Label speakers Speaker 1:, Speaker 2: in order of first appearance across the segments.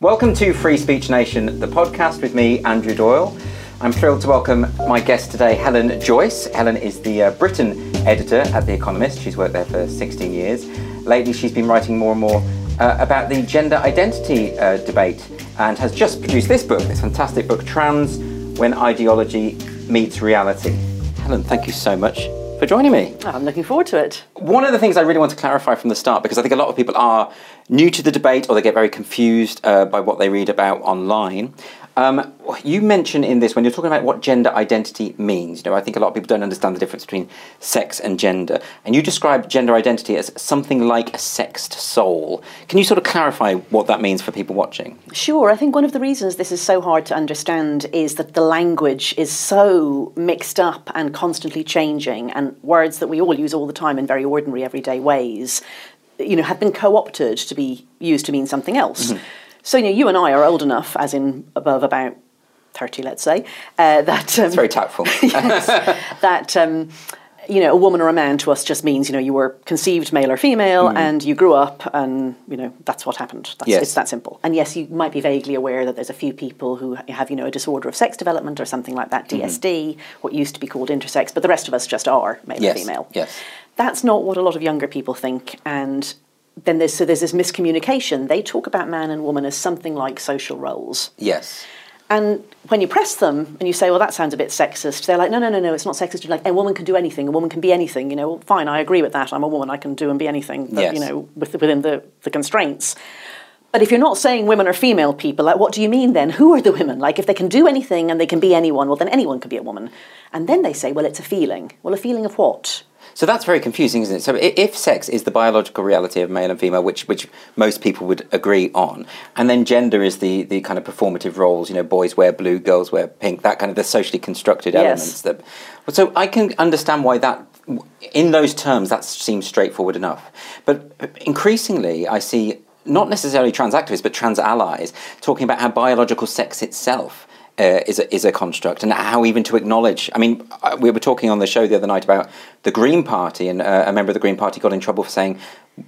Speaker 1: Welcome to Free Speech Nation, the podcast with me, Andrew Doyle. I'm thrilled to welcome my guest today, Helen Joyce. Helen is the uh, Britain editor at The Economist. She's worked there for 16 years. Lately, she's been writing more and more uh, about the gender identity uh, debate and has just produced this book, this fantastic book, Trans When Ideology Meets Reality. Helen, thank you so much for joining me.
Speaker 2: Ah, I'm looking forward to it.
Speaker 1: One of the things I really want to clarify from the start, because I think a lot of people are new to the debate or they get very confused uh, by what they read about online. Um, you mention in this when you're talking about what gender identity means. You know, I think a lot of people don't understand the difference between sex and gender, and you describe gender identity as something like a sexed soul. Can you sort of clarify what that means for people watching?
Speaker 2: Sure, I think one of the reasons this is so hard to understand is that the language is so mixed up and constantly changing, and words that we all use all the time in very ordinary, everyday ways, you know, have been co-opted to be used to mean something else. Mm-hmm. So you know, you and I are old enough, as in above about thirty, let's say, uh, that
Speaker 1: um, it's very tactful.
Speaker 2: yes, that. Um, you know, a woman or a man to us just means you know you were conceived male or female, mm-hmm. and you grew up, and you know that's what happened. That's,
Speaker 1: Mm. Yes.
Speaker 2: It's that simple. And yes, you might be vaguely aware that there's a few people who have you know a disorder of sex development or something like
Speaker 1: Mm-hmm.
Speaker 2: that, DSD, what used to be called intersex, but the rest of us just are male
Speaker 1: Yes,
Speaker 2: or female.
Speaker 1: yes.
Speaker 2: That's not what a lot of younger people think, and then there's so there's this miscommunication. They talk about man and woman as something like social roles.
Speaker 1: Yes.
Speaker 2: And when you press them and you say, well, that sounds a bit sexist, they're like, no, no, no, no, it's not sexist. You're like, a woman can do anything. A woman can be anything. You know, well, fine, I agree with that. I'm a woman. I can do and be anything, but,
Speaker 1: Yes.
Speaker 2: you know, with, within the, the constraints. But if you're not saying women are female people, like, what do you mean then? Who are the women? Like, if they can do anything and they can be anyone, well, then anyone can be a woman. And then they say, well, it's a feeling. Well, a feeling of what?
Speaker 1: So that's very confusing, isn't it? So i- if sex is the biological reality of male and female, which which most people would agree on, and then gender is the the kind of performative roles, you know, boys wear blue, girls wear pink, that kind of the socially constructed
Speaker 2: Yes.
Speaker 1: elements that. So I can understand why that. In those terms, that seems straightforward enough. But increasingly, I see not necessarily trans activists, but trans allies talking about how biological sex itself uh, is a, is a construct, and how even to acknowledge. I mean, uh, we were talking on the show the other night about the Green Party, and uh, a member of the Green Party got in trouble for saying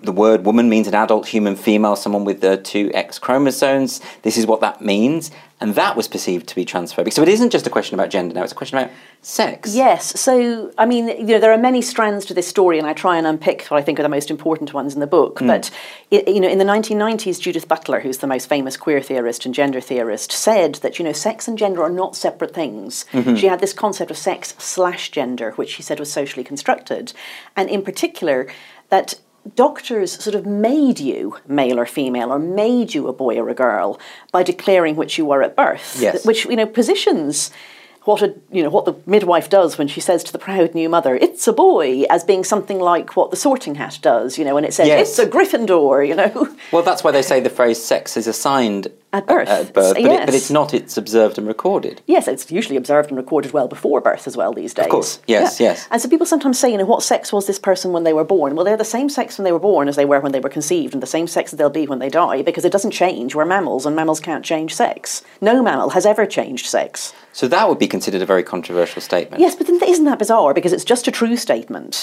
Speaker 1: the word "woman" means an adult human female, someone with uh, two X chromosomes. This is what that means, and that was perceived to be transphobic. So it isn't just a question about gender now; it's a question about sex.
Speaker 2: Yes. So, I mean, you know, there are many strands to this story, and I try and unpick what I think are the most important ones in the book. But, i you know, in the 1990s, Judith Butler, who's the most famous queer theorist and gender theorist, said that, you know, sex and gender are not separate things. She had this concept of sex slash gender, which she said was socially constructed. And in particular, that doctors sort of made you male or female or made you a boy or a girl by declaring which you were at birth
Speaker 1: Yes.
Speaker 2: which you know positions what a you know what the midwife does when she says to the proud new mother it's a boy as being something like what the sorting hat does you know when it says
Speaker 1: Yes.
Speaker 2: it's a gryffindor you know
Speaker 1: Well, that's why they say the phrase "sex is assigned
Speaker 2: At birth.
Speaker 1: At birth, but, it, but
Speaker 2: Yes.
Speaker 1: it's not; it's observed and recorded.
Speaker 2: yes it's usually observed and recorded well before birth as well these days of
Speaker 1: course. Yes, yes.
Speaker 2: and so people sometimes say you know what sex was this person when they were born well they're the same sex when they were born as they were when they were conceived and the same sex that they'll be when they die because it doesn't change we're mammals and mammals can't change sex no mammal has ever changed sex
Speaker 1: So that would be considered a very controversial statement.
Speaker 2: yes but then isn't that bizarre because it's just a true statement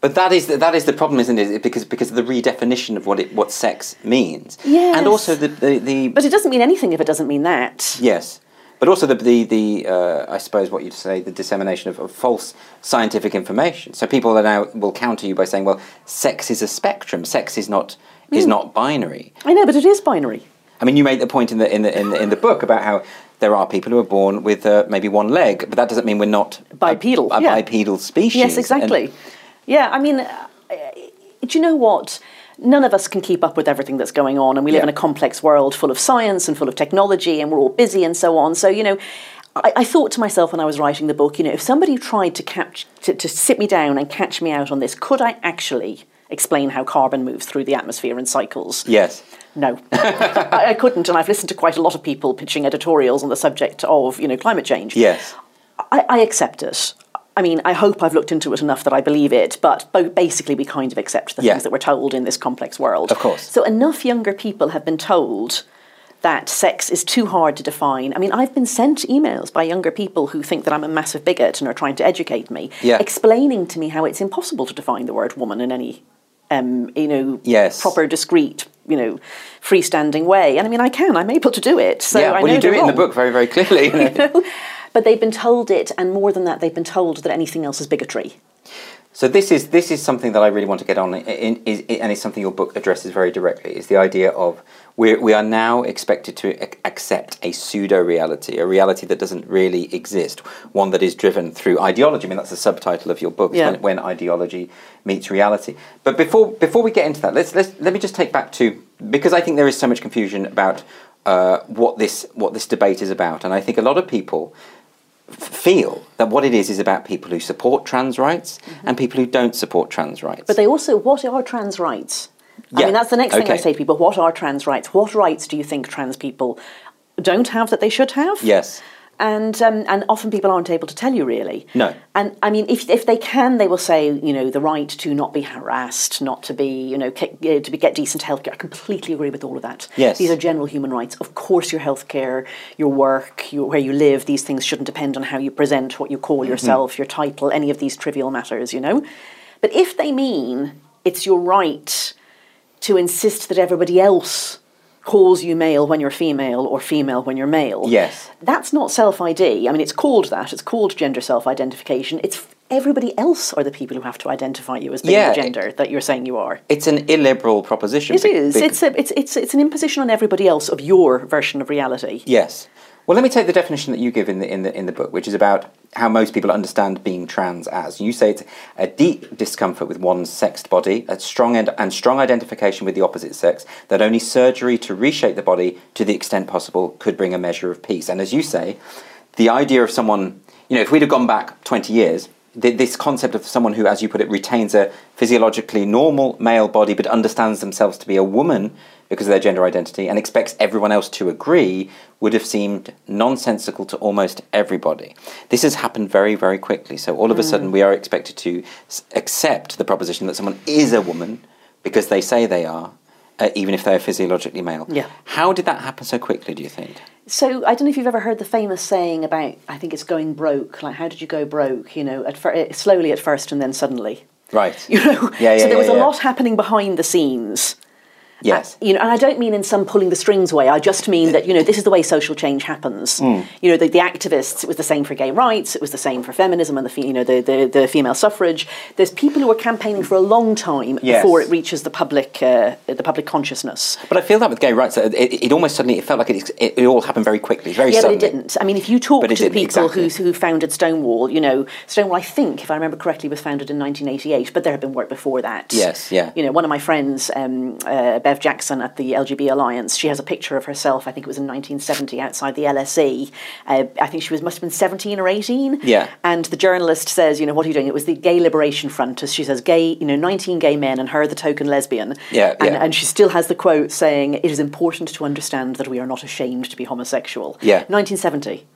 Speaker 1: But that is the, that is the problem, isn't it? Because because of the redefinition of what it what sex means, and
Speaker 2: Yes.
Speaker 1: also the the, the
Speaker 2: But it doesn't mean anything if it doesn't mean that.
Speaker 1: yes, but also the the, the uh, I suppose what you'd say the dissemination of, of false scientific information. So people are now will counter you by saying, well, sex is a spectrum. Sex is not
Speaker 2: Hmm.
Speaker 1: is not binary.
Speaker 2: I know, but it is binary.
Speaker 1: I mean, you made the point in the in the in the, in the book about how there are people who are born with uh, maybe one leg, but that doesn't mean we're not a-
Speaker 2: Bipedal,
Speaker 1: a,
Speaker 2: yeah.
Speaker 1: bipedal species.
Speaker 2: Yes,
Speaker 1: And-
Speaker 2: exactly. yeah, I mean, uh, do you know what? None of us can keep up with everything that's going on, and we live
Speaker 1: Yeah.
Speaker 2: in a complex world full of science and full of technology, and we're all busy and so on. So, you know, I, I thought to myself when I was writing the book, you know, if somebody tried to, catch, to, to sit me down and catch me out on this, could I actually explain how carbon moves through the atmosphere in cycles?
Speaker 1: yes.
Speaker 2: No, I, I couldn't, and I've listened to quite a lot of people pitching editorials on the subject of you know climate change.
Speaker 1: Yes.
Speaker 2: I, I accept it. I mean, I hope I've looked into it enough that I believe it, but bo- basically, we kind of accept the
Speaker 1: Yeah.
Speaker 2: things that we're told in this complex world.
Speaker 1: Of course.
Speaker 2: So, enough younger people have been told that sex is too hard to define. I mean, I've been sent emails by younger people who think that I'm a massive bigot and are trying to educate me,
Speaker 1: Yeah.
Speaker 2: explaining to me how it's impossible to define the word woman in any. um, you know,
Speaker 1: Yes.
Speaker 2: proper, discreet, you know, freestanding way. And I mean, I can. I'm able to do it. So
Speaker 1: yeah,
Speaker 2: I
Speaker 1: well,
Speaker 2: know
Speaker 1: you do
Speaker 2: they're
Speaker 1: it in the
Speaker 2: wrong.
Speaker 1: book very, very clearly. you know.
Speaker 2: But they've been told it, and more than that, they've been told that anything else is bigotry.
Speaker 1: So this is this is something that I really want to get on, in, in, is, and it's something your book addresses very directly. Is the idea of we're, we are now expected to ac- accept a pseudo reality, a reality that doesn't really exist, one that is driven through ideology. I mean, that's the subtitle of your book, is
Speaker 2: Yeah.
Speaker 1: when, when ideology meets reality. But before before we get into that, let's, let's let me just take back to because I think there is so much confusion about uh, what this what this debate is about, and I think a lot of people feel that what it is is about people who support trans rights and people who don't support trans rights.
Speaker 2: Mm-hmm. But they also, what are trans rights? I
Speaker 1: Yeah,
Speaker 2: mean, that's the next thing I
Speaker 1: okay.
Speaker 2: say to people. What are trans rights? What rights do you think trans people don't have that they should have?
Speaker 1: yes.
Speaker 2: And um, and often people aren't able to tell you really.
Speaker 1: No.
Speaker 2: And I mean, if if they can, they will say, you know, the right to not be harassed, not to be, you know, ki- uh, to be, get decent healthcare. I completely agree with all of that.
Speaker 1: Yes.
Speaker 2: These are general human rights. Of course, your healthcare, your work, your, where you live, these things shouldn't depend on how you present, what you
Speaker 1: Mm-hmm.
Speaker 2: call yourself, your title, any of these trivial matters, you know. But if they mean it's your right to insist that everybody else calls you male when you're female or female when you're male.
Speaker 1: Yes.
Speaker 2: That's not self ID. I mean, it's called that. It's called gender self identification. It's everybody else are the people who have to identify you as being
Speaker 1: Yeah,
Speaker 2: the gender that you're saying you are.
Speaker 1: It's an illiberal proposition.
Speaker 2: It
Speaker 1: be-
Speaker 2: is.
Speaker 1: be-
Speaker 2: It's, a, it's, it's, it's an imposition on everybody else of your version of reality.
Speaker 1: yes. Well, let me take the definition that you give in the, in the, in the book, which is about how most people understand being trans as. You say it's a deep discomfort with one's sexed body, a strong and, and strong identification with the opposite sex, that only surgery to reshape the body to the extent possible could bring a measure of peace. And as you say, the idea of someone, you know, if we'd have gone back 20 years, th- this concept of someone who, as you put it, retains a physiologically normal male body but understands themselves to be a woman because of their gender identity and expects everyone else to agree would have seemed nonsensical to almost everybody. This has happened very, very quickly. So all of a
Speaker 2: Mm.
Speaker 1: sudden, we are expected to s- accept the proposition that someone is a woman because they say they are. Uh, even if they're physiologically male.
Speaker 2: Yeah.
Speaker 1: How did that happen so quickly, do you think?
Speaker 2: So I don't know if you've ever heard the famous saying about, I think it's going broke. Like, how did you go broke? You know, at fir- eh, slowly at first and then suddenly.
Speaker 1: Right.
Speaker 2: You know?
Speaker 1: Yeah, yeah,
Speaker 2: so there
Speaker 1: yeah,
Speaker 2: was a
Speaker 1: yeah.
Speaker 2: lot happening behind the scenes.
Speaker 1: Yes.
Speaker 2: you know, and I don't mean in some pulling the strings way. I just mean that you know this is the way social change happens.
Speaker 1: Mm.
Speaker 2: You know, the, the activists. It was the same for gay rights. It was the same for feminism and the fe- you know the, the, the female suffrage. There's people who are campaigning for a long time
Speaker 1: Yes.
Speaker 2: before it reaches the public uh, the public consciousness.
Speaker 1: But I feel that with gay rights, that it, it almost suddenly it felt like it, it, all happened very quickly, very
Speaker 2: Yeah,
Speaker 1: suddenly.
Speaker 2: but it didn't. I mean, if you talk
Speaker 1: But
Speaker 2: to
Speaker 1: it
Speaker 2: the people
Speaker 1: didn't,
Speaker 2: who,
Speaker 1: exactly.
Speaker 2: who founded Stonewall, you know, Stonewall, I think, if I remember correctly, was founded in 1988, but there had been work before that.
Speaker 1: Yes, yeah.
Speaker 2: You know, one of my friends, um, uh, Bev Jackson at the LGB Alliance, she has a picture of herself, I think it was in 1970, outside the LSE. Uh, I think she was must have been 17 or 18.
Speaker 1: Yeah.
Speaker 2: And the journalist says, you know, what are you doing? It was the Gay Liberation Front. As she says, gay, you know, 19 gay men and her, the token lesbian.
Speaker 1: Yeah,
Speaker 2: and,
Speaker 1: yeah.
Speaker 2: and she still has the quote saying, it is important to understand that we are not ashamed to be homosexual.
Speaker 1: Yeah.
Speaker 2: 1970.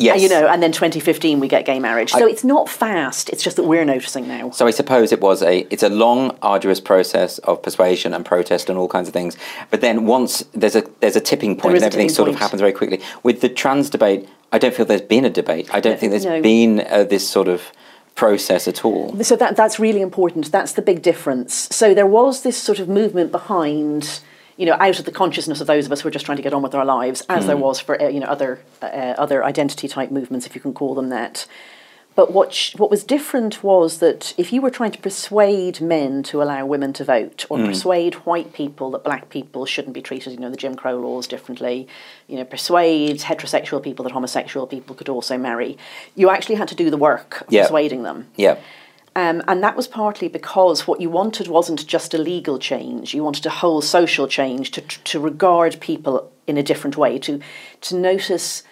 Speaker 1: Yes.
Speaker 2: And, you know, and then 2015 we get gay marriage. So
Speaker 1: I-
Speaker 2: it's not fast. It's just that we're noticing now.
Speaker 1: So I suppose it was a it's a long, arduous process of persuasion and protest and all kinds of things. But then once there's a there's a tipping point
Speaker 2: There is
Speaker 1: and
Speaker 2: a
Speaker 1: everything
Speaker 2: tipping
Speaker 1: sort of
Speaker 2: point.
Speaker 1: happens very quickly. With the trans debate, I don't feel there's been a debate. I don't think there's
Speaker 2: no.
Speaker 1: been uh, this sort of process at all.
Speaker 2: So that that's really important. That's the big difference. So there was this sort of movement behind, you know, out of the consciousness of those of us who are just trying to get on with our lives, as there was for uh, you know other uh, other identity type movements, if you can call them that. But what sh- what was different was that if you were trying to persuade men to allow women to vote, or persuade white people that black people shouldn't be treated, you know, the Jim Crow laws differently, you know, persuade heterosexual people that homosexual people could also marry, you actually had to do the work of
Speaker 1: Yeah.
Speaker 2: persuading them.
Speaker 1: Yeah.
Speaker 2: Um, and that was partly because what you wanted wasn't just a legal change, you wanted a whole social change to, to regard people in a different way, to, to notice,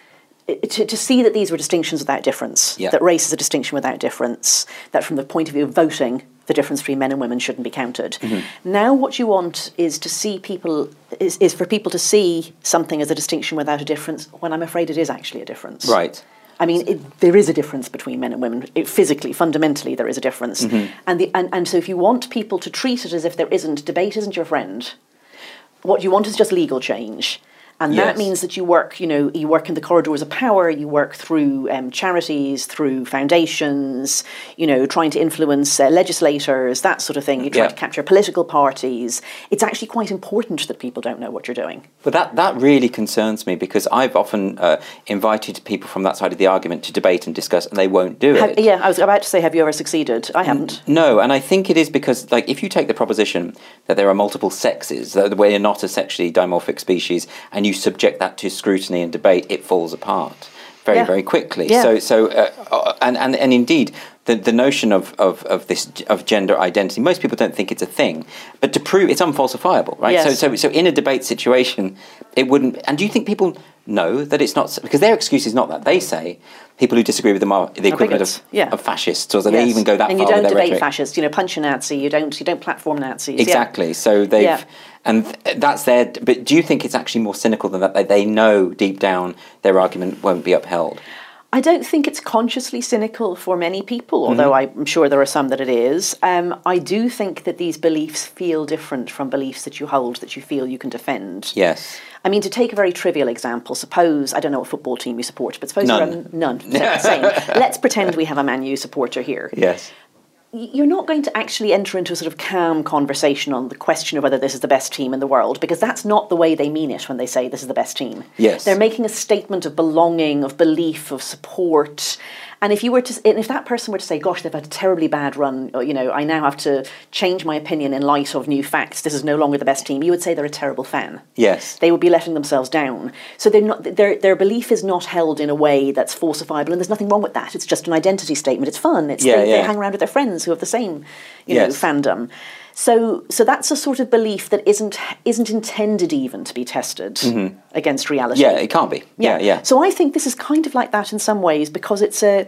Speaker 2: to, to see that these were distinctions without difference,
Speaker 1: Yeah.
Speaker 2: that race is a distinction without difference, that from the point of view of voting, the difference between men and women shouldn't be counted.
Speaker 1: Mm-hmm.
Speaker 2: Now, what you want is to see people, is, is for people to see something as a distinction without a difference when I'm afraid it is actually a difference.
Speaker 1: Right.
Speaker 2: I mean, it, there is a difference between men and women. It, physically, fundamentally, there is a difference.
Speaker 1: Mm-hmm.
Speaker 2: And, the, and, and so, if you want people to treat it as if there isn't, debate isn't your friend. What you want is just legal change. and
Speaker 1: Yes.
Speaker 2: that means that you work, you know, you work in the corridors of power, you work through um, charities, through foundations, you know, trying to influence uh, legislators, that sort of thing. You try
Speaker 1: Yeah.
Speaker 2: to capture political parties. It's actually quite important that people don't know what you're doing.
Speaker 1: But that, that really concerns me because I've often uh, invited people from that side of the argument to debate and discuss, and they won't do
Speaker 2: Have-
Speaker 1: it.
Speaker 2: yeah, I was about to say, have you ever succeeded?
Speaker 1: Mm.
Speaker 2: I haven't.
Speaker 1: No, and I think it is because, like, if you take the proposition that there are multiple sexes, that we're not a sexually dimorphic species, and you subject that to scrutiny and debate, it falls apart very,
Speaker 2: Yeah.
Speaker 1: very quickly.
Speaker 2: Yeah.
Speaker 1: So, so, uh, uh, and, and and indeed, the the notion of, of of this of gender identity, most people don't think it's a thing, but to prove it's unfalsifiable, right? So,
Speaker 2: Yes.
Speaker 1: so, so in a debate situation, it wouldn't. And do you think people? know that it's not because their excuse is not that they say people who disagree with them are the equivalent
Speaker 2: bigots.
Speaker 1: of,
Speaker 2: Yeah.
Speaker 1: of fascists, or that they
Speaker 2: Yes.
Speaker 1: even go that
Speaker 2: and
Speaker 1: far
Speaker 2: you don't
Speaker 1: with their
Speaker 2: debate
Speaker 1: rhetoric.
Speaker 2: fascists. You know, punch a Nazi. You don't. You don't platform Nazis. Yeah.
Speaker 1: Exactly. So they've,
Speaker 2: Yeah.
Speaker 1: and th- that's their. But do you think it's actually more cynical than that? They, they know deep down their argument won't be upheld.
Speaker 2: I don't think it's consciously cynical for many people,
Speaker 1: Mm-hmm.
Speaker 2: although I'm sure there are some that it is. Um, I do think that these beliefs feel different from beliefs that you hold that you feel you can defend.
Speaker 1: Yes.
Speaker 2: I mean, to take a very trivial example, suppose I don't know what football team you support, but suppose you're
Speaker 1: None.
Speaker 2: a, none. Same. same. Let's pretend we have a Man U supporter here
Speaker 1: Yes.
Speaker 2: you're not going to actually enter into a sort of calm conversation on the question of whether this is the best team in the world because that's not the way they mean it when they say this is the best team.
Speaker 1: Yes.
Speaker 2: They're making a statement of belonging, of belief, of support. And if you were to and if that person were to say, gosh, they've had a terribly bad run, or, you know, I now have to change my opinion in light of new facts, this is no longer the best team, you would say they're a terrible fan
Speaker 1: Yes.
Speaker 2: they would be letting themselves down. So they're not, their, their belief is not held in a way that's falsifiable, and there's nothing wrong with that. It's just an identity statement. It's fun. It's
Speaker 1: Yeah,
Speaker 2: they,
Speaker 1: yeah.
Speaker 2: they hang around with their friends who have the same, you
Speaker 1: Yes.
Speaker 2: know, fandom. So so that's a sort of belief that isn't isn't intended even to be tested against reality.
Speaker 1: Mm-hmm. yeah. It can't be. Yeah. Yeah.
Speaker 2: So I think this is kind of like that in some ways because it's a,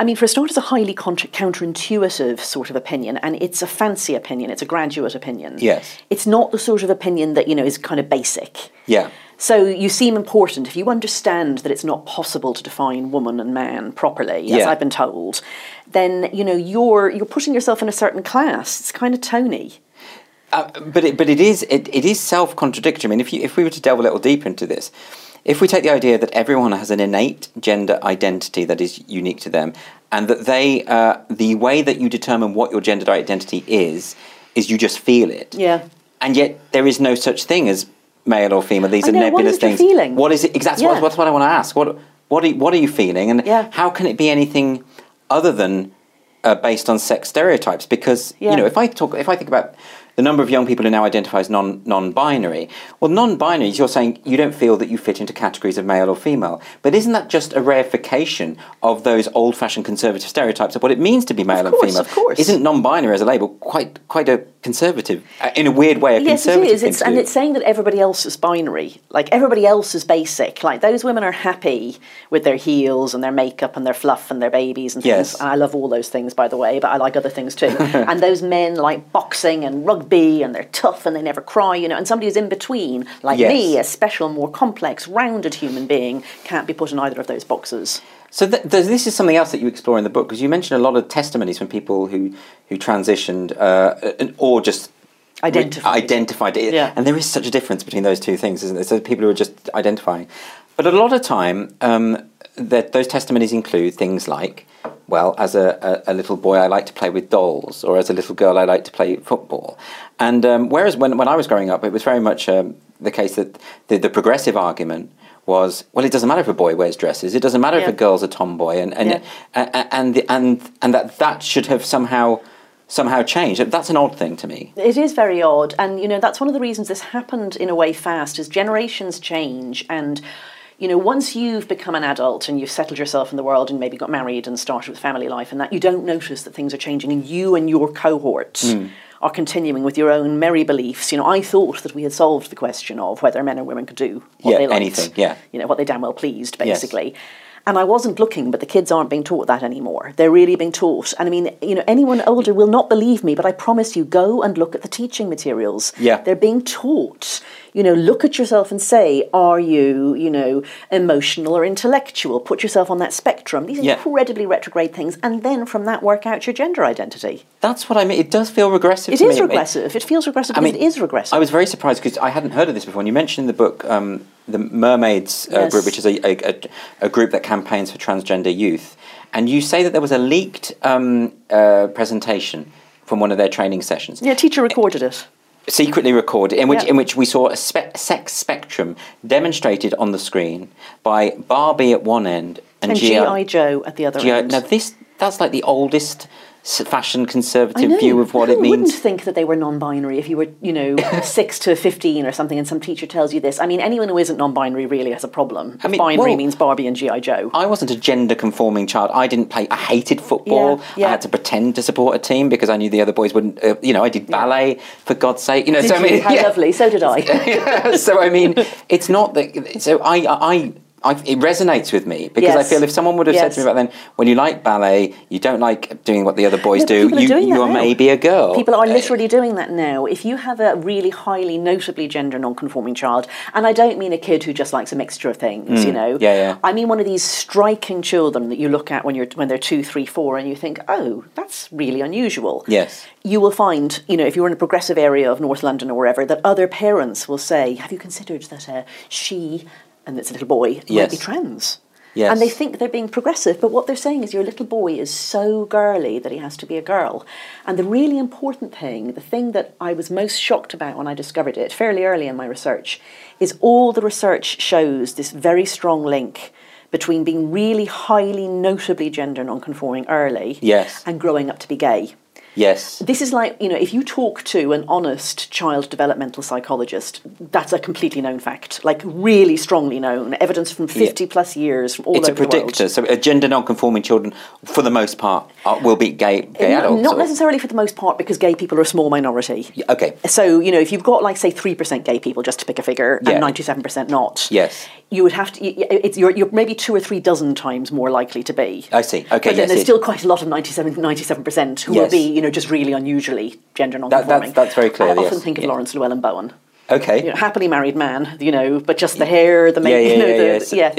Speaker 2: I mean, for a start, it's a highly contra- counterintuitive sort of opinion, and it's a fancy opinion. It's a graduate opinion.
Speaker 1: Yes.
Speaker 2: It's not the sort of opinion that you know is kind of basic.
Speaker 1: yeah.
Speaker 2: So you seem important if you understand that it's not possible to define woman and man properly, as
Speaker 1: Yeah.
Speaker 2: I've been told. Then you know you're you're putting yourself in a certain class. It's kind of Tony.
Speaker 1: But it, but it is it, it is self contradictory. I mean, if you if we were to delve a little deeper into this, if we take the idea that everyone has an innate gender identity that is unique to them, and that they uh, the way that you determine what your gendered identity is is you just feel it.
Speaker 2: Yeah.
Speaker 1: And yet there is no such thing as male or female. These
Speaker 2: I
Speaker 1: are
Speaker 2: know, what
Speaker 1: nebulous
Speaker 2: is it you're
Speaker 1: things.
Speaker 2: feeling?
Speaker 1: What is it exactly?
Speaker 2: Yeah.
Speaker 1: What, what's what I want to ask. What what are, you- what are you feeling? And
Speaker 2: Yeah.
Speaker 1: how can it be anything other than uh, based on sex stereotypes? Because you
Speaker 2: Yeah.
Speaker 1: know if I talk if I think about the number of young people who now identify as non non-binary, well, non-binary is you're saying you don't feel that you fit into categories of male or female. But isn't that just a reification of those old-fashioned conservative stereotypes of what it means to be male
Speaker 2: course,
Speaker 1: and female?
Speaker 2: of course.
Speaker 1: Isn't non-binary as a label quite quite a conservative uh, in a weird way? A
Speaker 2: Yes, it
Speaker 1: conservative
Speaker 2: is.
Speaker 1: thing
Speaker 2: It's,
Speaker 1: to
Speaker 2: and
Speaker 1: do?
Speaker 2: it's saying that everybody else is binary. Like everybody else is basic. Like those women are happy with their heels and their makeup and their fluff and their babies and
Speaker 1: Yes.
Speaker 2: things. And I love all those things, by the way, but I like other things too. and those men like boxing and rugby and they're tough and they never cry, you know. And somebody who's in between, like
Speaker 1: Yes.
Speaker 2: me, a special, more complex, rounded human being, can't be put in either of those boxes.
Speaker 1: So th- th- this is something else that you explore in the book because you mentioned a lot of testimonies from people who who transitioned uh, and- or just re-
Speaker 2: Identified.
Speaker 1: identified it.
Speaker 2: Yeah.
Speaker 1: And there is such a difference between those two things, isn't there? So people who are just identifying, but a lot of time um, that those testimonies include things like, well, as a, a, a little boy, I like to play with dolls, or as a little girl, I like to play football. And um, whereas when when I was growing up, it was very much um, the case that the, the progressive argument was well it doesn't matter if a boy wears dresses it doesn't matter if
Speaker 2: Yeah.
Speaker 1: a girl's a tomboy and and
Speaker 2: Yeah.
Speaker 1: a- a- and, the, and and that that should have somehow somehow changed that's an odd thing to me
Speaker 2: It is very odd, and you know that's one of the reasons this happened in a way fast. Is generations change, and you know once you've become an adult and you've settled yourself in the world and maybe got married and started with family life and that, you don't notice that things are changing, and you and your cohort
Speaker 1: Hmm.
Speaker 2: are continuing with your own merry beliefs. You know, I thought that we had solved the question of whether men and women could do what
Speaker 1: Yeah,
Speaker 2: they liked,
Speaker 1: anything, yeah.
Speaker 2: you know, what they damn well pleased, basically. And I wasn't looking, but the kids aren't being taught that anymore. They're really being taught. And I mean, you know, anyone older will not believe me, but I promise you, go and look at the teaching materials.
Speaker 1: Yeah.
Speaker 2: They're being taught, you know, look at yourself and say, are you, you know, emotional or intellectual? Put yourself on that spectrum. These
Speaker 1: Yeah.
Speaker 2: incredibly retrograde things, and then from that work out your gender identity.
Speaker 1: That's what I mean. It does feel regressive
Speaker 2: It
Speaker 1: to
Speaker 2: is
Speaker 1: me.
Speaker 2: regressive. It feels regressive because it is regressive.
Speaker 1: I was very surprised because I hadn't heard of this before. And you mentioned in the book um, the Mermaids uh,
Speaker 2: Yes.
Speaker 1: group, which is a, a, a, a group that campaigns for transgender youth. And you say that there was a leaked um, uh, presentation from one of their training sessions,
Speaker 2: yeah, teacher recorded it.
Speaker 1: secretly recorded, in which,
Speaker 2: Yeah.
Speaker 1: in which we saw a spe- sex spectrum demonstrated on the screen by Barbie at one end and,
Speaker 2: And
Speaker 1: G.I.
Speaker 2: G.I. Joe at the other
Speaker 1: G.I.
Speaker 2: end.
Speaker 1: Now, this, that's like the oldest s- fashion
Speaker 2: I know.
Speaker 1: conservative view of what
Speaker 2: Who
Speaker 1: it means.
Speaker 2: wouldn't think that they were non-binary if you were, you know, six to fifteen or something, and some teacher tells you this. I mean, anyone who isn't non-binary really has a problem. If
Speaker 1: mean,
Speaker 2: binary
Speaker 1: well-
Speaker 2: means Barbie and GI Joe.
Speaker 1: I wasn't a gender conforming child. I didn't play. I hated football.
Speaker 2: Yeah, yeah.
Speaker 1: I had to pretend to support a team because I knew the other boys wouldn't. Uh, you know, I did ballet for God's sake. You know, so I mean,
Speaker 2: How
Speaker 1: yeah.
Speaker 2: lovely! So did I.
Speaker 1: so I mean, it's not that. So I, I, I, it resonates with me because I
Speaker 2: Yes.
Speaker 1: feel if someone would have said to me
Speaker 2: Yes.
Speaker 1: back then, when you like ballet, you don't like doing what the other boys
Speaker 2: No,
Speaker 1: do.
Speaker 2: people are
Speaker 1: You,
Speaker 2: doing that
Speaker 1: you are
Speaker 2: now.
Speaker 1: maybe a girl.
Speaker 2: People
Speaker 1: Uh,
Speaker 2: are literally doing that now. If you have a really highly, notably gender non-conforming child, and I don't mean a kid who just likes a mixture of things, you know.
Speaker 1: Mm, yeah, yeah.
Speaker 2: I mean one of these striking children that you look at when you're when they're two, three, four, and you think, oh, that's really unusual.
Speaker 1: Yes.
Speaker 2: You will find, you know, if you're in a progressive area of North London or wherever, that other parents will say, "Have you considered that uh, she and it's a little boy might
Speaker 1: Yes.
Speaker 2: be trans?"
Speaker 1: Yes.
Speaker 2: And they think they're being progressive, but what they're saying is your little boy is so girly that he has to be a girl. And the really important thing, the thing that I was most shocked about when I discovered it fairly early in my research, is all the research shows this very strong link between being really highly notably gender nonconforming early
Speaker 1: Yes.
Speaker 2: and growing up to be gay.
Speaker 1: yes.
Speaker 2: This is like, you know, if you talk to an honest child developmental psychologist, that's a completely known fact, like really strongly known, evidence from 50 plus years from all
Speaker 1: It's a
Speaker 2: over the world.
Speaker 1: predictor. So, uh, gender non-conforming children, for the most part, are, will be gay, gay
Speaker 2: Not-
Speaker 1: adults.
Speaker 2: Not
Speaker 1: or-
Speaker 2: necessarily for the most part because gay people are a small minority.
Speaker 1: Okay.
Speaker 2: So, you know, if you've got like say 3% gay people just to pick a figure
Speaker 1: Yeah.
Speaker 2: and 97% not.
Speaker 1: Yes.
Speaker 2: You would have to y- y- it's you're, you're maybe 2 or 3 dozen times more likely to be.
Speaker 1: I see. Okay,
Speaker 2: But then
Speaker 1: yes,
Speaker 2: there's
Speaker 1: yes.
Speaker 2: still quite a lot of 97 97% who will
Speaker 1: Yes.
Speaker 2: be, you know, just really unusually gender nonconforming.
Speaker 1: that's very clear,
Speaker 2: I often
Speaker 1: yes,
Speaker 2: think of
Speaker 1: yeah.
Speaker 2: Lawrence Llewellyn Bowen.
Speaker 1: Okay.
Speaker 2: You know, happily married man, you know, but just the hair, the
Speaker 1: yeah,
Speaker 2: makeup,
Speaker 1: yeah,
Speaker 2: you know,
Speaker 1: yeah,
Speaker 2: the,
Speaker 1: yeah. So-
Speaker 2: yeah.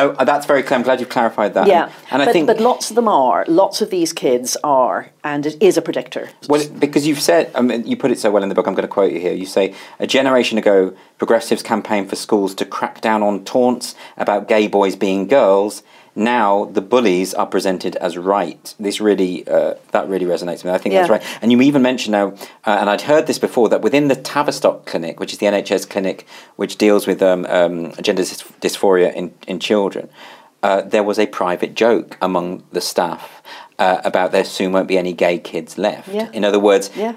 Speaker 1: No, uh, that's very clear. I'm glad you clarified that.
Speaker 2: Yeah,
Speaker 1: And, and
Speaker 2: but,
Speaker 1: I think
Speaker 2: but lots of them are. Lots of these kids are, and it is a predictor.
Speaker 1: well, because you've said, I mean, you put it so well in the book. I'm going to quote you here. You say a generation ago, progressives campaigned for schools to crack down on taunts about gay boys being girls. Now the bullies are presented as right. This really, uh, that really resonates with me. I think that's
Speaker 2: Yeah.
Speaker 1: right. And you even mentioned now, uh, and I'd heard this before, that within the Tavistock Clinic, which is the NHS clinic which deals with um, um, gender dys- dysphoria in, in children, uh, there was a private joke among the staff uh, about there soon won't be any gay kids left.
Speaker 2: Yeah.
Speaker 1: In other words,
Speaker 2: Yeah.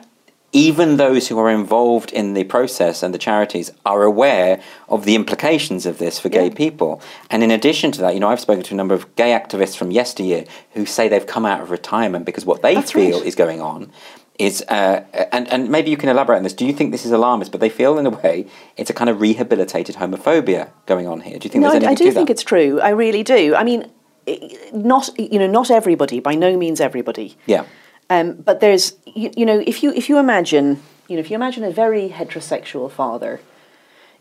Speaker 1: even those who are involved in the process and the charities are aware of the implications of this for gay
Speaker 2: Yeah.
Speaker 1: people. And in addition to that, you know, I've spoken to a number of gay activists from yesteryear who say they've come out of retirement because what they
Speaker 2: That's
Speaker 1: feel
Speaker 2: right.
Speaker 1: is going on is, uh, and, and maybe you can elaborate on this. Do you think this is alarmist? But they feel, in a way, it's a kind of rehabilitated homophobia going on here. Do you think
Speaker 2: No,
Speaker 1: there's
Speaker 2: I,
Speaker 1: anything
Speaker 2: I do
Speaker 1: to
Speaker 2: think
Speaker 1: that?
Speaker 2: it's true. I really do. I mean, i- not you know, not everybody. By no means everybody.
Speaker 1: yeah,
Speaker 2: Um, but there's you, you know, if you if you imagine you know, if you imagine a very heterosexual father,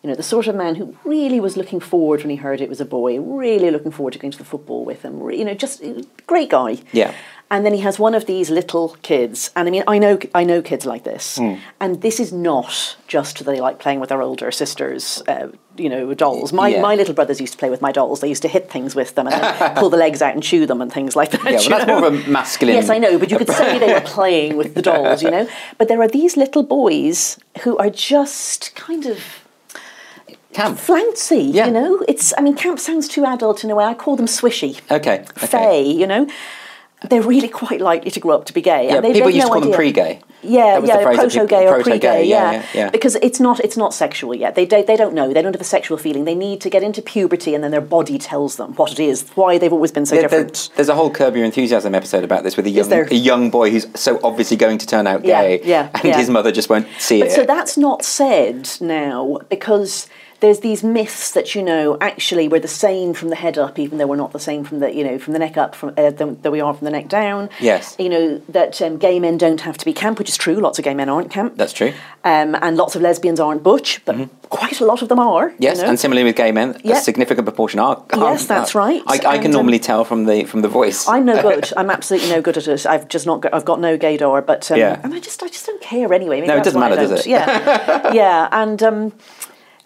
Speaker 2: you know, the sort of man who really was looking forward when he heard it was a boy, really looking forward to going to the football with him. re- You know, just uh, great guy.
Speaker 1: Yeah.
Speaker 2: And then he has one of these little kids, and I mean, I know, I know kids like this,
Speaker 1: Mm.
Speaker 2: and this is not just they like playing with their older sisters, uh, you know, dolls. My
Speaker 1: Yeah.
Speaker 2: my little brothers used to play with my dolls. They used to hit things with them and then pull the legs out and chew them and things like that.
Speaker 1: yeah. Well,
Speaker 2: you
Speaker 1: that's
Speaker 2: know?
Speaker 1: more of a masculine.
Speaker 2: Yes, I know, but you could say they were playing with the dolls, you know. But there are these little boys who are just kind of
Speaker 1: Camp.
Speaker 2: flouncy,
Speaker 1: Yeah.
Speaker 2: you know. It's I mean, camp sounds too adult in a way. I call them swishy,
Speaker 1: Okay. okay.
Speaker 2: fey, you know. They're really quite likely to grow up to be gay.
Speaker 1: Yeah,
Speaker 2: and they,
Speaker 1: people
Speaker 2: they've
Speaker 1: used to call
Speaker 2: no
Speaker 1: them
Speaker 2: idea.
Speaker 1: pre-gay.
Speaker 2: Yeah,
Speaker 1: That was the
Speaker 2: yeah,
Speaker 1: phrase that
Speaker 2: proto gay
Speaker 1: people-
Speaker 2: or pre
Speaker 1: proto-gay,
Speaker 2: gay,
Speaker 1: yeah,
Speaker 2: yeah.
Speaker 1: yeah, yeah.
Speaker 2: Because it's not it's not sexual yet. They don't they don't know. They don't have a sexual feeling. They need to get into puberty and then their body tells them what it is, why they've always been so
Speaker 1: There- there-
Speaker 2: different.
Speaker 1: there's a whole Curb Your Enthusiasm episode about this with a young,
Speaker 2: there?
Speaker 1: a young boy who's so obviously going to turn out
Speaker 2: Yeah,
Speaker 1: gay,
Speaker 2: yeah,
Speaker 1: and
Speaker 2: yeah.
Speaker 1: his mother just won't see
Speaker 2: But
Speaker 1: it.
Speaker 2: so that's not said now because there's these myths that you know actually we're the same from the head up, even though we're not the same from the you know from the neck up from uh, than, than we are from the neck down.
Speaker 1: Yes.
Speaker 2: you know that um, gay men don't have to be camp, which is true. Lots of gay men aren't camp.
Speaker 1: That's true.
Speaker 2: Um, and lots of lesbians aren't butch, but quite a lot of them are. you
Speaker 1: Yes,
Speaker 2: know.
Speaker 1: and similarly with gay men,
Speaker 2: Yeah.
Speaker 1: a significant proportion are. are-
Speaker 2: Yes, that's
Speaker 1: are-
Speaker 2: right.
Speaker 1: I, I can
Speaker 2: And, um,
Speaker 1: normally tell from the from the voice.
Speaker 2: I'm no good. I'm absolutely no good at it. I've just not. Got, I've got no gaydar, but um,
Speaker 1: Yeah.
Speaker 2: and I just I just don't care anyway. Maybe
Speaker 1: No, it
Speaker 2: that's
Speaker 1: doesn't
Speaker 2: why I
Speaker 1: matter, does it?
Speaker 2: don't. Yeah, yeah, and. Um,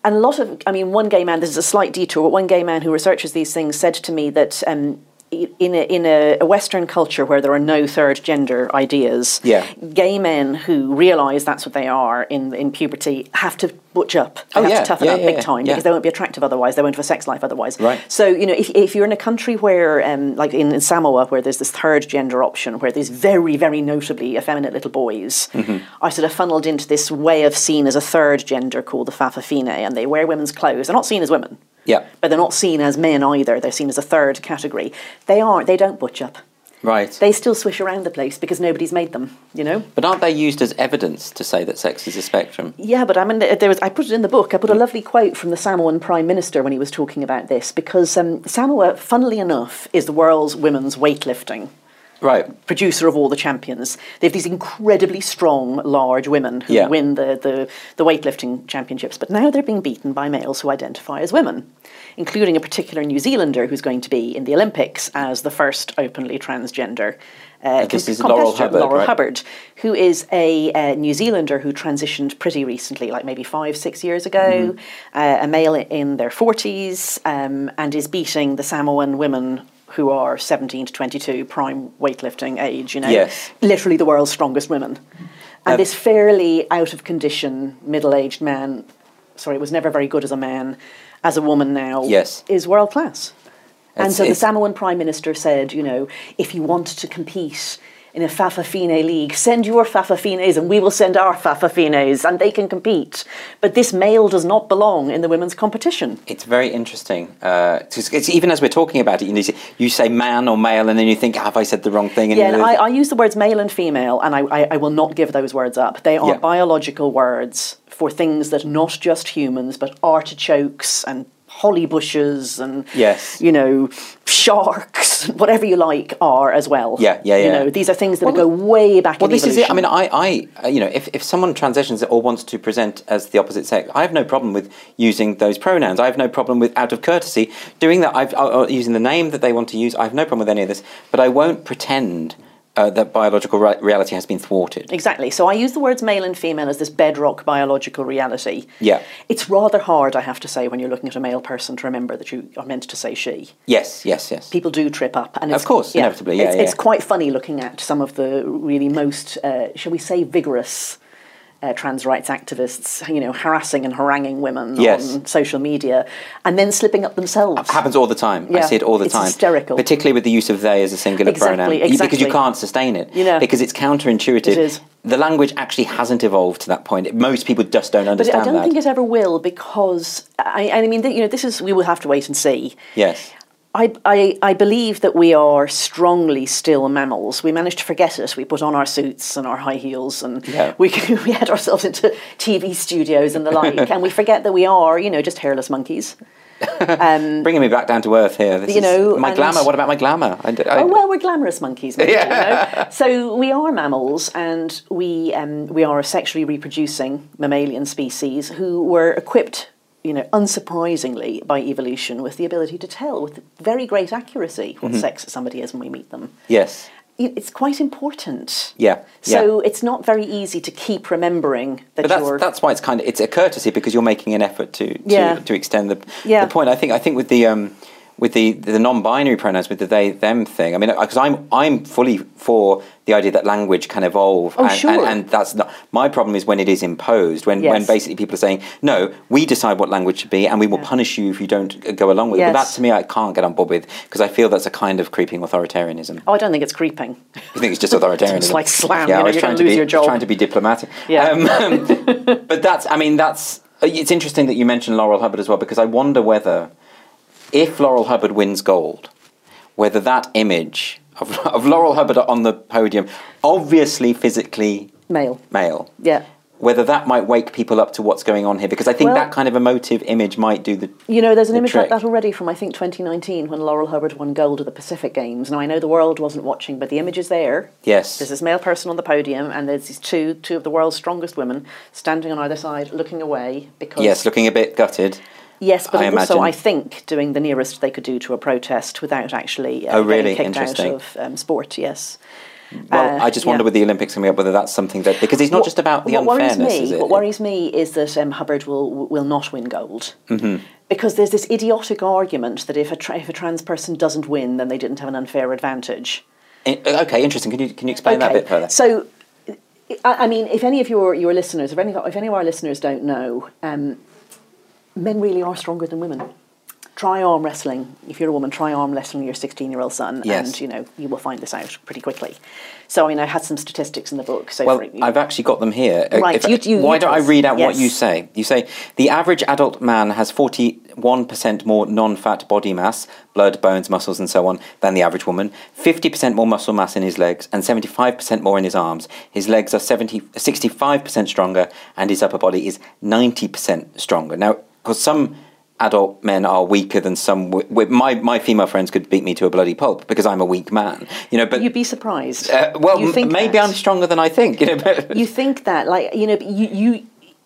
Speaker 2: and a lot of, I mean, one gay man. This is a slight detour, but one gay man who researches these things said to me that um, i- in a, in a, a Western culture where there are no third gender ideas,
Speaker 1: Yeah.
Speaker 2: gay men who realise that's what they are in in puberty have to butch up. They
Speaker 1: Oh,
Speaker 2: have
Speaker 1: yeah,
Speaker 2: to toughen
Speaker 1: yeah,
Speaker 2: up
Speaker 1: yeah,
Speaker 2: big
Speaker 1: yeah,
Speaker 2: time
Speaker 1: yeah.
Speaker 2: because they won't be attractive otherwise. They won't have a sex life otherwise.
Speaker 1: Right.
Speaker 2: So you know, if, if you're in a country where, um, like in, in Samoa, where there's this third gender option, where there's very, very notably effeminate little boys, are sort of funneled into this way of seen as a third gender called the fafafine, and they wear women's clothes. They're not seen as women,
Speaker 1: yeah,
Speaker 2: but they're not seen as men either. They're seen as a third category. They aren't. They don't butch up.
Speaker 1: right.
Speaker 2: They still swish around the place because nobody's made them. You know.
Speaker 1: but aren't they used as evidence to say that sex is a spectrum?
Speaker 2: Yeah, but I mean, there was. I put it in the book. I put a lovely quote from the Samoan Prime Minister when he was talking about this, because um, Samoa, funnily enough, is the world's women's weightlifting
Speaker 1: Right.
Speaker 2: producer of all the champions. They have these incredibly strong, large women who
Speaker 1: Yeah.
Speaker 2: win the, the, the weightlifting championships, but now they're being beaten by males who identify as women, including a particular New Zealander who's going to be in the Olympics as the first openly transgender. Uh,
Speaker 1: this
Speaker 2: com-
Speaker 1: is Laurel
Speaker 2: competitor,
Speaker 1: Hubbard,
Speaker 2: Laurel
Speaker 1: right?
Speaker 2: Hubbard, who is a uh, New Zealander who transitioned pretty recently, like maybe five, six years
Speaker 1: Mm-hmm.
Speaker 2: ago, uh, a male in their 40s, um, and is beating the Samoan women who are 17 to 22, prime weightlifting age, you know,
Speaker 1: Yes. Um,
Speaker 2: literally the world's strongest women. And this fairly out of condition middle aged man, sorry, was never very good as a man, as a woman now,
Speaker 1: Yes.
Speaker 2: is world class. And
Speaker 1: It's-
Speaker 2: so the
Speaker 1: it's-
Speaker 2: Samoan Prime Minister said, you know, if you want to compete in a Fafafine league, send your Fafafines and we will send our Fafafines and they can compete. But this male does not belong in the women's competition.
Speaker 1: It's very interesting. Uh, it's, it's even as we're talking about it, you, need to, you say man or male, and then you think, have I said the wrong thing?
Speaker 2: Yeah, and
Speaker 1: you-
Speaker 2: I, I use the words male and female, and I, I, I will not give those words up. They are
Speaker 1: Yeah.
Speaker 2: biological words for things that not just humans, but artichokes and holly bushes and
Speaker 1: Yes.
Speaker 2: you know sharks, whatever you like, are as well.
Speaker 1: Yeah, yeah,
Speaker 2: You
Speaker 1: yeah.
Speaker 2: know, these are things that
Speaker 1: Well,
Speaker 2: go way back.
Speaker 1: well,
Speaker 2: in
Speaker 1: this is it. I
Speaker 2: evolution.
Speaker 1: mean, I, I, uh, you know, if, if someone transitions or wants to present as the opposite sex, I have no problem with using those pronouns. I have no problem with, out of courtesy, doing that. I've or, or using the name that they want to use. I have no problem with any of this, but I won't pretend uh, that biological re- reality has been thwarted.
Speaker 2: Exactly. So I use the words male and female as this bedrock biological reality.
Speaker 1: Yeah.
Speaker 2: It's rather hard, I have to say, when you're looking at a male person to remember that you are meant to say she.
Speaker 1: Yes, yes, yes.
Speaker 2: people do trip up, and it's,
Speaker 1: Of course, inevitably, yeah,
Speaker 2: it's,
Speaker 1: yeah.
Speaker 2: it's quite funny looking at some of the really most, uh, shall we say, vigorous. Uh, trans rights activists, you know, harassing and haranguing women
Speaker 1: Yes.
Speaker 2: on social media, and then slipping up themselves.
Speaker 1: happens all the time. I
Speaker 2: Yeah.
Speaker 1: see it all the
Speaker 2: It's
Speaker 1: time.
Speaker 2: hysterical.
Speaker 1: Particularly with the use of they as a singular
Speaker 2: Exactly,
Speaker 1: pronoun. You- Because
Speaker 2: exactly.
Speaker 1: you can't sustain it.
Speaker 2: You know.
Speaker 1: Because it's counterintuitive.
Speaker 2: It is.
Speaker 1: The language actually hasn't evolved to that point. Most people just don't
Speaker 2: but
Speaker 1: understand
Speaker 2: I don't
Speaker 1: that.
Speaker 2: think it ever will because I, I mean, th- you know, this is we will have to wait and see.
Speaker 1: yes.
Speaker 2: I, I, I believe that we are strongly still mammals. We managed to forget it. We put on our suits and our high heels, and
Speaker 1: Yeah.
Speaker 2: we, we had ourselves into TV studios and the like, and we forget that we are, you know, just hairless monkeys.
Speaker 1: Bringing me back down to earth here. This
Speaker 2: You
Speaker 1: is-
Speaker 2: know,
Speaker 1: my
Speaker 2: and-
Speaker 1: glamour. What about my glamour? I d- I-
Speaker 2: Oh well, we're glamorous monkeys, maybe, you know? So we are mammals, and we um, we are a sexually reproducing mammalian species who were equipped, you know, unsurprisingly by evolution with the ability to tell with very great accuracy what sex somebody is when we meet them.
Speaker 1: yes.
Speaker 2: it- it's quite important.
Speaker 1: Yeah. yeah.
Speaker 2: So it's not very easy to keep remembering that
Speaker 1: But
Speaker 2: you're.
Speaker 1: that's, that's why it's kind of it's a courtesy because you're making an effort to to,
Speaker 2: Yeah.
Speaker 1: to extend the,
Speaker 2: Yeah.
Speaker 1: the point. I think I think with the um, with the, the non-binary pronouns with the they them thing. I mean, because I'm I'm fully for the idea that language can evolve.
Speaker 2: Oh,
Speaker 1: and,
Speaker 2: sure.
Speaker 1: and, and that's not my problem is when it is imposed. When when
Speaker 2: Yes.
Speaker 1: basically people are saying no, we decide what language should be, and we will
Speaker 2: Yeah.
Speaker 1: punish you if you don't go along with it. But
Speaker 2: Yes.
Speaker 1: that to me, I can't get on board with because I feel that's a kind of creeping authoritarianism.
Speaker 2: oh, I don't think it's creeping.
Speaker 1: You think it's just authoritarianism?
Speaker 2: It's like slam, you know,
Speaker 1: I was
Speaker 2: you're
Speaker 1: trying to
Speaker 2: gonna lose
Speaker 1: be,
Speaker 2: your
Speaker 1: I was
Speaker 2: job.
Speaker 1: Trying to be diplomatic.
Speaker 2: Yeah.
Speaker 1: Um, but that's. I mean, that's. It's interesting that you mentioned Laurel Hubbard as well because I wonder whether, if Laurel Hubbard wins gold, whether that image of, of Laurel Hubbard on the podium, obviously physically
Speaker 2: Male.
Speaker 1: male,
Speaker 2: Yeah.
Speaker 1: whether that might wake people up to what's going on here, because I think
Speaker 2: Well-
Speaker 1: that kind of emotive image might do the.
Speaker 2: You know, there's an
Speaker 1: the
Speaker 2: image like
Speaker 1: trick.
Speaker 2: that already from I think 2019 when Laurel Hubbard won gold at the Pacific Games. Now I know the world wasn't watching, but the image is there.
Speaker 1: Yes.
Speaker 2: There's this male person on the podium, and there's these two two of the world's strongest women standing on either side, looking away because
Speaker 1: Yes, looking a bit gutted.
Speaker 2: Yes, but
Speaker 1: I
Speaker 2: also
Speaker 1: imagine.
Speaker 2: I think doing the nearest they could do to a protest without actually uh,
Speaker 1: Oh, really?
Speaker 2: getting kicked out
Speaker 1: Interesting.
Speaker 2: of um, sport. Yes.
Speaker 1: Well,
Speaker 2: Uh,
Speaker 1: I just wonder
Speaker 2: yeah.
Speaker 1: with the Olympics coming up whether that's something that because it's not
Speaker 2: What-
Speaker 1: just about the
Speaker 2: what
Speaker 1: unfairness.
Speaker 2: Worries me,
Speaker 1: is it?
Speaker 2: What worries me is that um, Hubbard will will not win gold
Speaker 1: Mm-hmm.
Speaker 2: because there's this idiotic argument that if a tra- if a trans person doesn't win, then they didn't have an unfair advantage.
Speaker 1: In- okay, interesting. Can you can you explain that a bit further?
Speaker 2: So, I I mean, if any of your, your listeners, if any, if any of our listeners don't know, um, men really are stronger than women. Try arm wrestling. If you're a woman, try arm wrestling your 16 year old son,
Speaker 1: Yes.
Speaker 2: and you know you will find this out pretty quickly. So, I mean, I had some statistics in the book. So,
Speaker 1: Well,
Speaker 2: for,
Speaker 1: I've actually got them here. Uh,
Speaker 2: Right,
Speaker 1: if I-
Speaker 2: you- you-
Speaker 1: why
Speaker 2: you
Speaker 1: don't I
Speaker 2: tell us.
Speaker 1: read out what you
Speaker 2: Yes.
Speaker 1: say? You say the average adult man has forty-one percent more non-fat body mass, blood, bones, muscles, and so on, than the average woman. Fifty percent more muscle mass in his legs, and seventy-five percent more in his arms. His legs are 70, 65 percent stronger, and his upper body is ninety percent stronger. Now, because some adult men are weaker than some. W- w- my my female friends could beat me to a bloody pulp because I'm a weak man. You know, but.
Speaker 2: you'd be surprised.
Speaker 1: uh, well,
Speaker 2: You
Speaker 1: m-
Speaker 2: think
Speaker 1: maybe
Speaker 2: that.
Speaker 1: I'm stronger than I think. You know, but,
Speaker 2: you think that like you know but you you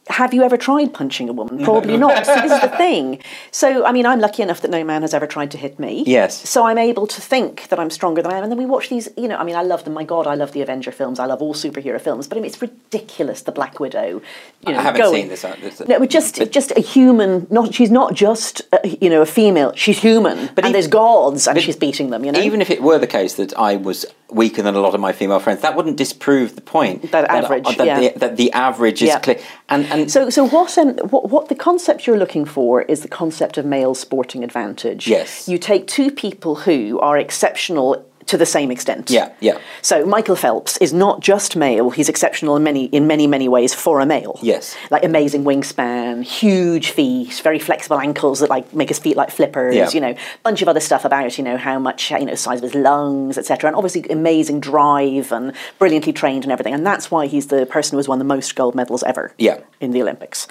Speaker 2: have you ever tried punching a woman? Probably not. So this is the thing. So I mean, I'm lucky enough that no man has ever tried to hit me.
Speaker 1: Yes.
Speaker 2: So I'm able to think that I'm stronger than I am, and then we watch these. You know, I mean, I love them. My God, I love the Avenger films. I love all superhero films. But I mean, it's ridiculous. The Black Widow. You know,
Speaker 1: I haven't
Speaker 2: going-
Speaker 1: seen this, uh, this, uh,
Speaker 2: no, but just
Speaker 1: but-
Speaker 2: just a human. Not she's not just uh you know a female. She's human. But and
Speaker 1: e-
Speaker 2: there's gods, and
Speaker 1: but
Speaker 2: she's beating them. You know.
Speaker 1: Even if it were the case that I was weaker than a lot of my female friends, that wouldn't disprove the point
Speaker 2: That average,
Speaker 1: uh, that,
Speaker 2: yeah.
Speaker 1: the, that the average is
Speaker 2: Yeah.
Speaker 1: clear. And and
Speaker 2: So, so what, um, what, what the concept you're looking for is the concept of male sporting advantage.
Speaker 1: Yes.
Speaker 2: You take two people who are exceptional to the same extent.
Speaker 1: Yeah, yeah.
Speaker 2: So Michael Phelps is not just male; he's exceptional in many, in many, many ways for a male.
Speaker 1: Yes.
Speaker 2: Like amazing wingspan, huge feet, very flexible ankles that like make his feet like flippers.
Speaker 1: Yeah.
Speaker 2: You know, bunch of other stuff about you know how much you know size of his lungs, etc. And obviously amazing drive and brilliantly trained and everything. And that's why he's the person who has won the most gold medals ever
Speaker 1: Yeah.
Speaker 2: in the Olympics.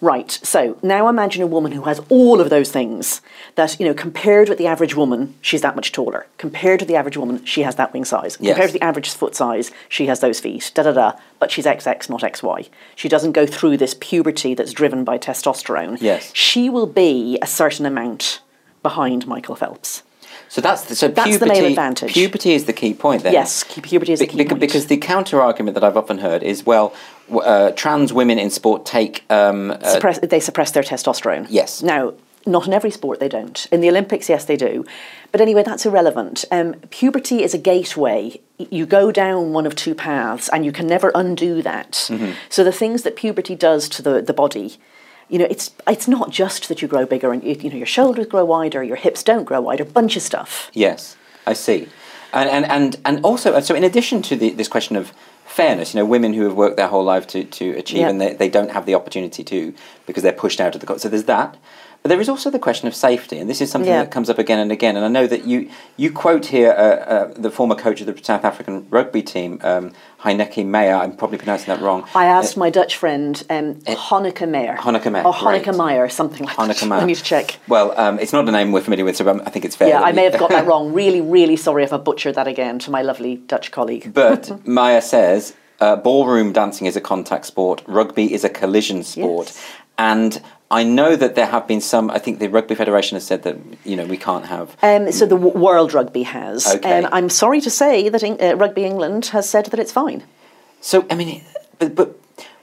Speaker 2: Right. So now imagine a woman who has all of those things that, you know, compared with the average woman, she's that much taller. Compared to the average woman, she has that wing size.
Speaker 1: Yes.
Speaker 2: Compared to the average foot size, she has those feet. Da da da. But she's XX, not XY. She doesn't go through this puberty that's driven by testosterone.
Speaker 1: Yes.
Speaker 2: She will be a certain amount behind Michael Phelps.
Speaker 1: so that's the, so
Speaker 2: That's the
Speaker 1: puberty,
Speaker 2: male advantage.
Speaker 1: Puberty is the key point then.
Speaker 2: Yes, pu- puberty is the
Speaker 1: Be-
Speaker 2: key
Speaker 1: beca-
Speaker 2: point.
Speaker 1: Because the counter argument that I've often heard is well, w- uh, trans women in sport take um, uh,
Speaker 2: suppress, they suppress their testosterone.
Speaker 1: Yes.
Speaker 2: Now, not in every sport they don't. In the Olympics, yes, they do. But anyway, that's irrelevant. Um, puberty is a gateway. Y- You go down one of two paths, and you can never undo that.
Speaker 1: Mm-hmm.
Speaker 2: So the things that puberty does to the, the body. You know, it's it's not just that you grow bigger and you know your shoulders grow wider, your hips don't grow wider, bunch of stuff.
Speaker 1: Yes, I see. And and and, and also, uh, so in addition to the, this question of fairness, you know, women who have worked their whole life to, to achieve
Speaker 2: Yeah.
Speaker 1: and they, they don't have the opportunity to because they're pushed out of the co- so there's that. But there is also the question of safety, and this is something
Speaker 2: Yeah.
Speaker 1: that comes up again and again. And I know that you you quote here uh, uh, the former coach of the South African rugby team, um, Heineke Meyer. I'm probably pronouncing that wrong.
Speaker 2: I asked my Dutch friend um, Honneke Meyer.
Speaker 1: Honneke Meyer,
Speaker 2: Or
Speaker 1: Eh. right.
Speaker 2: Honneke Meyer, something like
Speaker 1: Hanneke
Speaker 2: that.
Speaker 1: Meyer.
Speaker 2: I need to check.
Speaker 1: Well, um, it's not a name we're familiar with, so um, I think it's fair.
Speaker 2: Yeah,
Speaker 1: that
Speaker 2: I
Speaker 1: we-
Speaker 2: may have got that wrong. Really, really sorry if I butchered that again to my lovely Dutch colleague.
Speaker 1: But Maya says uh, ballroom dancing is a contact sport, rugby is a collision sport.
Speaker 2: Yes.
Speaker 1: And I know that there have been some, I think the Rugby Federation has said that, you know, we can't have.
Speaker 2: Um, so the w- World Rugby has.
Speaker 1: Okay.
Speaker 2: Um, I'm sorry to say that Eng- uh, Rugby England has said that it's fine.
Speaker 1: So, I mean, but. but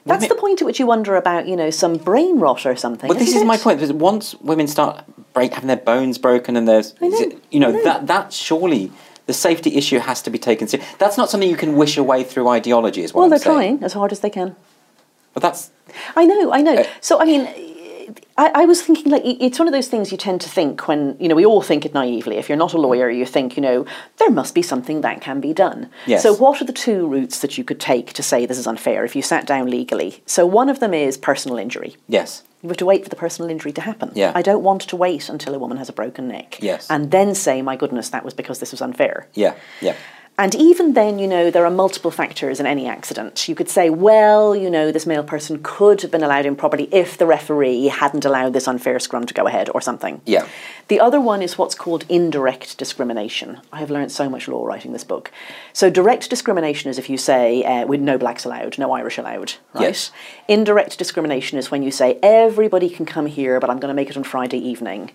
Speaker 2: That's the point at which you wonder about, you know, some brain rot or something.
Speaker 1: But this
Speaker 2: isn't
Speaker 1: is my
Speaker 2: it?
Speaker 1: point because once women start break, having their bones broken and there's,
Speaker 2: know,
Speaker 1: you know,
Speaker 2: I know.
Speaker 1: that that surely the safety issue has to be taken seriously. That's not something you can wish away through ideology, is what
Speaker 2: Well,
Speaker 1: I'm
Speaker 2: they're
Speaker 1: saying.
Speaker 2: trying as hard as they can.
Speaker 1: But that's
Speaker 2: I know, I know.
Speaker 1: Uh,
Speaker 2: so I mean, I, I was thinking like it- it's one of those things you tend to think when you know we all think it naively. If you're not a
Speaker 1: Mm.
Speaker 2: lawyer, you think you know there must be something that can be done.
Speaker 1: Yes.
Speaker 2: So what are the two routes that you could take to say this is unfair if you sat down legally? So one of them is personal injury.
Speaker 1: yes,
Speaker 2: You have to wait for the personal injury to happen.
Speaker 1: Yeah.
Speaker 2: I don't want to wait until a woman has a broken neck.
Speaker 1: Yes.
Speaker 2: And then say, my goodness, that was because this was unfair.
Speaker 1: yeah, yeah.
Speaker 2: And even then, you know, there are multiple factors in any accident. You could say, well, you know, this male person could have been allowed in properly if the referee hadn't allowed this unfair scrum to go ahead or something.
Speaker 1: Yeah.
Speaker 2: The other one is what's called indirect discrimination. I have learned so much law writing this book. So, direct discrimination is if you say, uh, with no blacks allowed, no Irish allowed, right?
Speaker 1: Yes.
Speaker 2: Indirect discrimination is when you say, everybody can come here, but I'm going to make it on Friday evening.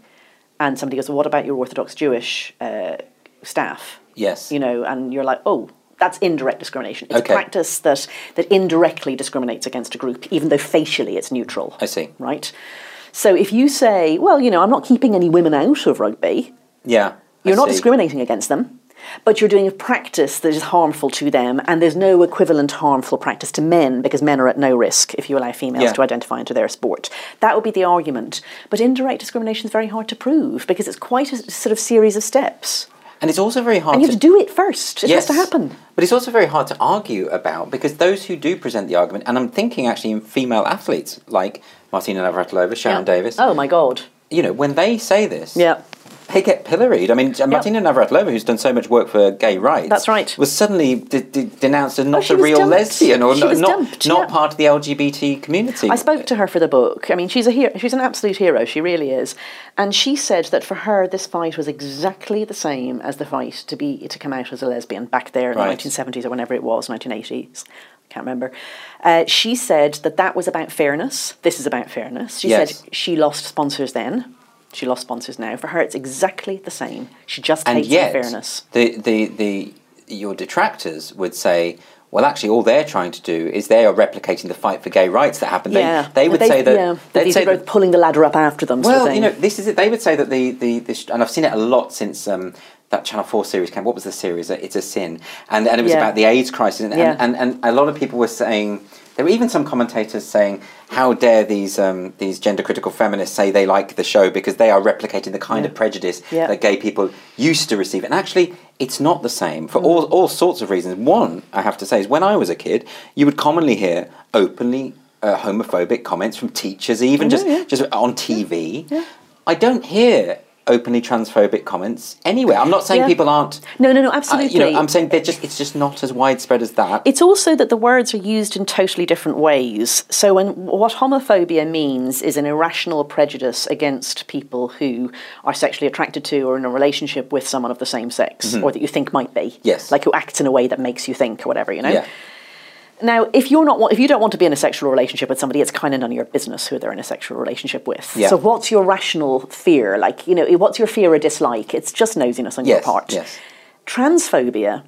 Speaker 2: And somebody goes, well, what about your Orthodox Jewish uh, staff?
Speaker 1: Yes.
Speaker 2: You know, and you're like, oh, that's indirect discrimination. It's
Speaker 1: Okay.
Speaker 2: a practice that, that indirectly discriminates against a group, even though facially it's neutral.
Speaker 1: I see.
Speaker 2: Right? So if you say, well, you know, I'm not keeping any women out of rugby,
Speaker 1: Yeah. I
Speaker 2: you're not
Speaker 1: see.
Speaker 2: discriminating against them, but you're doing a practice that is harmful to them, and there's no equivalent harmful practice to men because men are at no risk if you allow females
Speaker 1: Yeah.
Speaker 2: to identify into their sport. That would be the argument. But indirect discrimination is very hard to prove because it's quite a sort of series of steps.
Speaker 1: And it's also very hard
Speaker 2: And you have to do it first. It has to
Speaker 1: Yes.
Speaker 2: happen.
Speaker 1: But it's also very hard to argue about because those who do present the argument, and I'm thinking actually in female athletes like Martina Navratilova, Sharon
Speaker 2: Yeah.
Speaker 1: Davis,
Speaker 2: Oh my god.
Speaker 1: you know, when they say this,
Speaker 2: Yeah.
Speaker 1: they get pilloried. I mean, Martina Navratilova, who's done so much work for gay rights,
Speaker 2: That's right. Oh,
Speaker 1: was suddenly de- de- denounced as not
Speaker 2: she
Speaker 1: a
Speaker 2: was
Speaker 1: real
Speaker 2: dumped.
Speaker 1: lesbian or
Speaker 2: She
Speaker 1: not
Speaker 2: was
Speaker 1: not,
Speaker 2: dumped,
Speaker 1: not
Speaker 2: yeah.
Speaker 1: part of the LGBT community.
Speaker 2: I spoke to her for the book. I mean, she's a hero. She's an absolute hero. She really is. And she said that for her, this fight was exactly the same as the fight to be to come out as a lesbian back there in
Speaker 1: Right.
Speaker 2: the 1970s or whenever it was, 1980s. I can't remember. Uh, she said that that was about fairness. This is about fairness. She
Speaker 1: Yes.
Speaker 2: said she lost sponsors then. She lost sponsors now. For her, it's exactly the same. She just
Speaker 1: and
Speaker 2: hates
Speaker 1: yet,
Speaker 2: unfairness.
Speaker 1: the, the the your detractors would say. Well, actually, all they're trying to do is they are replicating the fight for gay rights that happened. They-
Speaker 2: yeah,
Speaker 1: They, would say that
Speaker 2: yeah,
Speaker 1: they'd
Speaker 2: these
Speaker 1: say
Speaker 2: people are
Speaker 1: that-
Speaker 2: pulling the ladder up after them. sort of
Speaker 1: Well, you
Speaker 2: thing.
Speaker 1: know, this is it. They would say that the the, the sh- and I've seen it a lot since um, that Channel Four series came. What was the series? Uh, It's a sin, and and it was
Speaker 2: Yeah.
Speaker 1: about the AIDS crisis, and,
Speaker 2: Yeah.
Speaker 1: and, and and a lot of people were saying. There were even some commentators saying, "How dare these um, these gender critical feminists say they like the show because they are replicating the kind of prejudice
Speaker 2: Yeah.
Speaker 1: that gay people used to receive." And actually, it's not the same for all all sorts of reasons. One, I have to say, is when I was a kid, you would commonly hear openly uh, homophobic comments from teachers, even just
Speaker 2: Oh, yeah.
Speaker 1: just on TV. I don't hear openly transphobic comments anywhere. I'm not saying
Speaker 2: Yeah.
Speaker 1: people aren't.
Speaker 2: no, no, no,
Speaker 1: uh,
Speaker 2: absolutely.
Speaker 1: you know, I'm saying they're just. It's just not as widespread as that.
Speaker 2: It's also that the words are used in totally different ways. So, when what homophobia means is an irrational prejudice against people who are sexually attracted to or in a relationship with someone of the same sex, or that you think might be.
Speaker 1: Mm-hmm. Yes.
Speaker 2: like who acts in a way that makes you think or whatever. You know.
Speaker 1: yeah.
Speaker 2: Now, if you're not, if you don't want to be in a sexual relationship with somebody, it's kind of none of your business who they're in a sexual relationship with.
Speaker 1: Yeah.
Speaker 2: So, what's your rational fear? Like, you know, what's your fear or dislike? It's just nosiness on your
Speaker 1: Yes.
Speaker 2: part.
Speaker 1: Yes.
Speaker 2: Transphobia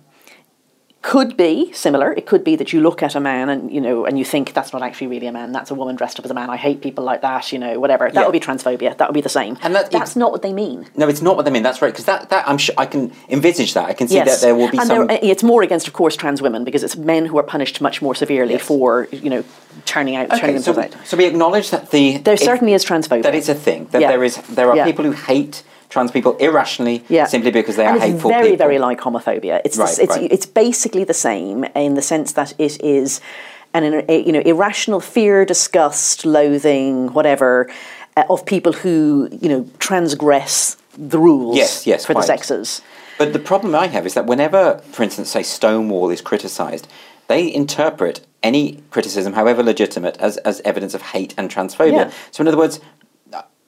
Speaker 2: could be similar. It could be that you look at a man and you know, and you think that's not actually really a man. That's a woman dressed up as a man. I hate people like that. You know, whatever. That
Speaker 1: Yeah.
Speaker 2: would be transphobia. That would be the same.
Speaker 1: And that-
Speaker 2: that's not what they mean.
Speaker 1: No, it's not what they mean. That's right. Because that, that I'm sure I can envisage that. I can see that there will be
Speaker 2: and uh,
Speaker 1: some.
Speaker 2: there- it's more against, of course, trans women because it's men who are punished much more severely
Speaker 1: Yes.
Speaker 2: for you know turning out, turning
Speaker 1: okay, so,
Speaker 2: themselves
Speaker 1: we-
Speaker 2: out.
Speaker 1: so we acknowledge that the
Speaker 2: There
Speaker 1: it-
Speaker 2: certainly is transphobia.
Speaker 1: that it's a thing that
Speaker 2: Yeah.
Speaker 1: there is there are
Speaker 2: Yeah.
Speaker 1: people who hate trans people irrationally simply because they
Speaker 2: and
Speaker 1: are
Speaker 2: it's
Speaker 1: hateful
Speaker 2: very,
Speaker 1: people.
Speaker 2: very like homophobia. It's
Speaker 1: Right,
Speaker 2: this, it's,
Speaker 1: right.
Speaker 2: it's basically the same in the sense that it is an you know irrational fear, disgust, loathing, whatever, uh, of people who you know transgress the rules
Speaker 1: Yes, yes,
Speaker 2: for
Speaker 1: quite.
Speaker 2: the sexes.
Speaker 1: But the problem I have is that whenever, for instance, say Stonewall is criticised, they interpret any criticism, however legitimate, as, as evidence of hate and transphobia.
Speaker 2: Yeah.
Speaker 1: So, in other words,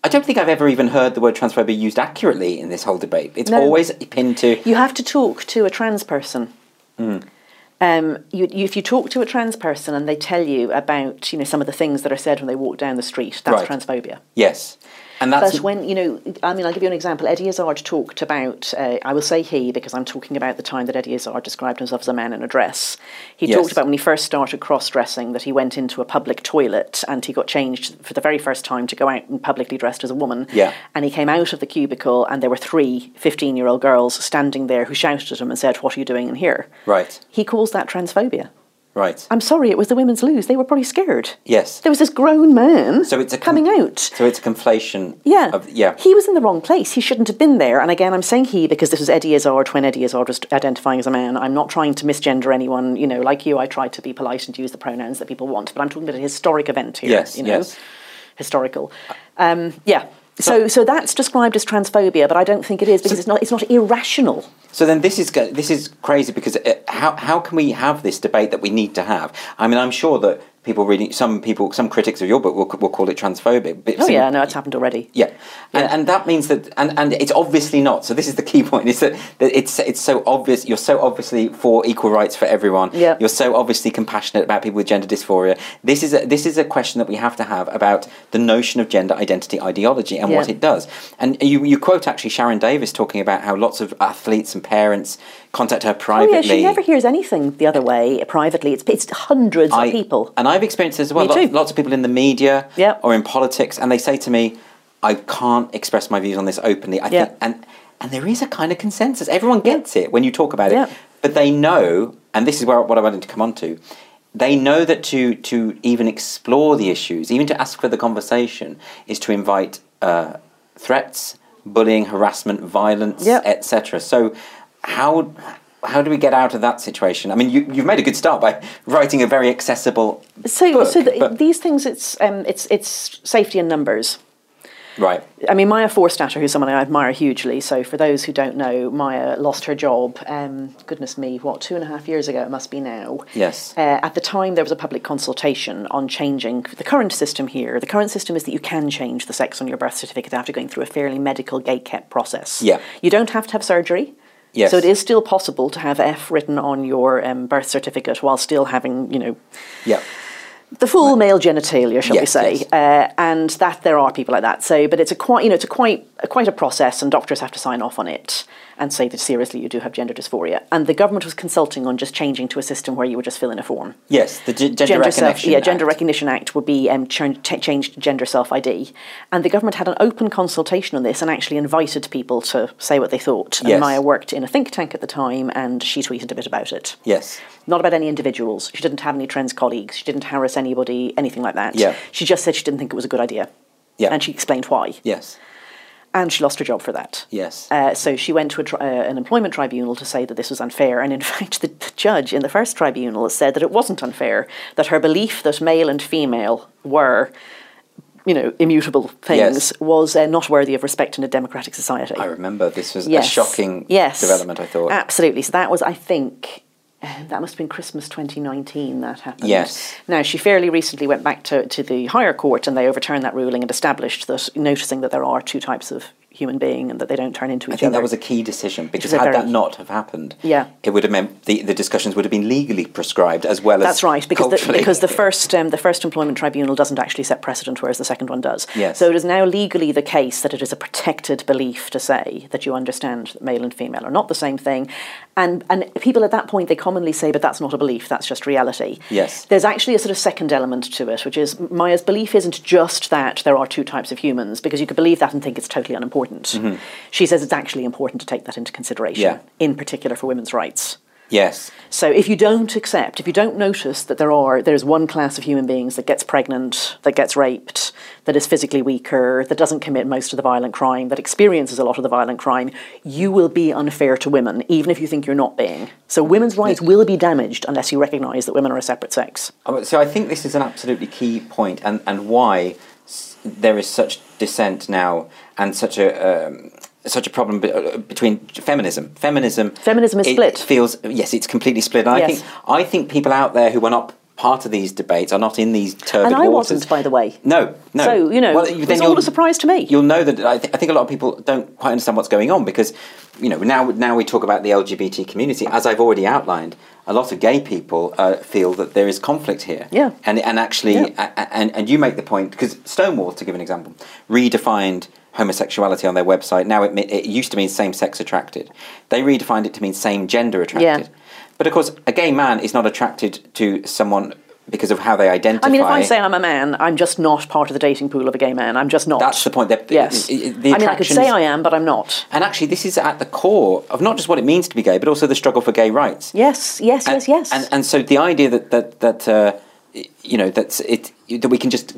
Speaker 1: I don't think I've ever even heard the word transphobia used accurately in this whole debate. It's
Speaker 2: No.
Speaker 1: always pinned to.
Speaker 2: You have to talk to a trans person.
Speaker 1: Hmm.
Speaker 2: Um, you, you, if you talk to a trans person and they tell you about you know some of the things that are said when they walk down the street, that's
Speaker 1: Right.
Speaker 2: transphobia.
Speaker 1: Yes. And that's.
Speaker 2: But when you know, I mean, I'll give you an example. Eddie Izzard talked about. Uh, I will say he because I'm talking about the time that Eddie Izzard described himself as a man in a dress. He
Speaker 1: Yes.
Speaker 2: talked about when he first started cross-dressing that he went into a public toilet and he got changed for the very first time to go out and publicly dressed as a woman.
Speaker 1: Yeah.
Speaker 2: And he came out of the cubicle and there were three 15-year-old girls standing there who shouted at him and said, "What are you doing in here?"
Speaker 1: Right.
Speaker 2: He calls that transphobia.
Speaker 1: Right.
Speaker 2: I'm sorry, it was the women's lose. They were probably scared.
Speaker 1: yes.
Speaker 2: There was this grown man
Speaker 1: So it's a com-
Speaker 2: coming out.
Speaker 1: So it's a conflation.
Speaker 2: Yeah.
Speaker 1: Of, yeah.
Speaker 2: He was in the wrong place. He shouldn't have been there. And again, I'm saying he because this was Eddie Izzard when Eddie Izzard was identifying as a man. I'm not trying to misgender anyone. You know, like you, I try to be polite and use the pronouns that people want. But I'm talking about a historic event here.
Speaker 1: Yes,
Speaker 2: You know,
Speaker 1: yes.
Speaker 2: historical. Um, yeah. So, so that's described as transphobia, but I don't think it is because it's not. It's not irrational.
Speaker 1: So then this is go- this is crazy because uh, how how can we have this debate that we need to have? I mean, I'm sure that people reading some people some critics of your book will, c- will call it transphobic. but
Speaker 2: Oh
Speaker 1: some-
Speaker 2: yeah, no, it's happened already.
Speaker 1: Yeah. And, and that means that, and, and it's obviously not. So this is the key point: is that, that it's it's so obvious. You're so obviously for equal rights for everyone.
Speaker 2: Yeah.
Speaker 1: You're so obviously compassionate about people with gender dysphoria. This is a, this is a question that we have to have about the notion of gender identity ideology and what
Speaker 2: Yeah.
Speaker 1: it does. And you you quote actually Sharon Davis talking about how lots of athletes and parents contact her
Speaker 2: Oh
Speaker 1: privately.
Speaker 2: yeah, she never hears anything the other way privately. It's it's hundreds
Speaker 1: I- uh,
Speaker 2: of people.
Speaker 1: And I've experienced this as well.
Speaker 2: Me
Speaker 1: Lot-
Speaker 2: too.
Speaker 1: Lots of people in the media
Speaker 2: Yep.
Speaker 1: or in politics, and they say to me, I can't express my views on this openly. I
Speaker 2: Yep.
Speaker 1: think, and, and there is a kind of consensus. Everyone gets it when you talk about it.
Speaker 2: Yep.
Speaker 1: But they know, and this is where what I wanted to come on to, they know that to, to even explore the issues, even to ask for the conversation, is to invite uh, threats, bullying, harassment, violence,
Speaker 2: Yep.
Speaker 1: etc. So, how how do we get out of that situation? I mean, you, you've made a good start by writing a very accessible
Speaker 2: So,
Speaker 1: book,
Speaker 2: so th-
Speaker 1: but-
Speaker 2: these things, it's um, it's it's safety in numbers.
Speaker 1: right.
Speaker 2: I mean, Maya Forstatter, who's someone I admire hugely. So, for those who don't know, Maya lost her job. Um, goodness me, what two and a half years ago it must be now.
Speaker 1: Yes.
Speaker 2: Uh, at the time, there was a public consultation on changing the current system here. The current system is that you can change the sex on your birth certificate after going through a fairly medical gate kept process.
Speaker 1: Yeah.
Speaker 2: You don't have to have surgery.
Speaker 1: Yes.
Speaker 2: So it is still possible to have F written on your um, birth certificate while still having, you know,
Speaker 1: Yeah.
Speaker 2: the full male genitalia, shall we
Speaker 1: Yes,
Speaker 2: say,
Speaker 1: yes.
Speaker 2: uh, and that there are people like that. So, but it's a quite you know it's a quite a, quite a process, and doctors have to sign off on it and say that seriously you do have gender dysphoria. And the government was consulting on just changing to a system where you would just fill in a form.
Speaker 1: Yes. The g- gender,
Speaker 2: Self-
Speaker 1: recognition.
Speaker 2: yeah, Gender
Speaker 1: Act.
Speaker 2: Recognition Act would be um, ch- ch- changed to Gender Self ID, and the government had an open consultation on this and actually invited people to say what they thought.
Speaker 1: Yes.
Speaker 2: And Maya worked in a think tank at the time, and she tweeted a bit about it
Speaker 1: Yes.
Speaker 2: not about any individuals. She didn't have any trans colleagues. She didn't harass anybody, anything like that.
Speaker 1: Yeah.
Speaker 2: She just said she didn't think it was a good idea.
Speaker 1: Yeah.
Speaker 2: And she explained why.
Speaker 1: Yes.
Speaker 2: And she lost her job for that.
Speaker 1: Yes.
Speaker 2: Uh, so she went to a tri- uh, an employment tribunal to say that this was unfair. And in fact, the, the judge in the first tribunal said that it wasn't unfair, that her belief that male and female were, you know, immutable things
Speaker 1: Yes.
Speaker 2: was uh, not worthy of respect in a democratic society.
Speaker 1: I remember this was
Speaker 2: Yes.
Speaker 1: a shocking
Speaker 2: yes. Uh,
Speaker 1: development. I thought.
Speaker 2: Absolutely. So that was, I think, uh, that must have been Christmas 2019 that happened.
Speaker 1: Yes.
Speaker 2: Now, she fairly recently went back to, to the higher court and they overturned that ruling and established that, noticing that there are two types of human being and that they don't turn into each
Speaker 1: I think
Speaker 2: other.
Speaker 1: that was a key decision because
Speaker 2: was a
Speaker 1: had
Speaker 2: very-
Speaker 1: that not have happened,
Speaker 2: Yeah.
Speaker 1: it would have meant the, the discussions would have been legally prescribed as well as
Speaker 2: That's right, because the,
Speaker 1: culturally.
Speaker 2: because the first um, the first employment tribunal doesn't actually set precedent, whereas the second one does.
Speaker 1: Yes.
Speaker 2: So it is now legally the case that it is a protected belief to say that you understand that male and female are not the same thing, and and people at that point they commonly say, but that's not a belief, that's just reality.
Speaker 1: Yes.
Speaker 2: There's actually a sort of second element to it, which is Maya's belief isn't just that there are two types of humans, because you could believe that and think it's totally unimportant. She says it's actually important to take that into consideration,
Speaker 1: Mm-hmm. Yeah.
Speaker 2: in particular for women's rights.
Speaker 1: yes,
Speaker 2: So if you don't accept, if you don't notice that there are there's one class of human beings that gets pregnant, that gets raped, that is physically weaker, that doesn't commit most of the violent crime, that experiences a lot of the violent crime, you will be unfair to women, even if you think you're not being. So women's rights will be damaged unless you recognise that women are a separate sex.
Speaker 1: Um, So I think this is an absolutely key point, and, and why s- there is such dissent now and such a um, such a problem be- uh, between feminism. Feminism.
Speaker 2: Feminism is
Speaker 1: it
Speaker 2: split.
Speaker 1: Feels yes, it's completely split. And I
Speaker 2: Yes.
Speaker 1: think I think people out there who are not part of these debates are not in these turbid
Speaker 2: And I
Speaker 1: waters.
Speaker 2: wasn't, by the way.
Speaker 1: No, no.
Speaker 2: So, you know,
Speaker 1: then
Speaker 2: it's all
Speaker 1: you'll-
Speaker 2: a surprise to me.
Speaker 1: You'll know that I, th- I think a lot of people don't quite understand what's going on because, you know, now now we talk about the LGBT community. As I've already outlined, a lot of gay people uh, feel that there is conflict here.
Speaker 2: Yeah.
Speaker 1: And and actually,
Speaker 2: Yeah.
Speaker 1: a- a- and and you make the point because Stonewall, to give an example, redefined homosexuality on their website. Now it me- it used to mean same sex attracted. They redefined it to mean same gender attracted. But of course, a gay man is not attracted to someone because of how they identify.
Speaker 2: I mean, if I say I'm a man, I'm just not part of the dating pool of a gay man. I'm just not.
Speaker 1: That's the point. That
Speaker 2: yes.
Speaker 1: i- i- the
Speaker 2: I mean, I could
Speaker 1: attraction
Speaker 2: say
Speaker 1: is-
Speaker 2: I am, but I'm not.
Speaker 1: And actually, this is at the core of not just what it means to be gay, but also the struggle for gay rights.
Speaker 2: Yes, yes,
Speaker 1: And-
Speaker 2: yes, yes.
Speaker 1: And, and so the idea that that that uh, y- you know that's it that we can just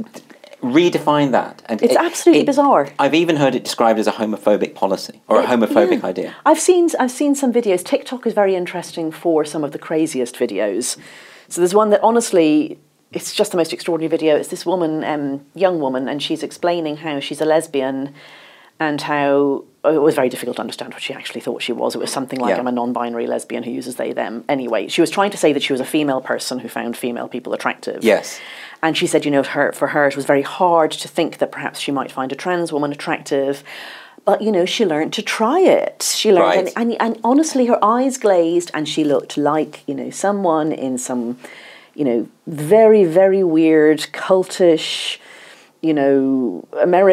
Speaker 1: redefine that. And
Speaker 2: It's
Speaker 1: it-
Speaker 2: absolutely
Speaker 1: it-
Speaker 2: bizarre.
Speaker 1: I've even heard it described as a homophobic policy or a homophobic idea.
Speaker 2: I've seen I've seen some videos. TikTok is very interesting for some of the craziest videos. So there's one that honestly it's just the most extraordinary video. It's this woman, um, young woman, and she's explaining how she's a lesbian and how oh, it was very difficult to understand what she actually thought she was. It was something like,
Speaker 1: Yeah.
Speaker 2: I'm a non binary lesbian who uses they, them. Anyway, she was trying to say that she was a female person who found female people attractive.
Speaker 1: Yes.
Speaker 2: And she said, you know, her, for her, it was very hard to think that perhaps she might find a trans woman attractive. But, you know, she learned to try it. She learned,
Speaker 1: Right.
Speaker 2: and, and, and honestly, her eyes glazed and she looked like, you know, someone in some, you know, very, very weird, cultish, you know,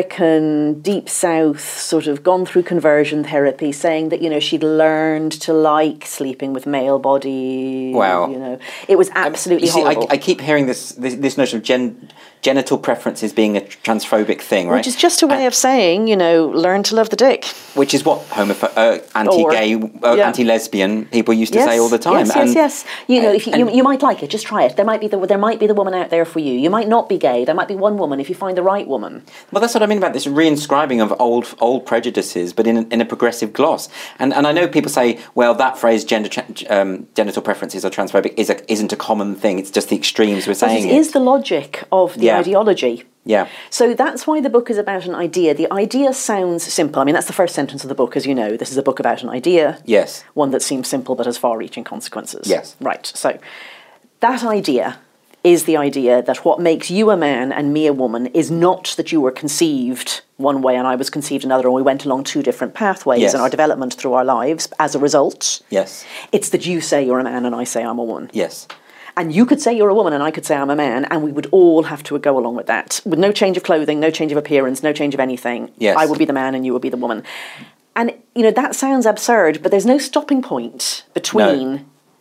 Speaker 2: American, deep south, sort of gone through conversion therapy, saying that, you know, she'd learned to like sleeping with male bodies.
Speaker 1: Wow.
Speaker 2: You know, it was absolutely
Speaker 1: You see, I,
Speaker 2: horrible.
Speaker 1: I keep hearing this, this this notion of gen, genital preferences being a transphobic thing, right?
Speaker 2: Which is just a way of saying, you know, learn to love the dick.
Speaker 1: Which is what homopho- uh, anti-gay, uh,
Speaker 2: yeah.
Speaker 1: anti-lesbian people used to
Speaker 2: Yes,
Speaker 1: say all the time.
Speaker 2: Yes,
Speaker 1: and
Speaker 2: yes, yes. You know, if you, you,
Speaker 1: and-
Speaker 2: you might like it, just try it. There might be the there might be the woman out there for you. You might not be gay. There might be one woman if you find the right woman.
Speaker 1: Well, that's what I mean about this reinscribing of old old prejudices, but in, in a progressive gloss. And and I know people say, well, that phrase gender tra- um, genital preferences or transphobic is a, isn't a common thing. It's just the extremes we're
Speaker 2: But
Speaker 1: saying.
Speaker 2: it
Speaker 1: it.
Speaker 2: is the logic of the
Speaker 1: Yeah.
Speaker 2: ideology.
Speaker 1: Yeah.
Speaker 2: So that's why the book is about an idea. The idea sounds simple. I mean, that's the first sentence of the book, as you know. This is a book about an idea.
Speaker 1: Yes.
Speaker 2: One that seems simple but has far reaching consequences.
Speaker 1: Yes.
Speaker 2: Right. So that idea is the idea that what makes you a man and me a woman is not that you were conceived one way and I was conceived another and we went along two different pathways
Speaker 1: Yes.
Speaker 2: in our development through our lives as a result.
Speaker 1: Yes.
Speaker 2: It's that you say you're a man and I say I'm a woman.
Speaker 1: Yes.
Speaker 2: And you could say you're a woman and I could say I'm a man, and we would all have to go along with that. With no change of clothing, no change of appearance, no change of anything.
Speaker 1: Yes.
Speaker 2: I would be the man and you would be the woman. And, you know, that sounds absurd, but there's no stopping point between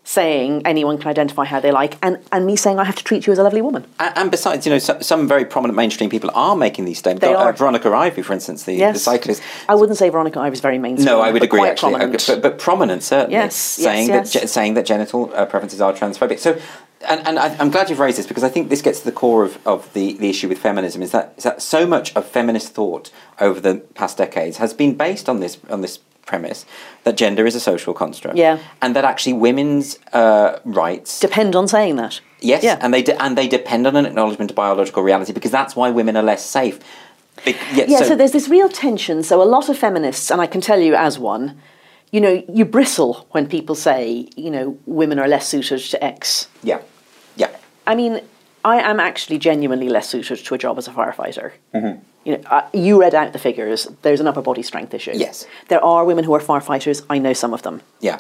Speaker 2: saying anyone can identify how they like and, and me saying I have to treat you as a lovely woman.
Speaker 1: And, and besides, you know, so, some very prominent mainstream people are making these statements.
Speaker 2: They
Speaker 1: Uh,
Speaker 2: are.
Speaker 1: Veronica Ivey, for instance, the,
Speaker 2: Yes.
Speaker 1: the cyclist.
Speaker 2: I wouldn't say Veronica Ives very mainstream.
Speaker 1: No, I would
Speaker 2: but
Speaker 1: agree.
Speaker 2: quite
Speaker 1: Actually, I-
Speaker 2: prominent.
Speaker 1: but, but prominent certainly.
Speaker 2: Yes, yes,
Speaker 1: saying that
Speaker 2: yes.
Speaker 1: ge- saying that genital uh, preferences are transphobic. So, and, and I, I'm glad you've raised this because I think this gets to the core of, of the, the issue with feminism is that is that so much of feminist thought over the past decades has been based on this on this premise that gender is a social construct.
Speaker 2: Yeah.
Speaker 1: and that actually women's uh, rights.
Speaker 2: Depend on saying that.
Speaker 1: yes,
Speaker 2: Yeah.
Speaker 1: and they de- and they depend on an acknowledgement of biological reality because that's why women are less safe. Be-
Speaker 2: Yeah, so, there's this real tension. So a lot of feminists, and I can tell you as one, you know, you bristle when people say, you know, women are less suited to X.
Speaker 1: yeah, yeah.
Speaker 2: I mean, I am actually genuinely less suited to a job as a firefighter.
Speaker 1: Mm-hmm.
Speaker 2: You know, uh, you read out the figures. There's an upper body strength issue.
Speaker 1: Yes.
Speaker 2: There are women who are firefighters. I know some of them.
Speaker 1: Yeah.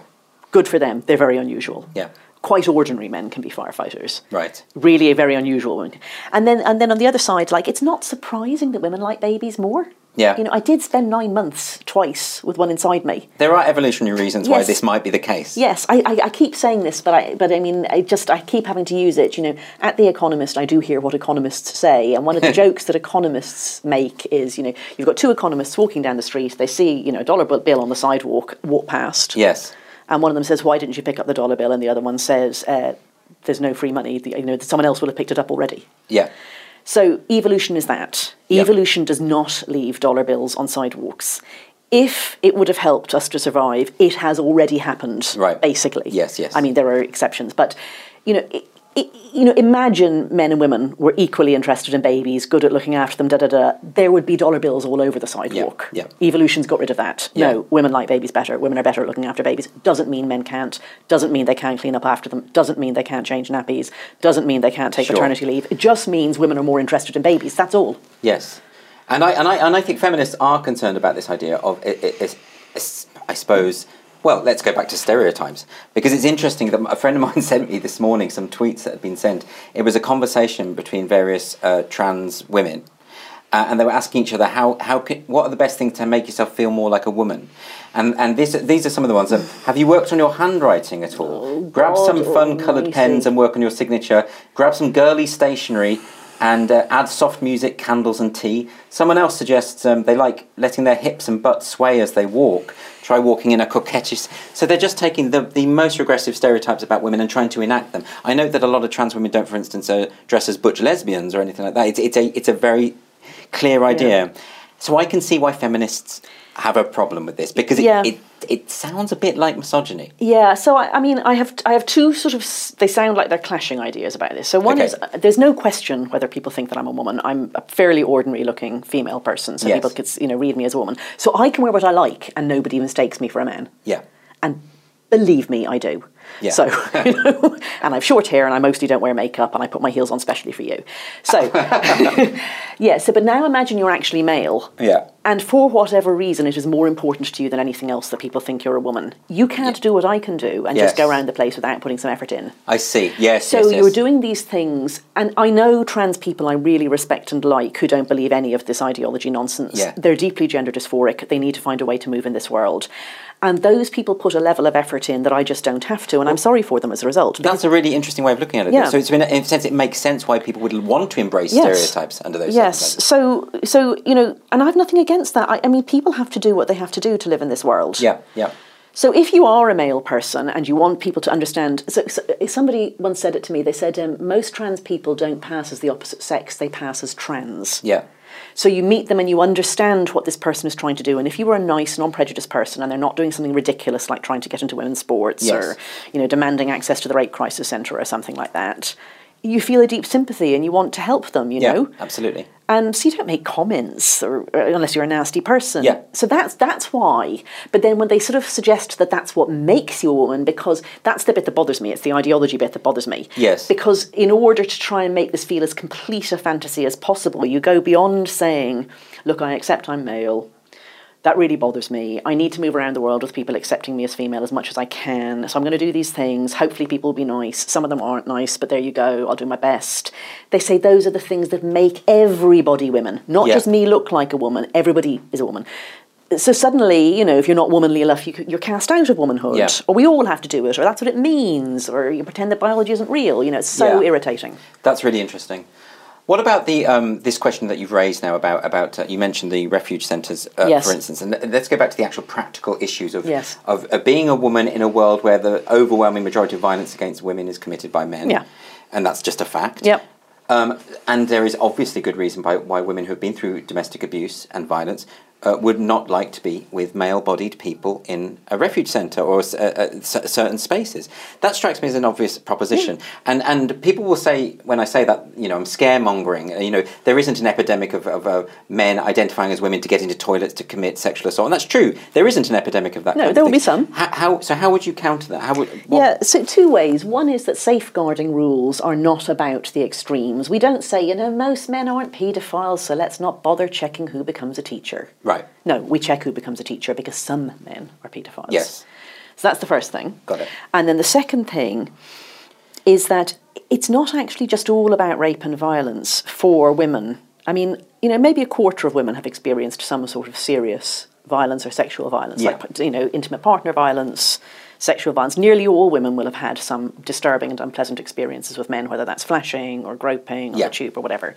Speaker 2: Good for them. They're very unusual.
Speaker 1: Yeah.
Speaker 2: Quite ordinary men can be firefighters
Speaker 1: Right.
Speaker 2: really a very unusual one. And then and then on the other side, like it's not surprising that women like babies more.
Speaker 1: Yeah.
Speaker 2: You know, I did spend nine months twice with one inside me.
Speaker 1: There are evolutionary reasons why
Speaker 2: Yes.
Speaker 1: this might be the case.
Speaker 2: Yes, I, I, I keep saying this, but I but I mean I just I keep having to use it. You know, at the Economist, I do hear what economists say, and one of the jokes that economists make is, you know, you've got two economists walking down the street. They see you know a dollar bill on the sidewalk, walk past.
Speaker 1: Yes.
Speaker 2: And one of them says, "Why didn't you pick up the dollar bill?" And the other one says, uh, "There's no free money. You know, someone else would have picked it up already."
Speaker 1: Yeah.
Speaker 2: So evolution is that.
Speaker 1: Yeah.
Speaker 2: Evolution does not leave dollar bills on sidewalks. If it would have helped us to survive, it has already happened.
Speaker 1: Right.
Speaker 2: Basically.
Speaker 1: Yes, yes.
Speaker 2: I mean, there are exceptions, but you know. i i you know, imagine men and women were equally interested in babies, good at looking after them, da da da. There would be dollar bills all over the sidewalk.
Speaker 1: yeah.
Speaker 2: Evolution's got rid of that.
Speaker 1: Yeah.
Speaker 2: No, women like babies better. Women are better at looking after babies. Doesn't mean men can't. Doesn't mean they can't clean up after them. Doesn't mean they can't change nappies. Doesn't mean they can't take
Speaker 1: Sure.
Speaker 2: maternity leave. It just means women are more interested in babies. That's all.
Speaker 1: Yes. And I and I and I think feminists are concerned about this idea of i i it's- it's- I suppose. Well, let's go back to stereotypes because it's interesting that a friend of mine sent me this morning some tweets that had been sent. It was a conversation between various uh, trans women, uh, and they were asking each other how how can, what are the best things to make yourself feel more like a woman, and and this, these are some of the ones. Um, have you worked on your handwriting at all? Grab
Speaker 2: Oh, God
Speaker 1: some fun coloured
Speaker 2: almighty.
Speaker 1: pens and work on your signature. Grab some girly stationery and uh, add soft music, candles, and tea. Someone else suggests um, they like letting their hips and butt sway as they walk. Try walking in a coquettish. So they're just taking the, the most regressive stereotypes about women and trying to enact them. I know that a lot of trans women don't, for instance, uh, dress as butch lesbians or anything like that. It's, it's, a, it's a very clear idea. So I can see why feminists have a problem with this because it,
Speaker 2: Yeah.
Speaker 1: it, it sounds a bit like misogyny.
Speaker 2: Yeah, so I, I mean, I have I have two sort of s- they sound like they're clashing ideas about this. So one
Speaker 1: Okay.
Speaker 2: is uh, there's no question whether people think that I'm a woman. I'm a fairly ordinary looking female person, so
Speaker 1: Yes.
Speaker 2: people could s- you know read me as a woman. So I can wear what I like, and nobody mistakes me for a man.
Speaker 1: Yeah.
Speaker 2: And believe me, I do.
Speaker 1: Yeah.
Speaker 2: So, you know, and I've short hair, and I mostly don't wear makeup, and I put my heels on specially for you. So, yeah. So, but now imagine you're actually male.
Speaker 1: Yeah.
Speaker 2: And for whatever reason, it is more important to you than anything else that people think you're a woman. You can't do what I can do and
Speaker 1: Yes.
Speaker 2: just go around the place without putting some effort in.
Speaker 1: I see. Yes.
Speaker 2: So
Speaker 1: yes, yes.
Speaker 2: you're doing these things, and I know trans people I really respect and like who don't believe any of this ideology nonsense.
Speaker 1: Yeah.
Speaker 2: They're deeply gender dysphoric. They need to find a way to move in this world. And those people put a level of effort in that I just don't have to, and I'm sorry for them as a result.
Speaker 1: That's a really interesting way of looking at it. though.
Speaker 2: Yeah.
Speaker 1: So it's in a, in a sense it makes sense why people would want to embrace
Speaker 2: Yes.
Speaker 1: stereotypes under those
Speaker 2: Yes.
Speaker 1: circumstances.
Speaker 2: So, so you know, and I have nothing against that. I, I mean, people have to do what they have to do to live in this world.
Speaker 1: Yeah. Yeah.
Speaker 2: So if you are a male person and you want people to understand, so, so somebody once said it to me. They said um, most trans people don't pass as the opposite sex; they pass as trans.
Speaker 1: Yeah.
Speaker 2: So you meet them and you understand what this person is trying to do. And if you were a nice, non-prejudiced person and they're not doing something ridiculous like trying to get into women's sports
Speaker 1: Yes.
Speaker 2: or you know demanding access to the rape crisis centre or something like that, you feel a deep sympathy and you want to help them. You
Speaker 1: Yeah.
Speaker 2: know.
Speaker 1: Absolutely.
Speaker 2: And so you don't make comments, or, or unless you're a nasty person.
Speaker 1: Yeah.
Speaker 2: So that's that's why. But then when they sort of suggest that that's what makes you a woman, because that's the bit that bothers me. It's the ideology bit that bothers me.
Speaker 1: Yes.
Speaker 2: Because in order to try and make this feel as complete a fantasy as possible, you go beyond saying, "Look, I accept I'm male." That really bothers me. I need to move around the world with people accepting me as female as much as I can. So I'm going to do these things. Hopefully, people will be nice. Some of them aren't nice, but there you go. I'll do my best. They say those are the things that make everybody women, not
Speaker 1: Yeah.
Speaker 2: just me look like a woman. Everybody is a woman. So suddenly, you know, if you're not womanly enough, you, c- you're cast out of womanhood,
Speaker 1: Yeah.
Speaker 2: or we all have to do it, or that's what it means, or you pretend that biology isn't real. You know, it's so
Speaker 1: Yeah.
Speaker 2: irritating.
Speaker 1: That's really interesting. What about the um, this question that you've raised now about about uh, you mentioned the refuge centres, uh,
Speaker 2: Yes.
Speaker 1: for instance, and th- let's go back to the actual practical issues of
Speaker 2: Yes.
Speaker 1: of uh, being a woman in a world where the overwhelming majority of violence against women is committed by men,
Speaker 2: Yeah.
Speaker 1: and that's just a fact.
Speaker 2: Yep.
Speaker 1: Um, and there is obviously good reason by, why women who have been through domestic abuse and violence uh, would not like to be with male-bodied people in a refuge centre or s- uh, uh, c- certain spaces. That strikes me as an obvious proposition. And and people will say when I say that, you know, I'm scaremongering. uh, You know, there isn't an epidemic of, of uh, men identifying as women to get into toilets to commit sexual assault, and that's true. There isn't an epidemic of that.
Speaker 2: No,
Speaker 1: kind of
Speaker 2: there will
Speaker 1: thing.
Speaker 2: be some.
Speaker 1: How, how so? How would you counter that? How would what-
Speaker 2: Yeah, so two ways. One is that safeguarding rules are not about the extremes. We don't say, you know, most men aren't paedophiles, so let's not bother checking who becomes a teacher.
Speaker 1: Right.
Speaker 2: No, we check who becomes a teacher because some men are paedophiles.
Speaker 1: Yes.
Speaker 2: So that's the first thing.
Speaker 1: Got it.
Speaker 2: And then the second thing is that it's not actually just all about rape and violence for women. I mean, you know, maybe a quarter of women have experienced some sort of serious violence or sexual violence,
Speaker 1: Yeah.
Speaker 2: like, you know, intimate partner violence, sexual violence. Nearly all women will have had some disturbing and unpleasant experiences with men, whether that's flashing or groping or
Speaker 1: Yeah.
Speaker 2: the tube or whatever.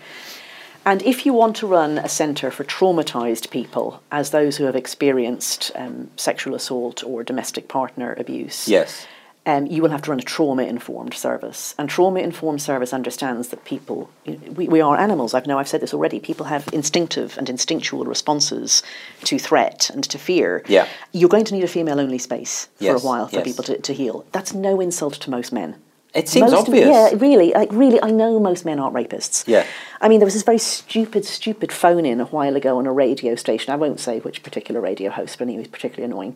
Speaker 2: And if you want to run a centre for traumatised people, as those who have experienced um, sexual assault or domestic partner abuse,
Speaker 1: Yes.
Speaker 2: um, you will have to run a trauma informed service. And trauma informed service understands that people, you know, we, we are animals. I've know I've said this already. People have instinctive and instinctual responses to threat and to fear.
Speaker 1: Yeah.
Speaker 2: You're going to need a female only space
Speaker 1: Yes,
Speaker 2: for a while for
Speaker 1: yes.
Speaker 2: people to, to heal. That's no insult to most men.
Speaker 1: It seems
Speaker 2: Most-
Speaker 1: obvious.
Speaker 2: Yeah, really. Like, really, I know most men aren't rapists.
Speaker 1: Yeah.
Speaker 2: I mean, there was this very stupid, stupid phone in a while ago on a radio station. I won't say which particular radio host, but he was particularly annoying.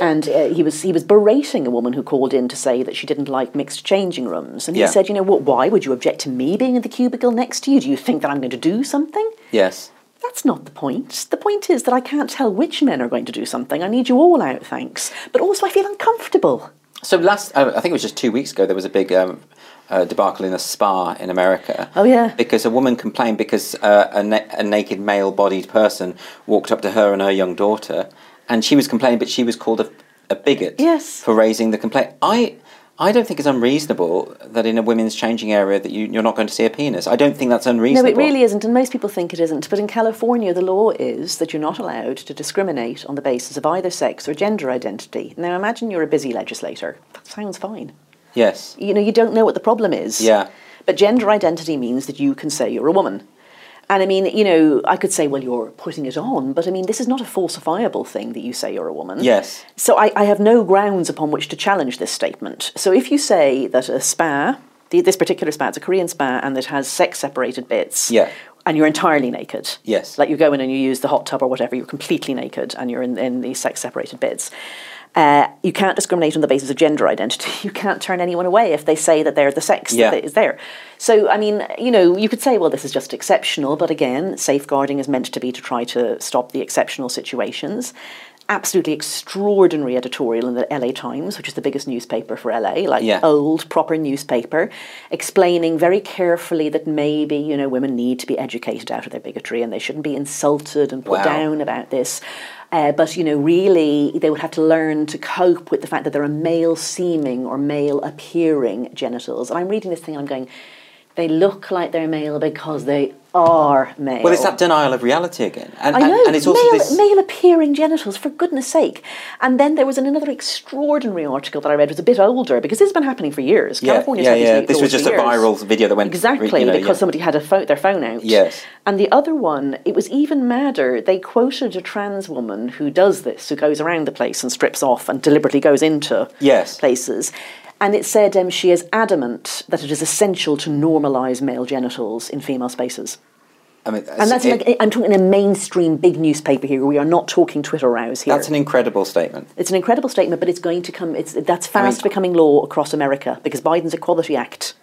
Speaker 2: And uh, he was he was berating a woman who called in to say that she didn't like mixed changing rooms. And he
Speaker 1: Yeah.
Speaker 2: said, you know what? Why would you object to me being in the cubicle next to you? Do you think that I'm going to do something?
Speaker 1: Yes.
Speaker 2: That's not the point. The point is that I can't tell which men are going to do something. I need you all out, thanks. But also, I feel uncomfortable.
Speaker 1: So last, uh, I think it was just two weeks ago, there was a big um, uh, debacle in a spa in America.
Speaker 2: Oh, yeah.
Speaker 1: because a woman complained because uh, a, na- a naked male-bodied person walked up to her and her young daughter, and she was complaining, but she was called a, a bigot.
Speaker 2: Yes.
Speaker 1: for raising the complaint. I. I don't think it's unreasonable that in a women's changing area that you, you're not going to see a penis. I don't think that's
Speaker 2: No,
Speaker 1: unreasonable.
Speaker 2: it really isn't, and most people think it isn't. But in California, the law is that you're not allowed to discriminate on the basis of either sex or gender identity. Now, imagine you're a busy legislator. That sounds fine.
Speaker 1: Yes.
Speaker 2: You know, you don't know what the problem is.
Speaker 1: Yeah.
Speaker 2: But gender identity means that you can say you're a woman. And I mean, you know, I could say, well, you're putting it on, but I mean, this is not a falsifiable thing that you say you're a woman.
Speaker 1: Yes.
Speaker 2: So I, I have no grounds upon which to challenge this statement. So if you say that a spa, the, this particular spa, it's a Korean spa, and it has sex separated bits.
Speaker 1: Yeah.
Speaker 2: And you're entirely naked.
Speaker 1: Yes.
Speaker 2: Like you go in and you use the hot tub or whatever, you're completely naked and you're in, in these sex separated bits. Uh, you can't discriminate on the basis of gender identity. You can't turn anyone away if they say that they're the sex
Speaker 1: Yeah.
Speaker 2: that is there. So, I mean, you know, you could say, well, this is just exceptional, but again, safeguarding is meant to be to try to stop the exceptional situations. Absolutely extraordinary editorial in the LA Times, which is the biggest newspaper for LA, like
Speaker 1: Yeah.
Speaker 2: old, proper newspaper, explaining very carefully that maybe, you know, women need to be educated out of their bigotry and they shouldn't be insulted and put
Speaker 1: Wow.
Speaker 2: down known about this. Uh, but you know, really, they would have to learn to cope with the fact that there are male-seeming or male-appearing genitals. And I'm reading this thing, and I'm going, they look like they're male because they are male.
Speaker 1: Well, it's that denial of reality again, and,
Speaker 2: I
Speaker 1: and-
Speaker 2: know.
Speaker 1: and it's also
Speaker 2: male,
Speaker 1: this.
Speaker 2: male appearing genitals, for goodness sake. And then there was an- another extraordinary article that I read, it was a bit older, because this has been happening for years.
Speaker 1: yeah,
Speaker 2: California's
Speaker 1: yeah,
Speaker 2: had these
Speaker 1: yeah.
Speaker 2: laws
Speaker 1: This was
Speaker 2: for
Speaker 1: just a
Speaker 2: years.
Speaker 1: viral video that went
Speaker 2: Exactly,
Speaker 1: you know,
Speaker 2: because
Speaker 1: yeah.
Speaker 2: somebody had a phone, their phone out.
Speaker 1: Yes.
Speaker 2: And the other one, it was even madder. They quoted a trans woman who does this, who goes around the place and strips off and deliberately goes into
Speaker 1: Yes.
Speaker 2: places. And it said um, she is adamant that it is essential to normalise male genitals in female spaces.
Speaker 1: I mean,
Speaker 2: And that's,
Speaker 1: it-
Speaker 2: like, I'm talking in a mainstream big newspaper here. We are not talking Twitter rows here.
Speaker 1: that's an incredible statement.
Speaker 2: It's an incredible statement, but it's going to come. It's that's fast becoming law across America because Biden's Equality Act.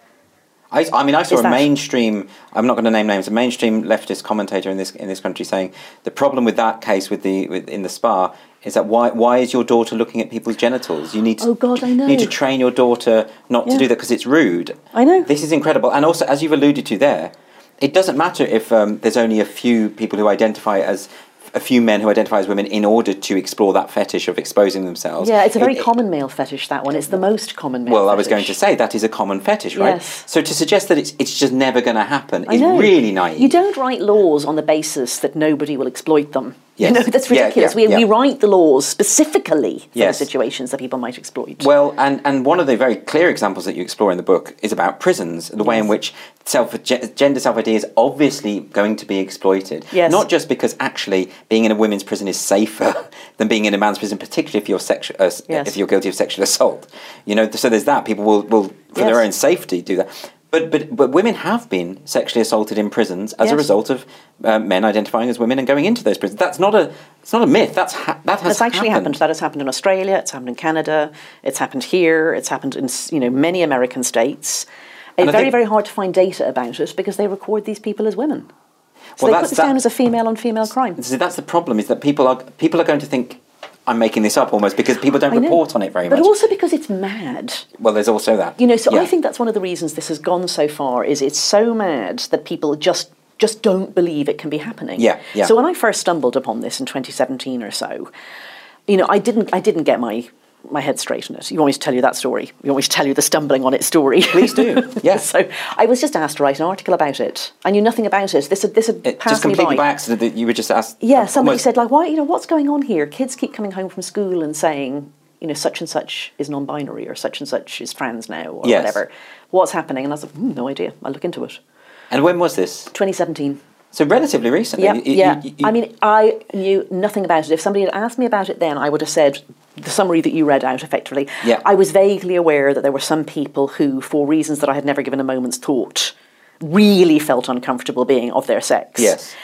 Speaker 1: I, I mean, I saw
Speaker 2: Is
Speaker 1: a
Speaker 2: that-
Speaker 1: mainstream. I'm not going to name names. A mainstream leftist commentator in this in this country saying the problem with that case with the with, in the spa is that why why is your daughter looking at people's genitals? You need to,
Speaker 2: Oh, God, I
Speaker 1: you need
Speaker 2: know.
Speaker 1: to train your daughter not
Speaker 2: Yeah.
Speaker 1: to do that because it's rude.
Speaker 2: I know.
Speaker 1: This is incredible, and also as you've alluded to there, it doesn't matter if um, there's only a few people who identify as. A few men who identify as women in order to explore that fetish of exposing themselves.
Speaker 2: Yeah, it's a very
Speaker 1: It- it-
Speaker 2: common male fetish. That one. It's the most common male.
Speaker 1: well, I was
Speaker 2: fetish.
Speaker 1: going to say that is a common fetish, right?
Speaker 2: Yes.
Speaker 1: So to suggest that it's it's just never going to happen
Speaker 2: I
Speaker 1: is
Speaker 2: know.
Speaker 1: really naive.
Speaker 2: You don't write laws on the basis that nobody will exploit them.
Speaker 1: Yes.
Speaker 2: You know, that's
Speaker 1: Yeah,
Speaker 2: ridiculous.
Speaker 1: yeah,
Speaker 2: we, we
Speaker 1: yeah.
Speaker 2: write the laws specifically for
Speaker 1: Yes.
Speaker 2: the situations that people might exploit.
Speaker 1: Well, and, and one of the very clear examples that you explore in the book is about prisons, the way in which self ge- gender self identity is obviously going to be exploited.
Speaker 2: Yes.
Speaker 1: Not just because actually being in a women's prison is safer than being in a man's prison, particularly if you're sexu- uh, s-
Speaker 2: Yes.
Speaker 1: if you're guilty of sexual assault. You know, so there's that. People will, will for their
Speaker 2: Yes.
Speaker 1: own safety do that. But, but, but women have been sexually assaulted in prisons as a
Speaker 2: Yes.
Speaker 1: result of uh, men identifying as women and going into those prisons. That's not a it's not a myth. That's ha- that has
Speaker 2: That's actually
Speaker 1: happened.
Speaker 2: happened. That has happened in Australia. It's happened in Canada. It's happened here. It's happened in s- you know many American states.
Speaker 1: And
Speaker 2: It's
Speaker 1: I
Speaker 2: very
Speaker 1: think-
Speaker 2: very hard to find data about it because they record these people as women. So
Speaker 1: Well,
Speaker 2: they
Speaker 1: that's-
Speaker 2: put this down
Speaker 1: that-
Speaker 2: as a female on female crime.
Speaker 1: So that's the problem is that people are people are going to think I'm making this up almost because people don't
Speaker 2: I know.
Speaker 1: report on it very
Speaker 2: but
Speaker 1: much.
Speaker 2: also because it's mad.
Speaker 1: well, there's also that.
Speaker 2: You know, so I
Speaker 1: Yeah.
Speaker 2: think that's one of the reasons this has gone so far is it's so mad that people just just don't believe it can be happening.
Speaker 1: Yeah, yeah.
Speaker 2: So when I first stumbled upon this in 2017 or so, you know, I didn't I didn't get my my head straight on it. You want me to tell you that story? You want me to tell you the stumbling on it story?
Speaker 1: Please do. Yeah.
Speaker 2: so I was just asked to write an article about it. I knew nothing about it. This had this had
Speaker 1: it,
Speaker 2: passed
Speaker 1: just
Speaker 2: me
Speaker 1: completely by accident that you were just asked.
Speaker 2: yeah, somebody
Speaker 1: almost-
Speaker 2: said like, "Why? You know, what's going on here? Kids keep coming home from school and saying, you know, such and such is non-binary or such and such is trans now or
Speaker 1: Yes.
Speaker 2: whatever. What's happening?" And I was like, hmm, "No idea. I'll look into it."
Speaker 1: And when was this?
Speaker 2: 2017.
Speaker 1: So relatively recently.
Speaker 2: Yeah,
Speaker 1: You- you-
Speaker 2: yeah.
Speaker 1: you- you-
Speaker 2: I mean, I knew nothing about it. If somebody had asked me about it then, I would have said the summary that you read out effectively.
Speaker 1: Yeah.
Speaker 2: I was vaguely aware that there were some people who, for reasons that I had never given a moment's thought, really felt uncomfortable being of their sex.
Speaker 1: Yes.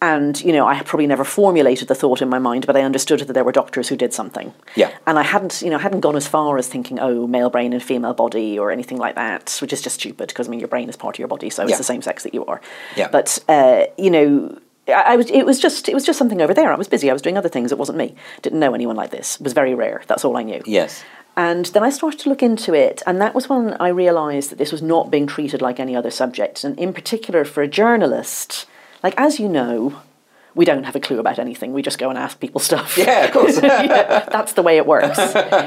Speaker 2: And, you know, I had probably never formulated the thought in my mind, but I understood that there were doctors who did something.
Speaker 1: Yeah.
Speaker 2: And I hadn't, you know, I hadn't gone as far as thinking, oh, male brain and female body or anything like that, which is just stupid because, I mean, your brain is part of your body, so
Speaker 1: Yeah.
Speaker 2: it's the same sex that you are.
Speaker 1: Yeah.
Speaker 2: But, uh, you know, I, I was, it was just it was just something over there. I was busy. I was doing other things. It wasn't me. Didn't know anyone like this. It was very rare. That's all I knew.
Speaker 1: yes.
Speaker 2: And then I started to look into it, and that was when I realised that this was not being treated like any other subject, and in particular for a journalist. Like, as you know, we don't have a clue about anything. We just go and ask people stuff.
Speaker 1: Yeah, of course.
Speaker 2: Yeah, that's the way it works.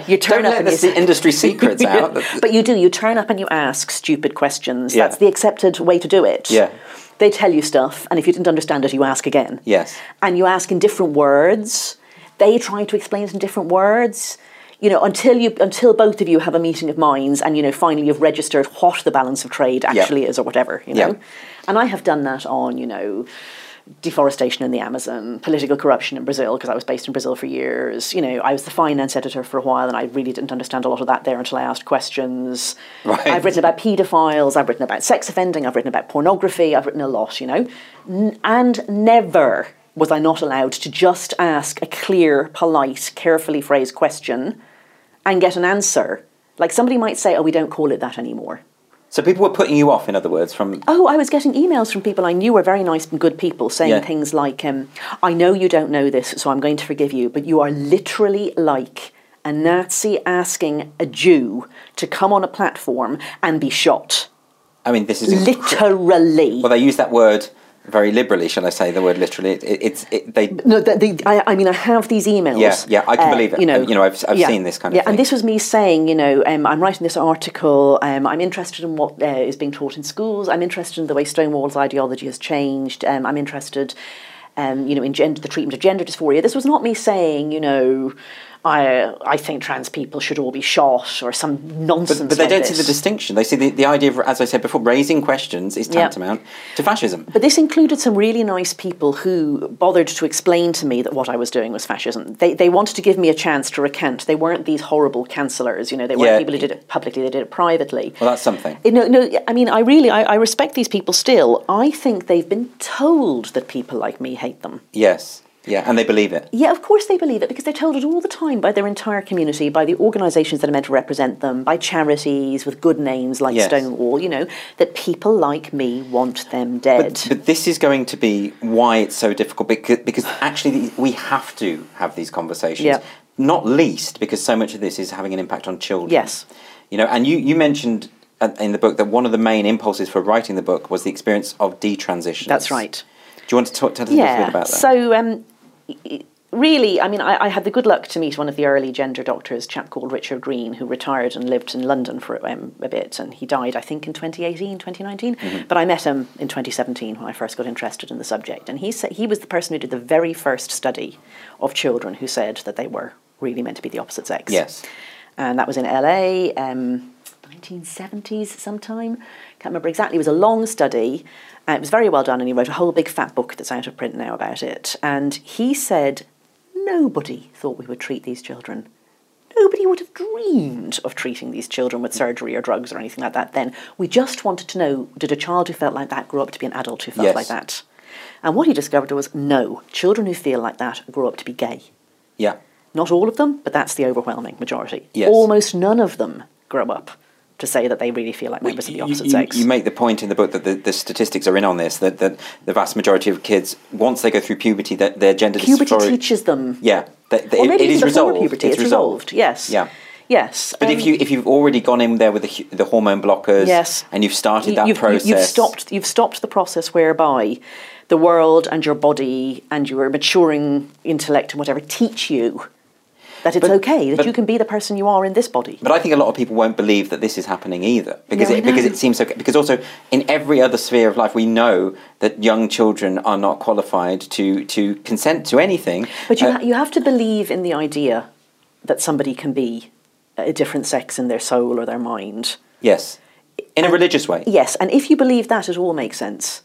Speaker 2: You turn
Speaker 1: Don't
Speaker 2: up
Speaker 1: let
Speaker 2: and
Speaker 1: the
Speaker 2: you
Speaker 1: se- industry secrets out.
Speaker 2: but you do. You turn up and you ask stupid questions.
Speaker 1: Yeah.
Speaker 2: That's the accepted way to do it.
Speaker 1: Yeah.
Speaker 2: They tell you stuff, and if you didn't understand it, you ask again.
Speaker 1: Yes.
Speaker 2: And you ask in different words. They try to explain it in different words. You you know, until you until both of you have a meeting of minds and you know finally you've registered what the balance of trade actually is or whatever, you know.
Speaker 1: Yeah.
Speaker 2: And I have done that on you know deforestation in the Amazon, political corruption in Brazil because I was based in Brazil for years. You know, I was the finance editor for a while and I really didn't understand a lot of that there until I asked questions.
Speaker 1: Right.
Speaker 2: I've written about pedophiles, I've written about sex offending, I've written about pornography, I've written a lot, you know. N- and never was I not allowed to just ask a clear, polite, carefully phrased question and get an answer. Like somebody might say, "Oh, we don't call it that anymore."
Speaker 1: So people were putting you off, in other words, from
Speaker 2: Oh, I was getting emails from people I knew were very nice and good people saying
Speaker 1: Yeah.
Speaker 2: things like, um, I know you don't know this, so I'm going to forgive you, but you are literally like a Nazi asking a Jew to come on a platform and be shot.
Speaker 1: I mean, this is incre-
Speaker 2: Literally.
Speaker 1: Well, they use that word very liberally, shall I say? The word literally. It, it, it's it, they.
Speaker 2: No, the, the, I, I mean, I have these emails. uh,
Speaker 1: Yeah, yeah, I can believe it.
Speaker 2: You know,
Speaker 1: You know, I've- I've seen this kind of
Speaker 2: yeah,
Speaker 1: thing.
Speaker 2: and this was me saying, you know, um, I'm writing this article. Um, I'm interested in what uh, is being taught in schools. I'm interested in the way Stonewall's ideology has changed. Um, I'm interested, um, you know, in gender, the treatment of gender dysphoria. This was not me saying, you know. I, I think trans people should all be shot or some nonsense.
Speaker 1: But they
Speaker 2: like
Speaker 1: don't
Speaker 2: this.
Speaker 1: see the distinction. They see the, the idea of, as I said before, raising questions is
Speaker 2: Yeah.
Speaker 1: tantamount to fascism.
Speaker 2: But this included some really nice people who bothered to explain to me that what I was doing was fascism. They, they wanted to give me a chance to recant. They weren't these horrible cancellors, you know, they weren't
Speaker 1: Yeah.
Speaker 2: people who did it publicly, they did it privately.
Speaker 1: Well, that's something.
Speaker 2: You know, no, I mean, I really, I, I respect these people still. I think they've been told that people like me hate them.
Speaker 1: Yes. Yeah, and they believe it.
Speaker 2: Yeah, of course they believe it because they're told it all the time by their entire community, by the organisations that are meant to represent them, by charities with good names like
Speaker 1: Yes.
Speaker 2: Stonewall, you know, that people like me want them dead.
Speaker 1: But this is going to be why it's so difficult because, because actually we have to have these conversations.
Speaker 2: Yeah.
Speaker 1: Not least because so much of this is having an impact on children.
Speaker 2: Yes.
Speaker 1: You know, and you, you mentioned uh, in the book that one of the main impulses for writing the book was the experience of detransition.
Speaker 2: That's right.
Speaker 1: Do you want to talk, tell us a little bit about that?
Speaker 2: So, um, really, I mean, I, I had the good luck to meet one of the early gender doctors, a chap called Richard Green, who retired and lived in London for um, a bit, and he died, I think, in 2018, 2019.
Speaker 1: Mm-hmm.
Speaker 2: But I met him in 2017 when I first got interested in the subject, and he said he was the person who did the very first study of children who said that they were really meant to be the opposite sex
Speaker 1: Yes.
Speaker 2: and that was in LA, um, 1970s sometime. Can't remember exactly. It was a long study. Uh, it was very well done, and he wrote a whole big fat book that's out of print now about it. And he said nobody thought we would treat these children. Nobody would have dreamed of treating these children with surgery or drugs or anything like that then. We just wanted to know did a child who felt like that grow up to be an adult who felt
Speaker 1: Yes.
Speaker 2: like that? And what he discovered was no, children who feel like that grow up to be gay.
Speaker 1: yeah.
Speaker 2: Not all of them, but that's the overwhelming majority.
Speaker 1: Yes.
Speaker 2: Almost none of them grow up to say that they really feel like members of the
Speaker 1: You-
Speaker 2: opposite
Speaker 1: you,
Speaker 2: sex.
Speaker 1: you make the point in the book that the, the statistics are in on this that, that the vast majority of kids, once they go through puberty, that their gender
Speaker 2: puberty
Speaker 1: dysphoria.
Speaker 2: teaches them.
Speaker 1: Yeah, that, that
Speaker 2: Or
Speaker 1: it-
Speaker 2: maybe
Speaker 1: it
Speaker 2: even
Speaker 1: is
Speaker 2: before
Speaker 1: resolved.
Speaker 2: puberty, it's, resolved. Yes.
Speaker 1: Yeah.
Speaker 2: Yes. Um,
Speaker 1: But if you if you've already gone in there with the, hu- the hormone blockers,
Speaker 2: Yes.
Speaker 1: and you've started that
Speaker 2: have
Speaker 1: process,
Speaker 2: You've stopped. You've stopped the process whereby the world and your body and your maturing intellect and whatever teach you that it's
Speaker 1: But-
Speaker 2: okay that
Speaker 1: but-
Speaker 2: you can be the person you are in this body.
Speaker 1: But I think a lot of people won't believe that this is happening either, because
Speaker 2: No, I
Speaker 1: it, because
Speaker 2: know.
Speaker 1: it seems so. Because also in every other sphere of life, we know that young children are not qualified to to consent to anything.
Speaker 2: But you,
Speaker 1: Uh,
Speaker 2: ha- you have to believe in the idea that somebody can be a different sex in their soul or their mind.
Speaker 1: yes, in a religious way.
Speaker 2: Yes, and if you believe that, it all makes sense.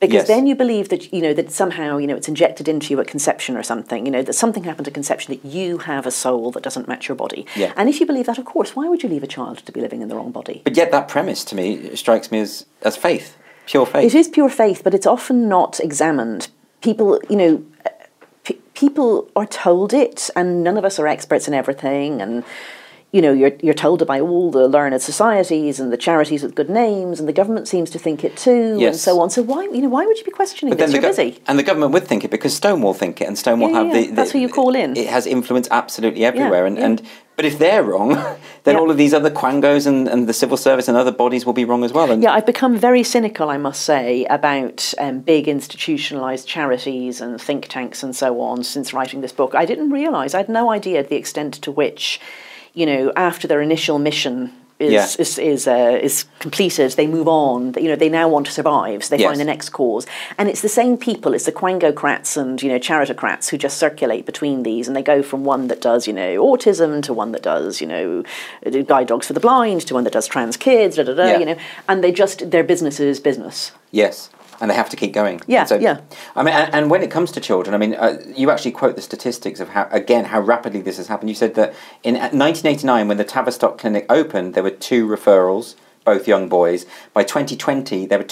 Speaker 2: Because
Speaker 1: Yes.
Speaker 2: then you believe that you know that somehow you know it's injected into you at conception or something you know that something happened at conception that you have a soul that doesn't match your body
Speaker 1: Yeah.
Speaker 2: and if you believe that of course why would you leave a child to be living in the wrong body
Speaker 1: But yet that premise to me strikes me as as faith, pure faith.
Speaker 2: It is pure faith, but it's often not examined. People, you know, p- people are told it, and none of us are experts in everything. And you know, you're you're told it by all the learned societies and the charities with good names, and the government seems to think it too, and
Speaker 1: Yes.
Speaker 2: so on. So why, you know, why would you be questioning this?
Speaker 1: the
Speaker 2: You're
Speaker 1: go-
Speaker 2: busy.
Speaker 1: And the government would think it because Stonewall think it, and Stonewall
Speaker 2: Yeah,
Speaker 1: have
Speaker 2: yeah,
Speaker 1: the,
Speaker 2: yeah. That's
Speaker 1: the-
Speaker 2: who you call in.
Speaker 1: It has influence absolutely everywhere, and,
Speaker 2: yeah.
Speaker 1: and but if they're wrong, then
Speaker 2: Yeah.
Speaker 1: all of these other quangos and, and the civil service and other bodies will be wrong as well. And
Speaker 2: Yeah, I've become very cynical, I must say, about um, big institutionalised charities and think tanks and so on since writing this book. I didn't realise, I had no idea the extent to which, you know, after their initial mission is
Speaker 1: Yeah.
Speaker 2: is is, uh, is completed, they move on. You know, they now want to survive, so they
Speaker 1: Yes.
Speaker 2: find the next cause. And it's the same people. It's the quangocrats and you know charitocrats who just circulate between these, and they go from one that does you know autism to one that does you know guide dogs for the blind to one that does trans kids, da da da.
Speaker 1: Yeah.
Speaker 2: You know, and they just their business is business.
Speaker 1: Yes, and they have to keep going.
Speaker 2: Yeah,
Speaker 1: And so,
Speaker 2: yeah.
Speaker 1: I mean, and, and when it comes to children, I mean, uh, you actually quote the statistics of how again how rapidly this has happened. You said that in 1989, when the Tavistock Clinic opened, there were two referrals, both young boys. By 2020, there were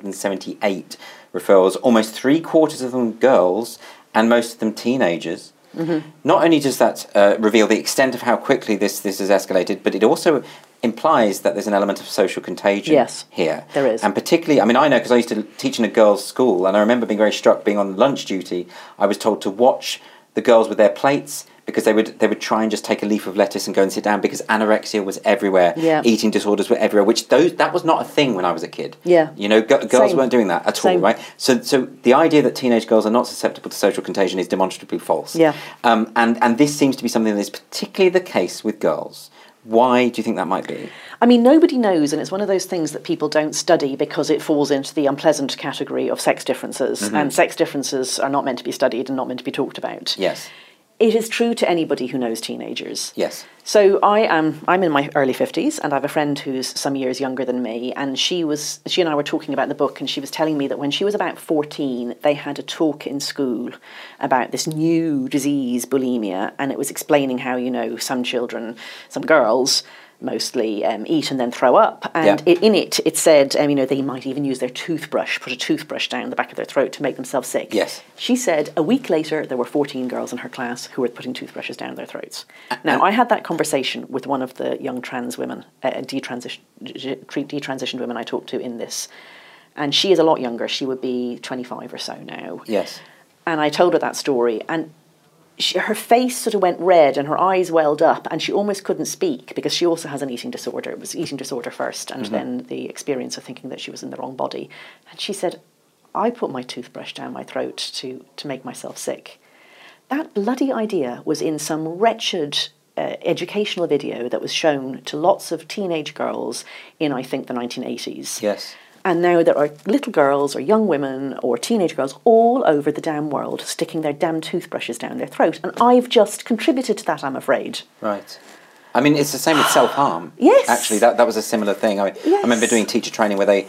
Speaker 1: 2,378 referrals, almost three quarters of them girls, and most of them teenagers.
Speaker 2: Mm-hmm.
Speaker 1: Not only does that uh, reveal the extent of how quickly this this has escalated, but it also implies that there's an element of social contagion
Speaker 2: Yes.
Speaker 1: here.
Speaker 2: There is.
Speaker 1: And particularly, I mean, I know because I used to teach in a girls' school, and I remember being very struck being on lunch duty. I was told to watch the girls with their plates because they would they would try and just take a leaf of lettuce and go and sit down because anorexia was everywhere,
Speaker 2: Yeah.
Speaker 1: eating disorders were everywhere, which those that was not a thing when I was a kid.
Speaker 2: Yeah.
Speaker 1: you know, g- girls
Speaker 2: Same.
Speaker 1: weren't doing that at all,
Speaker 2: Same.
Speaker 1: right? So, so the idea that teenage girls are not susceptible to social contagion is demonstrably false.
Speaker 2: Yeah.
Speaker 1: um, and and this seems to be something that is particularly the case with girls. Why do you think that might be?
Speaker 2: I mean, nobody knows, and it's one of those things that people don't study because it falls into the unpleasant category of sex differences, and sex differences are not meant to be studied and not meant to be talked about.
Speaker 1: Yes,
Speaker 2: It is true to anybody who knows teenagers.
Speaker 1: yes,
Speaker 2: So I am I'm in my early 50s and I have a friend who's some years younger than me and she was she and I were talking about the book and she was telling me that when she was about 14 they had a talk in school about this new disease bulimia and it was explaining how you know some children some girls mostly um, eat and then throw up and
Speaker 1: Yeah.
Speaker 2: it, in it it said um, you know they might even use their toothbrush put a toothbrush down the back of their throat to make themselves sick
Speaker 1: Yes.
Speaker 2: she said a week later there were 14 girls in her class who were putting toothbrushes down their throats. Now, I had that conversation with one of the young trans women, uh, detransition, detransitioned women I talked to in this, and she is a lot younger. She would be 25 or so now.
Speaker 1: yes.
Speaker 2: And I told her that story, and she, her face sort of went red and her eyes welled up, and she almost couldn't speak because she also has an eating disorder. It was eating disorder first, and then the experience of thinking that she was in the wrong body. And she said, I put my toothbrush down my throat to, to make myself sick. That bloody idea was in some wretched uh, educational video that was shown to lots of teenage girls in, I think, the 1980s.
Speaker 1: Yes.
Speaker 2: And now there are little girls or young women or teenage girls all over the damn world sticking their damn toothbrushes down their throat. And I've just contributed to that, I'm afraid.
Speaker 1: Right. I mean, it's the same with self harm.
Speaker 2: Yes.
Speaker 1: Actually, that, that was a similar thing. I mean, I remember
Speaker 2: Yes.
Speaker 1: doing teacher training where they. Uh,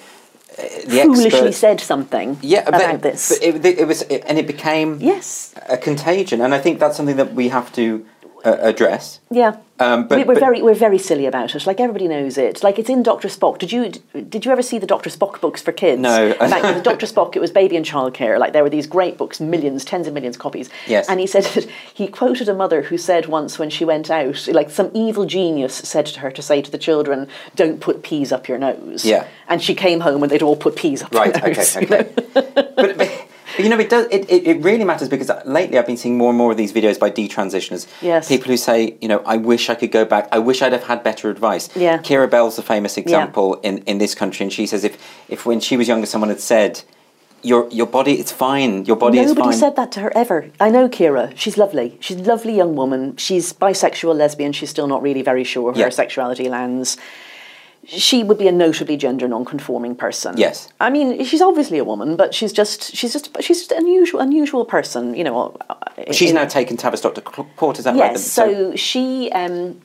Speaker 1: the
Speaker 2: Foolishly
Speaker 1: experts-
Speaker 2: said something
Speaker 1: Yeah, but,
Speaker 2: about this.
Speaker 1: but it, it was, it, and it became
Speaker 2: yes.
Speaker 1: a contagion, and I think that's something that we have to uh, address.
Speaker 2: Yeah.
Speaker 1: Um, but-
Speaker 2: We- we're
Speaker 1: but-
Speaker 2: very we're very silly about it. Like everybody knows it. Like it's in Doctor Spock. Did you did you ever see the Doctor Spock books for kids?
Speaker 1: No.
Speaker 2: Back with Doctor Spock, it was baby and childcare. Like there were these great books, millions, tens of millions of copies.
Speaker 1: Yes.
Speaker 2: And he said that he quoted a mother who said once when she went out, like some evil genius said to her to say to the children, "Don't put peas up your nose."
Speaker 1: Yeah.
Speaker 2: And she came home and they'd all put peas up
Speaker 1: Right.
Speaker 2: their
Speaker 1: Okay.
Speaker 2: nose. you know?
Speaker 1: Okay. but, but, but you know, it does. It, it, it really matters because lately I've been seeing more and more of these videos by detransitioners.
Speaker 2: Yes.
Speaker 1: People who say, you know, I wish I could go back. I wish I'd have had better advice.
Speaker 2: Yeah.
Speaker 1: Kira Bell's a famous example in, in this country, and she says if if when she was younger someone had said. Your, your body it's fine. Your body is
Speaker 2: Nobody
Speaker 1: fine.
Speaker 2: said that to her ever. I know Kira. She's lovely. She's a lovely young woman. She's bisexual, lesbian. She's still not really very sure where
Speaker 1: Yeah.
Speaker 2: her sexuality lands. She would be a notably gender non-conforming person.
Speaker 1: Yes.
Speaker 2: I mean, she's obviously a woman, but she's just she's just she's just an unusual unusual person. You know. uh,
Speaker 1: She's
Speaker 2: in-
Speaker 1: now taken Tavistock to c- court. Is that right? The-
Speaker 2: Yes. so, she. Um,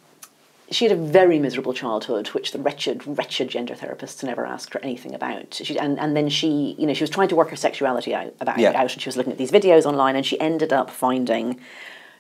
Speaker 2: she had a very miserable childhood, which the wretched, wretched gender therapists never asked her anything about. She, and, and then she, you know, she was trying to work her sexuality out, about,
Speaker 1: Yeah.
Speaker 2: out, and she was looking at these videos online, and she ended up finding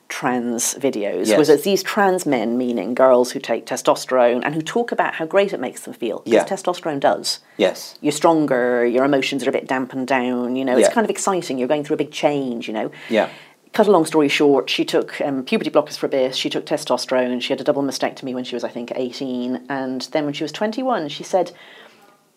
Speaker 2: trans videos.
Speaker 1: Yes.
Speaker 2: Was it's these trans men, meaning girls who take testosterone and who talk about how great it makes them feel, because
Speaker 1: Yeah.
Speaker 2: testosterone does
Speaker 1: yes.
Speaker 2: you're stronger, your emotions are a bit dampened down, you know,
Speaker 1: Yeah.
Speaker 2: it's kind of exciting, you're going through a big change, you know.
Speaker 1: Yeah.
Speaker 2: Cut a long story short, she took um, puberty blockers for a bit, she took testosterone, she had a double mastectomy when she was, I think, 18, and then when she was 21, she said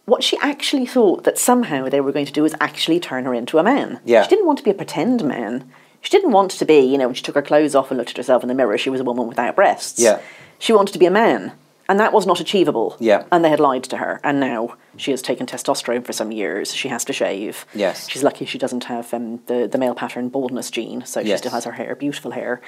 Speaker 2: what she actually thought that somehow they were going to do was actually turn her into a man.
Speaker 1: Yeah.
Speaker 2: She didn't want to be a pretend man. She didn't want to be, you know, when she took her clothes off and looked at herself in the mirror, she was a woman without breasts.
Speaker 1: Yeah.
Speaker 2: She wanted to be a man. And that was not achievable.
Speaker 1: Yeah.
Speaker 2: And they had lied to her. And now she has taken testosterone for some years. She has to shave.
Speaker 1: Yes.
Speaker 2: She's lucky she doesn't have um, the, the male pattern baldness gene, so she
Speaker 1: Yes.
Speaker 2: still has her hair, beautiful hair.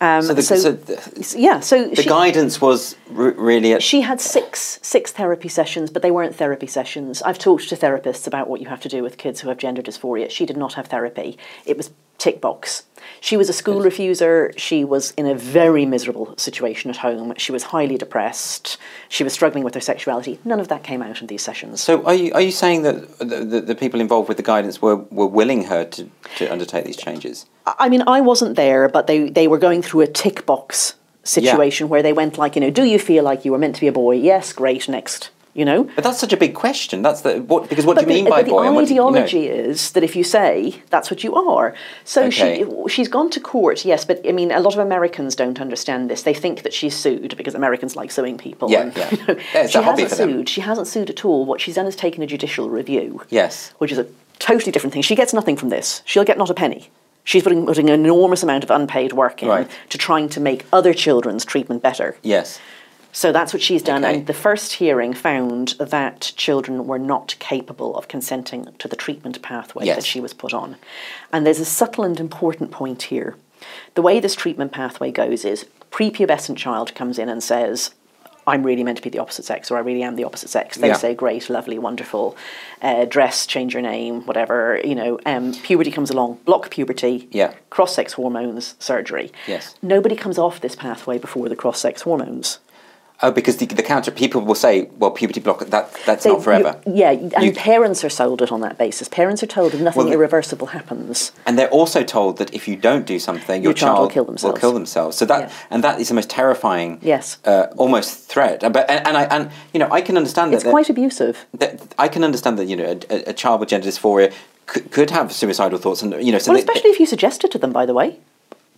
Speaker 2: Um,
Speaker 1: So the, so, the,
Speaker 2: yeah, so
Speaker 1: the
Speaker 2: she,
Speaker 1: guidance was r- really at
Speaker 2: she had six six therapy sessions, but they weren't therapy sessions. I've talked to therapists about what you have to do with kids who have gender dysphoria. She did not have therapy. It was tick box. She was a school refuser. She was in a very miserable situation at home. She was highly depressed. She was struggling with her sexuality. None of that came out in these sessions.
Speaker 1: So are you are you saying that the, the, the people involved with the guidance were, were willing her to, to undertake these changes?
Speaker 2: I mean, I wasn't there, but they, they were going through a tick box situation where they went like, you know, do you feel like you were meant to be a boy? Yes, great, next. You know,
Speaker 1: But that's such a big question. That's the what because what do you
Speaker 2: the,
Speaker 1: mean by
Speaker 2: but the
Speaker 1: boy? and what do you- you know?
Speaker 2: ideology is that if you say that's what you are, so
Speaker 1: Okay.
Speaker 2: she she's gone to court. Yes, but I mean, a lot of Americans don't understand this. They think that she's sued because Americans like suing people.
Speaker 1: Yeah,
Speaker 2: and,
Speaker 1: yeah.
Speaker 2: you know,
Speaker 1: Yeah, it's
Speaker 2: she
Speaker 1: a hobby
Speaker 2: hasn't
Speaker 1: for them.
Speaker 2: sued. She hasn't sued at all. What she's done is taken a judicial review
Speaker 1: Yes.
Speaker 2: which is a totally different thing. She gets nothing from this. She'll get not a penny. She's putting, putting an enormous amount of unpaid work in
Speaker 1: Right.
Speaker 2: to trying to make other children's treatment better.
Speaker 1: Yes.
Speaker 2: So that's what she's done.
Speaker 1: Okay.
Speaker 2: And the first hearing found that children were not capable of consenting to the treatment pathway
Speaker 1: Yes.
Speaker 2: that she was put on. And there's a subtle and important point here. The way this treatment pathway goes is prepubescent child comes in and says, I'm really meant to be the opposite sex, or I really am the opposite sex. They
Speaker 1: Yeah.
Speaker 2: say, great, lovely, wonderful, uh, dress, change your name, whatever. You know, um, puberty comes along, block puberty,
Speaker 1: Yeah.
Speaker 2: cross-sex hormones, surgery.
Speaker 1: Yes.
Speaker 2: Nobody comes off this pathway before the cross-sex hormones.
Speaker 1: Oh, because the, the counter people will say, well, puberty block that that's
Speaker 2: They-
Speaker 1: not forever,
Speaker 2: you- yeah, and
Speaker 1: You-
Speaker 2: parents are sold it on that basis. Parents are told if nothing
Speaker 1: Well,
Speaker 2: irreversible happens.
Speaker 1: and they're also told that if you don't do something, your,
Speaker 2: child will kill themselves.
Speaker 1: themselves. So that
Speaker 2: Yeah.
Speaker 1: and that is the most terrifying,
Speaker 2: Yes.
Speaker 1: uh, almost threat. Uh, But and, and I and you know I can understand
Speaker 2: It's
Speaker 1: that. that-
Speaker 2: quite abusive.
Speaker 1: that I can understand that you know a- a, a child with gender dysphoria could, could have suicidal thoughts, and you know, so
Speaker 2: Well,
Speaker 1: they- they-
Speaker 2: especially if you suggest it to them, by the way.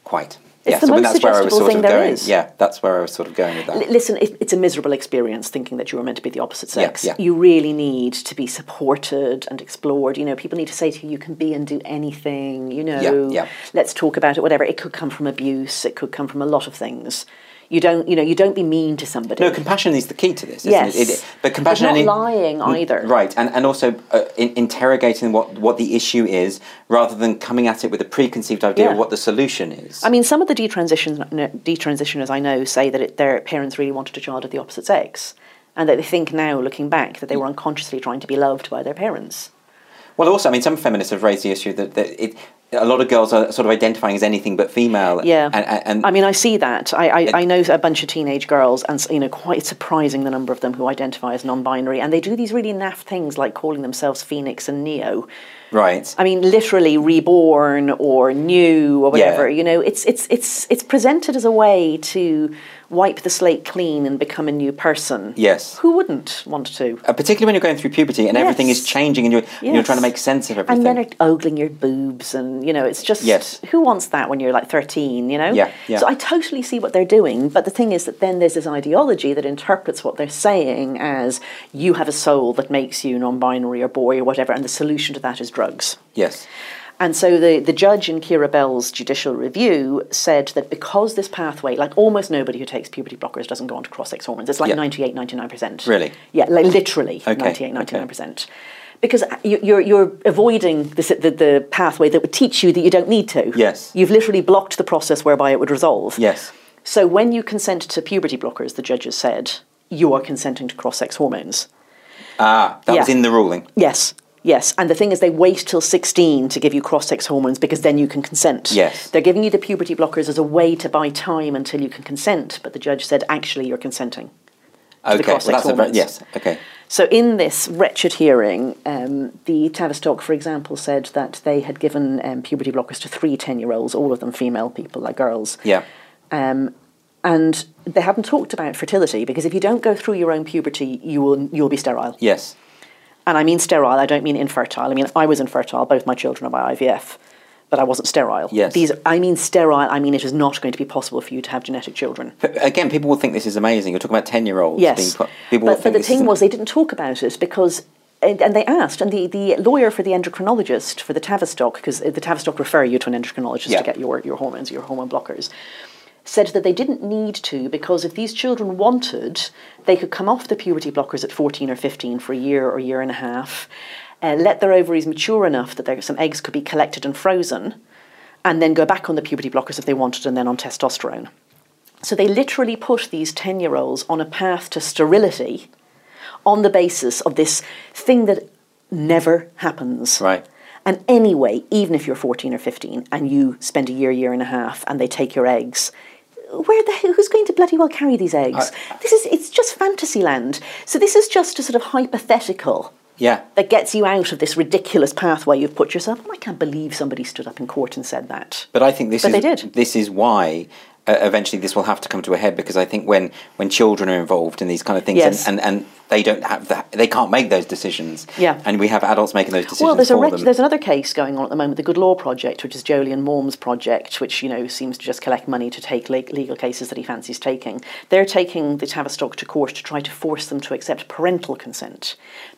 Speaker 1: quite.
Speaker 2: It's
Speaker 1: yeah,
Speaker 2: the
Speaker 1: so I mean,
Speaker 2: most
Speaker 1: that's where I was
Speaker 2: suggestible
Speaker 1: sort
Speaker 2: thing
Speaker 1: of
Speaker 2: there
Speaker 1: going.
Speaker 2: is.
Speaker 1: Yeah, that's where I was sort of going with that.
Speaker 2: L- Listen, it, it's a miserable experience thinking that you were meant to be the opposite
Speaker 1: Yeah,
Speaker 2: sex.
Speaker 1: yeah.
Speaker 2: You really need to be supported and explored. You know, people need to say to you, you can be and do anything, you know,
Speaker 1: yeah.
Speaker 2: let's talk about it, whatever. It could come from abuse, it could come from a lot of things. You don't, you know, you don't be mean to somebody.
Speaker 1: no, compassion is the key to this. Isn't
Speaker 2: yes.
Speaker 1: it? It- but compassion
Speaker 2: not
Speaker 1: only- Mm,
Speaker 2: lying either.
Speaker 1: Right, and, and also uh, in, interrogating what, what the issue is rather than coming at it with a preconceived idea of
Speaker 2: Yeah.
Speaker 1: what the solution is.
Speaker 2: I mean, some of the detransition, no, detransitioners I know say that it, their parents really wanted a child of the opposite sex, and that they think now, looking back, that they were unconsciously trying to be loved by their parents.
Speaker 1: well, also, I mean, some feminists have raised the issue that, that it, a lot of girls are sort of identifying as anything but female.
Speaker 2: Yeah,
Speaker 1: And, and, and
Speaker 2: I mean, I see that. I, I, I know a bunch of teenage girls, and s- you know, quite surprising the number of them who identify as non-binary, and they do these really naff things like calling themselves Phoenix and Neo.
Speaker 1: right.
Speaker 2: I mean, literally reborn or new or whatever. You know, it's it's it's it's presented as a way to wipe the slate clean and become a new person.
Speaker 1: Yes.
Speaker 2: Who wouldn't want to?
Speaker 1: Uh, particularly when you're going through puberty and everything is
Speaker 2: Yes.
Speaker 1: changing and you're, you're
Speaker 2: Yes.
Speaker 1: trying to make sense of everything.
Speaker 2: And men are ogling your boobs, and you know, it's just
Speaker 1: Yes.
Speaker 2: who wants that when you're like 13, you know?
Speaker 1: Yeah, yeah.
Speaker 2: So I totally see what they're doing, but the thing is that then there's this ideology that interprets what they're saying as you have a soul that makes you non binary or boy or whatever, and the solution to that is drugs.
Speaker 1: yes.
Speaker 2: And so the, the judge in Kira Bell's judicial review said that because this pathway, like almost nobody who takes puberty blockers doesn't go on to cross sex hormones, it's like
Speaker 1: Yeah.
Speaker 2: 98, 99%.
Speaker 1: Really?
Speaker 2: Yeah, like literally 98,
Speaker 1: okay.
Speaker 2: 99%. Because you- you're, you're avoiding the, si- the, the pathway that would teach you that you don't need to.
Speaker 1: Yes.
Speaker 2: You've literally blocked the process whereby it would resolve.
Speaker 1: Yes.
Speaker 2: So when you consent to puberty blockers, the judges said, you are consenting to cross sex hormones.
Speaker 1: Ah, that
Speaker 2: Yeah.
Speaker 1: was in the ruling.
Speaker 2: Yes. Yes, and the thing is, they wait till 16 to give you cross sex hormones because then you can consent.
Speaker 1: Yes.
Speaker 2: They're giving you the puberty blockers as a way to buy time until you can consent, but the judge said, actually, you're consenting.
Speaker 1: Okay. Well,
Speaker 2: cross-sex
Speaker 1: that's a very,
Speaker 2: hormones.
Speaker 1: yes. Okay.
Speaker 2: So, in this wretched hearing, um, the Tavistock, for example, said that they had given um, puberty blockers to three 10 year olds, all of them female people, like girls.
Speaker 1: Yeah.
Speaker 2: Um, and they haven't talked about fertility because if you don't go through your own puberty, you will, you'll be sterile.
Speaker 1: Yes.
Speaker 2: And I mean sterile, I don't mean infertile. I mean, I was infertile, both my children are by IVF, but I wasn't sterile.
Speaker 1: Yes.
Speaker 2: These, I mean sterile, I mean it is not going to be possible for you to have genetic children.
Speaker 1: Again, people will think this is amazing. You're talking about ten-year-olds. Being
Speaker 2: Yes.
Speaker 1: put, people will
Speaker 2: but,
Speaker 1: think
Speaker 2: but the
Speaker 1: this
Speaker 2: thing
Speaker 1: isn't-
Speaker 2: was, they didn't talk about it because. And, and they asked, and the, the lawyer for the endocrinologist for the Tavistock, because the Tavistock refer you to an endocrinologist
Speaker 1: Yeah.
Speaker 2: to get your, your hormones, your hormone blockers, said that they didn't need to because if these children wanted, they could come off the puberty blockers at 14 or 15 for a year or year and a half, uh, let their ovaries mature enough that there, some eggs could be collected and frozen, and then go back on the puberty blockers if they wanted, and then on testosterone. So they literally put these 10 year olds on a path to sterility on the basis of this thing that never happens.
Speaker 1: Right.
Speaker 2: And anyway, even if you're 14 or 15 and you spend a year, year and a half, and they take your eggs, where the hell- who's going to bloody well carry these eggs? this is it's just fantasy land. So this is just a sort of hypothetical
Speaker 1: Yeah.
Speaker 2: that gets you out of this ridiculous pathway you've put yourself. Oh, I can't believe somebody stood up in court and said that.
Speaker 1: But I think this is
Speaker 2: But they did.
Speaker 1: this is why uh, eventually this will have to come to a head because I think when when children are involved in these kind of things
Speaker 2: Yes.
Speaker 1: and, and and they don't have that they can't make those decisions.
Speaker 2: Yeah.
Speaker 1: And we have adults making those decisions
Speaker 2: Well, there's a
Speaker 1: for
Speaker 2: wretch-
Speaker 1: them.
Speaker 2: there's another case going on at the moment, the Good Law Project, which is Jolyon Morm's project, which you know seems to just collect money to take le- legal cases that he fancies taking. They're taking the Tavistock to court to try to force them to accept parental consent,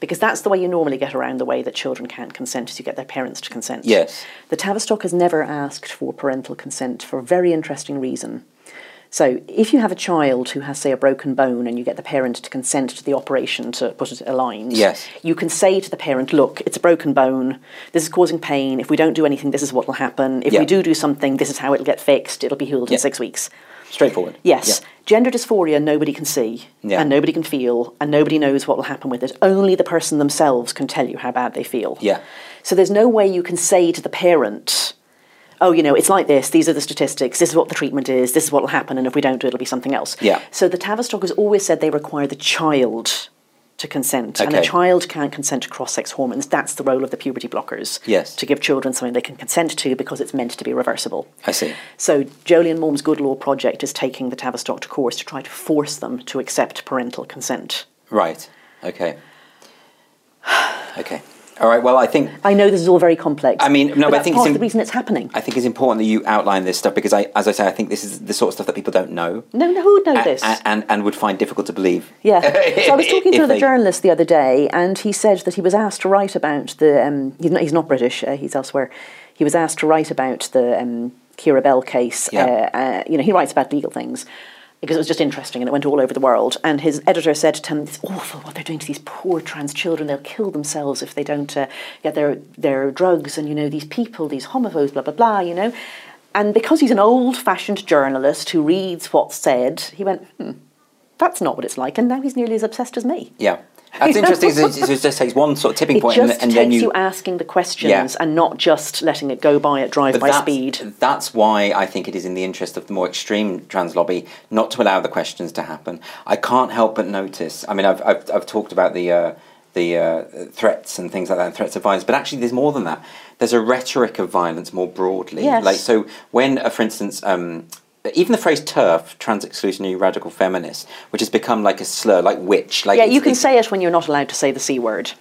Speaker 2: because that's the way you normally get around the way that children can't consent is you get their parents to consent.
Speaker 1: Yes.
Speaker 2: The Tavistock has never asked for parental consent for a very interesting reason. So, if you have a child who has, say, a broken bone and you get the parent to consent to the operation to put it aligned,
Speaker 1: Yes.
Speaker 2: you can say to the parent, look, it's a broken bone, this is causing pain, if we don't do anything, this is what will happen, if
Speaker 1: Yeah.
Speaker 2: we do do something, this is how it'll get fixed, it'll be healed
Speaker 1: Yeah.
Speaker 2: in six weeks.
Speaker 1: Straightforward.
Speaker 2: Yes.
Speaker 1: Yeah.
Speaker 2: Gender dysphoria, nobody can see,
Speaker 1: Yeah.
Speaker 2: and nobody can feel, and nobody knows what will happen with it. Only the person themselves can tell you how bad they feel.
Speaker 1: Yeah.
Speaker 2: So there's no way you can say to the parent, oh, you know, it's like this, these are the statistics, this is what the treatment is, this is what will happen, and if we don't do it, it'll be something else.
Speaker 1: Yeah.
Speaker 2: So the Tavistock has always said they require the child to consent, and a
Speaker 1: Okay.
Speaker 2: child can't consent to cross sex hormones. That's the role of the puberty blockers.
Speaker 1: Yes.
Speaker 2: To give children something they can consent to because it's meant to be reversible.
Speaker 1: I see.
Speaker 2: So Jolyon Morm's Good Law project is taking the Tavistock to court to try to force them to accept parental consent.
Speaker 1: Right. Okay. Okay. All right. Well, I think
Speaker 2: I know this is all very complex.
Speaker 1: I mean, no, but I
Speaker 2: that's
Speaker 1: think it's
Speaker 2: part
Speaker 1: im-
Speaker 2: of the reason it's happening.
Speaker 1: I think it's important that you outline this stuff because I, as I say, I think this is the sort of stuff that people don't know.
Speaker 2: no, no, who would know
Speaker 1: a-
Speaker 2: this?
Speaker 1: a- and, and would find difficult to believe.
Speaker 2: Yeah. So I was talking to
Speaker 1: If
Speaker 2: another
Speaker 1: they-
Speaker 2: journalist the other day, and he said that he was asked to write about the. Um, he's, not, he's not British. Uh, he's elsewhere. He was asked to write about the um, Kira Bell case.
Speaker 1: Yeah.
Speaker 2: Uh, uh, you know, he writes about legal things because it was just interesting, and it went all over the world. And his editor said to him, "It's awful what they're doing to these poor trans children. They'll kill themselves if they don't uh, get their their drugs." And you know, these people, these homophobes, blah blah blah. You know. And because he's an old-fashioned journalist who reads what's said, he went, "Hmm, that's not what it's like. And now he's nearly as obsessed as me.
Speaker 1: Yeah. That's interesting. so it it just takes one sort of tipping
Speaker 2: It
Speaker 1: point
Speaker 2: just
Speaker 1: and, and
Speaker 2: takes
Speaker 1: then
Speaker 2: you,
Speaker 1: you,
Speaker 2: asking the questions
Speaker 1: Yeah.
Speaker 2: and not just letting it go by at drive by
Speaker 1: that's,
Speaker 2: speed.
Speaker 1: That's why I think it is in the interest of the more extreme trans lobby not to allow the questions to happen. I can't help but notice. I mean, I've I've, I've talked about the. Uh, the uh, threats and things like that, and threats of violence. But actually, there's more than that. There's a rhetoric of violence more broadly.
Speaker 2: Yes.
Speaker 1: Like, so when, uh, for instance, um, even the phrase TERF, trans exclusionary radical feminist, which has become like a slur, like witch. Like
Speaker 2: Yeah,
Speaker 1: it's-
Speaker 2: you can
Speaker 1: it's-
Speaker 2: say it when you're not allowed to say the C word.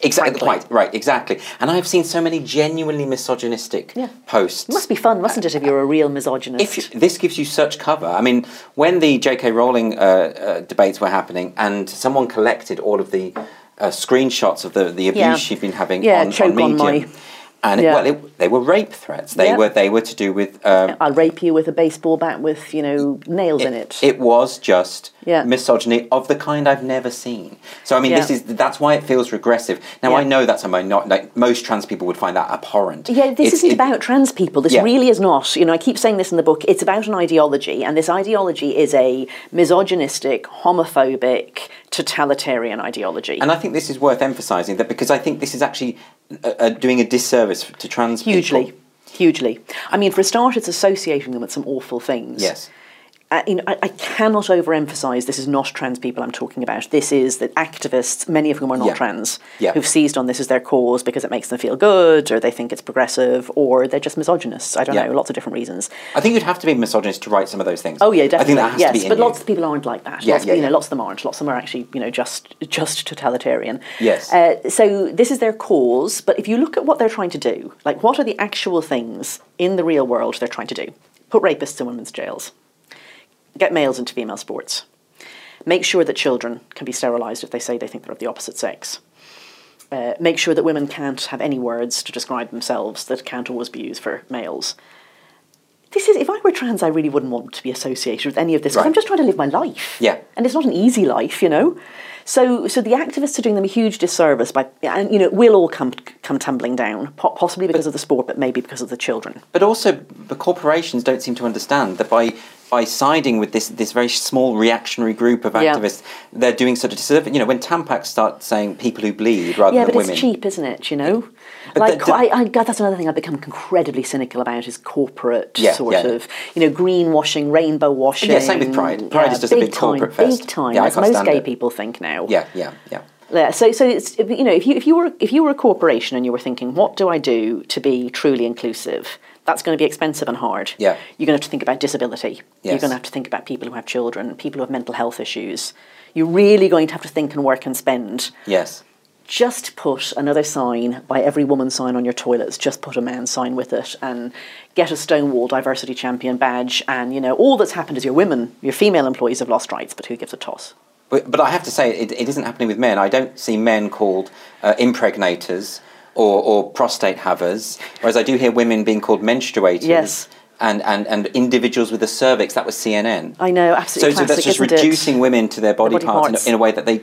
Speaker 1: Exactly.
Speaker 2: frankly.
Speaker 1: Quite, right. Exactly. And I've seen so many genuinely misogynistic
Speaker 2: Yeah.
Speaker 1: posts.
Speaker 2: Must be fun, mustn't it, if you're a real misogynist?
Speaker 1: If you- this gives you such cover, I mean, when the J.K. Rowling uh, uh, debates were happening, and someone collected all of the uh, screenshots of the, the abuse
Speaker 2: Yeah.
Speaker 1: she'd been having
Speaker 2: Yeah,
Speaker 1: on,
Speaker 2: choke
Speaker 1: on
Speaker 2: on
Speaker 1: Medium,
Speaker 2: my-
Speaker 1: and it-
Speaker 2: Yeah.
Speaker 1: well, it, they were rape threats. They
Speaker 2: Yeah.
Speaker 1: were they were to do with um,
Speaker 2: I'll rape you with a baseball bat with, you know, nails in it.
Speaker 1: It was just
Speaker 2: Yeah.
Speaker 1: misogyny of the kind I've never seen. So I mean, this
Speaker 2: Yeah.
Speaker 1: is that's why it feels regressive. Now
Speaker 2: Yeah.
Speaker 1: I know that's a minor, like most trans people would find that abhorrent.
Speaker 2: Yeah, this
Speaker 1: It's-
Speaker 2: isn't
Speaker 1: it-
Speaker 2: about trans people. This
Speaker 1: Yeah.
Speaker 2: really is not. You know, I keep saying this in the book. It's about an ideology, and this ideology is a misogynistic, homophobic, totalitarian ideology.
Speaker 1: And I think this is worth emphasising that because I think this is actually uh, uh, doing a disservice to trans
Speaker 2: Hugely.
Speaker 1: people.
Speaker 2: Hugely. I mean, for a start, it's associating them with some awful things.
Speaker 1: Yes.
Speaker 2: Uh, you know, I, I cannot overemphasize this is not trans people I'm talking about. This is the activists, many of whom are not
Speaker 1: Yeah.
Speaker 2: trans,
Speaker 1: Yeah.
Speaker 2: who've seized on this as their cause because it makes them feel good, or they think it's progressive, or they're just misogynists. I don't
Speaker 1: Yeah.
Speaker 2: know, lots of different reasons.
Speaker 1: I think you'd have to be a misogynist to write some of those things.
Speaker 2: Oh yeah, definitely.
Speaker 1: I think that has
Speaker 2: yes,
Speaker 1: to be in
Speaker 2: but
Speaker 1: you.
Speaker 2: lots of people aren't like that.
Speaker 1: Yeah,
Speaker 2: lots,
Speaker 1: yeah,
Speaker 2: you know,
Speaker 1: yeah.
Speaker 2: lots of them aren't. Lots of them are actually, you know, just just totalitarian.
Speaker 1: Yes.
Speaker 2: Uh, so this is their cause, but if you look at what they're trying to do, like what are the actual things in the real world they're trying to do? Put rapists in women's jails. Get males into female sports. Make sure that children can be sterilised if they say they think they're of the opposite sex. Uh, make sure that women can't have any words to describe themselves that can't always be used for males this is if I were trans, I really wouldn't want to be associated with any of this because
Speaker 1: Right.
Speaker 2: I'm just trying to live my life.
Speaker 1: Yeah.
Speaker 2: and it's not an easy life, you know. So, so the activists are doing them a huge disservice by, and you know, we'll all come come tumbling down, po- possibly because of the sport, but maybe because of the children.
Speaker 1: But also, the corporations don't seem to understand that by by siding with this this very small reactionary group of
Speaker 2: Yeah.
Speaker 1: activists, they're doing sort of disservice. You know, when Tampax start saying people who bleed rather
Speaker 2: Yeah,
Speaker 1: than
Speaker 2: but
Speaker 1: women,
Speaker 2: it's cheap, isn't it? You know, like
Speaker 1: the- the-
Speaker 2: I, I, God, that's another thing I've become incredibly cynical about is corporate
Speaker 1: Yeah,
Speaker 2: sort
Speaker 1: yeah.
Speaker 2: of, you know, greenwashing, rainbow washing.
Speaker 1: Yeah, same with Pride. Pride is just a big
Speaker 2: time,
Speaker 1: corporate fest.
Speaker 2: Big time,
Speaker 1: Yeah, I
Speaker 2: as
Speaker 1: can't
Speaker 2: most
Speaker 1: stand
Speaker 2: gay
Speaker 1: it.
Speaker 2: people think now.
Speaker 1: yeah, yeah, yeah.
Speaker 2: Yeah, so so it's you know if you if you were if you were a corporation and you were thinking what do I do to be truly inclusive, that's going to be expensive and hard.
Speaker 1: Yeah.
Speaker 2: you're going to have to think about disability. You're
Speaker 1: Yes.
Speaker 2: going to have to think about people who have children, people who have mental health issues. You're really going to have to think and work and spend.
Speaker 1: Yes.
Speaker 2: Just put another sign by every woman sign on your toilets. Just put a man sign with it and get a Stonewall Diversity Champion badge. And you know all that's happened is your women, your female employees have lost rights, but who gives a toss?
Speaker 1: But, but I have to say, it, it isn't happening with men. I don't see men called uh, impregnators or, or prostate havers, whereas I do hear women being called menstruators.
Speaker 2: Yes.
Speaker 1: And, and, and individuals with a cervix, that was CNN.
Speaker 2: I know,
Speaker 1: so,
Speaker 2: absolutely
Speaker 1: so that's
Speaker 2: classic,
Speaker 1: just
Speaker 2: isn't it?
Speaker 1: reducing women to their body,
Speaker 2: body
Speaker 1: parts,
Speaker 2: parts.
Speaker 1: In, a, in a way that they.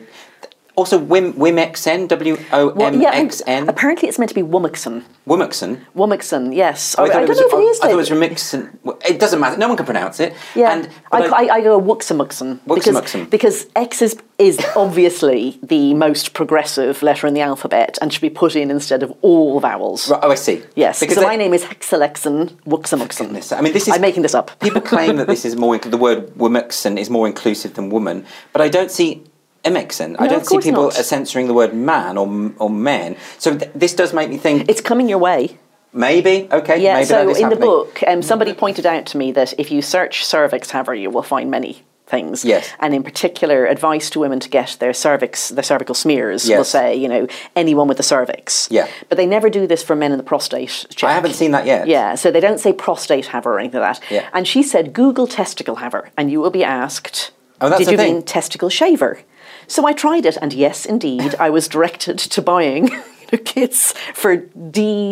Speaker 1: Also, Wim, WimXN, W O
Speaker 2: Well,
Speaker 1: M
Speaker 2: yeah, and
Speaker 1: X N,
Speaker 2: Apparently, it's meant to be Womackson.
Speaker 1: Womaxon.
Speaker 2: Womackson, yes.
Speaker 1: Oh,
Speaker 2: I,
Speaker 1: it
Speaker 2: I don't
Speaker 1: was-
Speaker 2: know if it is.
Speaker 1: I thought it
Speaker 2: though.
Speaker 1: was Remixon. Well, It doesn't matter. No one can pronounce it.
Speaker 2: yeah,
Speaker 1: And,
Speaker 2: I,
Speaker 1: but I-
Speaker 2: I, I go Wuxamuxon because,
Speaker 1: Wuxamuxon.
Speaker 2: because X is, is obviously the most progressive letter in the alphabet and should be put in instead of all vowels.
Speaker 1: oh, I see.
Speaker 2: Yes,
Speaker 1: Because
Speaker 2: so
Speaker 1: they-
Speaker 2: my name is Hexalexon
Speaker 1: Goodness,
Speaker 2: Wuxamuxon.
Speaker 1: I mean, this is-
Speaker 2: I'm making this up.
Speaker 1: people claim that this is more the word womaxon is more inclusive than woman, but I don't see emixon. I
Speaker 2: No,
Speaker 1: don't
Speaker 2: of
Speaker 1: see
Speaker 2: course
Speaker 1: people
Speaker 2: not.
Speaker 1: censoring the word man or m- or men. So th- this does make me think
Speaker 2: It's coming your way.
Speaker 1: maybe okay.
Speaker 2: Yeah,
Speaker 1: maybe
Speaker 2: so
Speaker 1: that
Speaker 2: in
Speaker 1: is
Speaker 2: the
Speaker 1: happening.
Speaker 2: book, um, somebody pointed out to me that if you search cervix haver, you will find many things.
Speaker 1: Yes.
Speaker 2: And in particular, advice to women to get their cervix, their cervical smears will
Speaker 1: Yes.
Speaker 2: say, you know, anyone with a cervix.
Speaker 1: Yeah.
Speaker 2: But they never do this for men in the prostate check.
Speaker 1: I haven't seen that yet.
Speaker 2: Yeah, so they don't say prostate haver or anything like that.
Speaker 1: Yeah.
Speaker 2: And she said, Google testicle haver, and you will be asked,
Speaker 1: Oh, that's
Speaker 2: did
Speaker 1: the
Speaker 2: you
Speaker 1: thing.
Speaker 2: mean testicle shaver? So I tried it, and yes, indeed, I was directed to buying kits for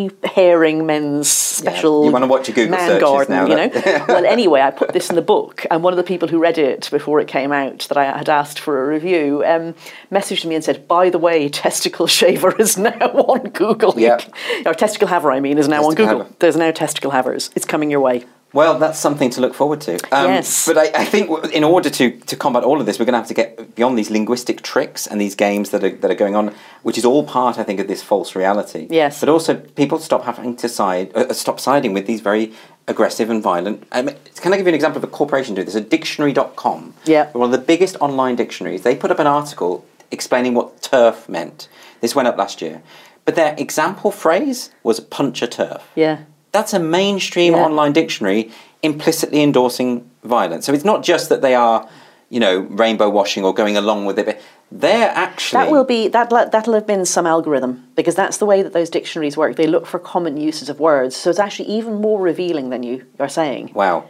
Speaker 2: de-hairing men's special.
Speaker 1: you wanna watch your Google
Speaker 2: man
Speaker 1: searches
Speaker 2: garden,
Speaker 1: now,
Speaker 2: you know.
Speaker 1: that-
Speaker 2: well, anyway, I put this in the book, and one of the people who read it before it came out that I had asked for a review um, messaged me and said, "By the way, testicle shaver is now on Google.
Speaker 1: Yeah.
Speaker 2: or testicle haver, I mean, is now
Speaker 1: Testicle
Speaker 2: on Google.
Speaker 1: haver.
Speaker 2: There's now testicle havers. It's coming your way.
Speaker 1: Well, that's something to look forward to. Um,
Speaker 2: Yes.
Speaker 1: But I, I think w- in order to, to combat all of this, we're going to have to get beyond these linguistic tricks and these games that are, that are going on, which is all part, I think, of this false reality.
Speaker 2: Yes.
Speaker 1: But also, people stop having to side, uh, uh, stop siding with these very aggressive and violent. I mean, can I give you an example of a corporation doing this? A dictionary.com,
Speaker 2: Yeah.
Speaker 1: one of the biggest online dictionaries, they put up an article explaining what turf meant. This went up last year. But their example phrase was punch a turf.
Speaker 2: Yeah,
Speaker 1: That's a mainstream
Speaker 2: Yeah.
Speaker 1: online dictionary implicitly endorsing violence. So it's not just that they are, you know, rainbow washing or going along with it, but they're actually.
Speaker 2: that will be that. That'll have been some algorithm because that's the way that those dictionaries work. They look for common uses of words, so it's actually even more revealing than you are saying.
Speaker 1: Wow.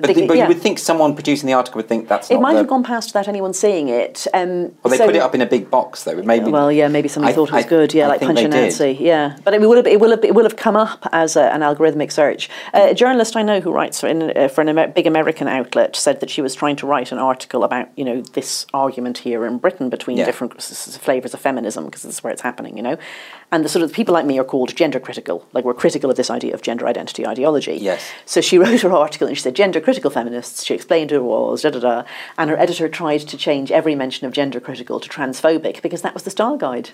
Speaker 1: But,
Speaker 2: They
Speaker 1: the-
Speaker 2: could-
Speaker 1: but
Speaker 2: yeah.
Speaker 1: you would think someone producing the article would think that's
Speaker 2: It
Speaker 1: not
Speaker 2: might
Speaker 1: the-
Speaker 2: have gone past without anyone seeing it. Um,
Speaker 1: Well, they
Speaker 2: so-
Speaker 1: put it up in a big box, though. It maybe.
Speaker 2: Well, yeah, maybe somebody
Speaker 1: I-
Speaker 2: thought it was
Speaker 1: I-
Speaker 2: good. Yeah,
Speaker 1: I
Speaker 2: like
Speaker 1: think
Speaker 2: Punch
Speaker 1: they
Speaker 2: and
Speaker 1: did.
Speaker 2: Nancy. Yeah, but it would have it will have it will have come up as a, an algorithmic search. Uh, a journalist I know who writes for, an uh, for an Amer- big American outlet said that she was trying to write an article about you know this argument here in Britain between
Speaker 1: Yeah.
Speaker 2: different flavors of feminism because this is where it's happening. You know, and the sort of people like me are called gender critical. Like we're critical of this idea of gender identity ideology.
Speaker 1: Yes.
Speaker 2: So she wrote her article and she said gender critical feminists. She explained who it was, da da da. And her editor tried to change every mention of gender critical to transphobic because that was the style guide.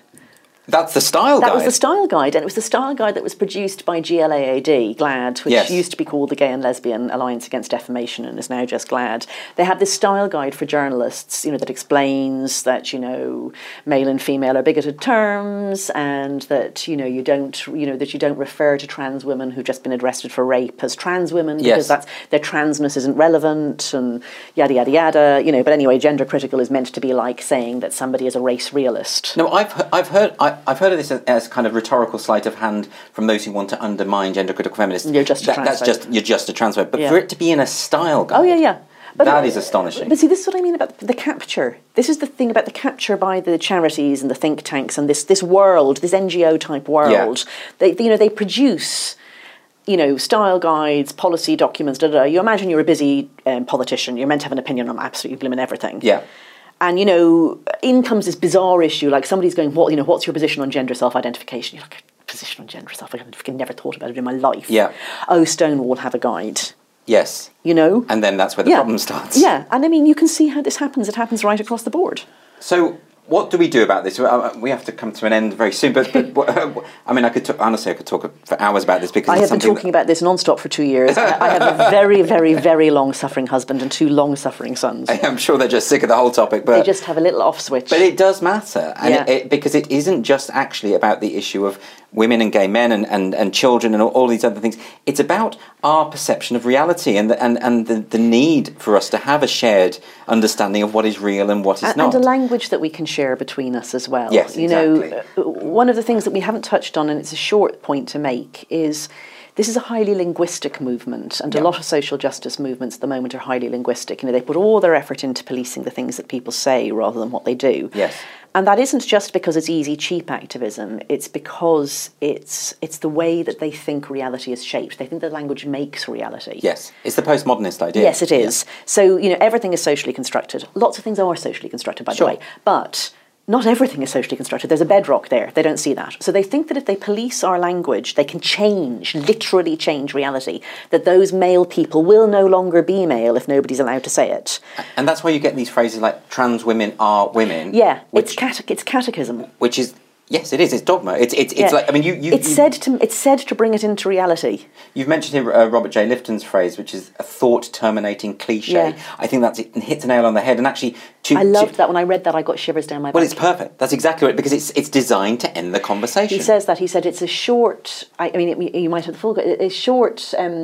Speaker 1: That's the style
Speaker 2: That
Speaker 1: guide.
Speaker 2: was the style guide, and it was the style guide that was produced by GLAAD, GLAD, which
Speaker 1: Yes.
Speaker 2: used to be called the Gay and Lesbian Alliance Against Defamation and is now just GLAD. They have this style guide for journalists, you know, that explains that you know male and female are bigoted terms, and that you know you don't, you know, that you don't refer to trans women who've just been arrested for rape as trans women
Speaker 1: Yes.
Speaker 2: because that's their transness isn't relevant and yada yada yada, you know. But anyway, gender critical is meant to be like saying that somebody is a race realist.
Speaker 1: No, I've he- I've heard I, I've heard of this as, as kind of rhetorical sleight of hand from those who want to undermine gender critical feminists.
Speaker 2: You're just a
Speaker 1: that's
Speaker 2: transphobe.
Speaker 1: just you're just a transphobe. But
Speaker 2: Yeah.
Speaker 1: for it to be in a style guide,
Speaker 2: Oh yeah, yeah.
Speaker 1: That is astonishing.
Speaker 2: But see, this is what I mean about the, the capture. This is the thing about the capture by the charities and the think tanks and this this world, this NGO type world. They you know they produce. You know, style guides, policy documents, da da. da. You imagine you're a busy um, politician. You're meant to have an opinion on absolutely blooming everything.
Speaker 1: yeah.
Speaker 2: And you know, in comes this bizarre issue like somebody's going, "What you know? What's your position on gender self-identification?" You're like, "Position on gender self-identification? Never thought about it in my life."
Speaker 1: Yeah.
Speaker 2: Oh, Stonewall have a guide.
Speaker 1: Yes.
Speaker 2: You know.
Speaker 1: And then that's where the problem starts.
Speaker 2: Yeah, and I mean, you can see how this happens. It happens right across the board.
Speaker 1: So, what do we do about this? Uh, We have to come to an end very soon. But, but what- uh, I mean, I could talk, honestly, I could talk for hours about this because
Speaker 2: I
Speaker 1: it's
Speaker 2: have been
Speaker 1: something
Speaker 2: talking about this non-stop for two years. I I have a very, very, very long-suffering husband and two long-suffering sons.
Speaker 1: that I'm sure they're just sick of the whole topic. But
Speaker 2: They just have a little off switch.
Speaker 1: But it does matter, and it,
Speaker 2: Yeah.
Speaker 1: it, because it isn't just actually about the issue of women and gay men and, and, and children and all, all these other things. It's about our perception of reality and the, and, and the, the need for us to have a shared understanding of what is real and what is
Speaker 2: and,
Speaker 1: not.
Speaker 2: and a language that we can share between us as well.
Speaker 1: Yes,
Speaker 2: you know,
Speaker 1: exactly.
Speaker 2: uh, one of the things that we haven't touched on, and it's a short point to make, is this is a highly linguistic movement, and
Speaker 1: Yeah.
Speaker 2: a lot of social justice movements at the moment are highly linguistic. You know, they put all their effort into policing the things that people say rather than what they do.
Speaker 1: Yes.
Speaker 2: And that isn't just because it's easy, cheap activism. It's because it's it's the way that they think reality is shaped. They think that language makes reality.
Speaker 1: yes, it's the postmodernist idea.
Speaker 2: Yes, it is. So, you know, everything is socially constructed. Lots of things are socially constructed, by
Speaker 1: Sure.
Speaker 2: the way. But not everything is socially constructed. There's a bedrock there. They don't see that. So they think that if they police our language, they can change, literally change reality. That those male people will no longer be male if nobody's allowed to say it.
Speaker 1: And that's why you get these phrases like "trans women are women."
Speaker 2: Yeah,
Speaker 1: which
Speaker 2: it's, cate- it's catechism.
Speaker 1: which is yes, it is. It's dogma. It's it's, it's
Speaker 2: Yeah.
Speaker 1: like I mean, you you
Speaker 2: it's
Speaker 1: you,
Speaker 2: said to it's said to bring it into reality.
Speaker 1: You've mentioned here uh, Robert J. Lifton's phrase, which is a thought-terminating cliche.
Speaker 2: Yeah.
Speaker 1: I think that's it hits the nail on the head. And actually, to,
Speaker 2: I
Speaker 1: to-
Speaker 2: loved that when I read that. I got shivers down my back.
Speaker 1: Well, it's perfect. That's exactly right because it's it's designed to end the conversation.
Speaker 2: He says that. He said it's a short, I, I mean, it, you might have the full, a short, um,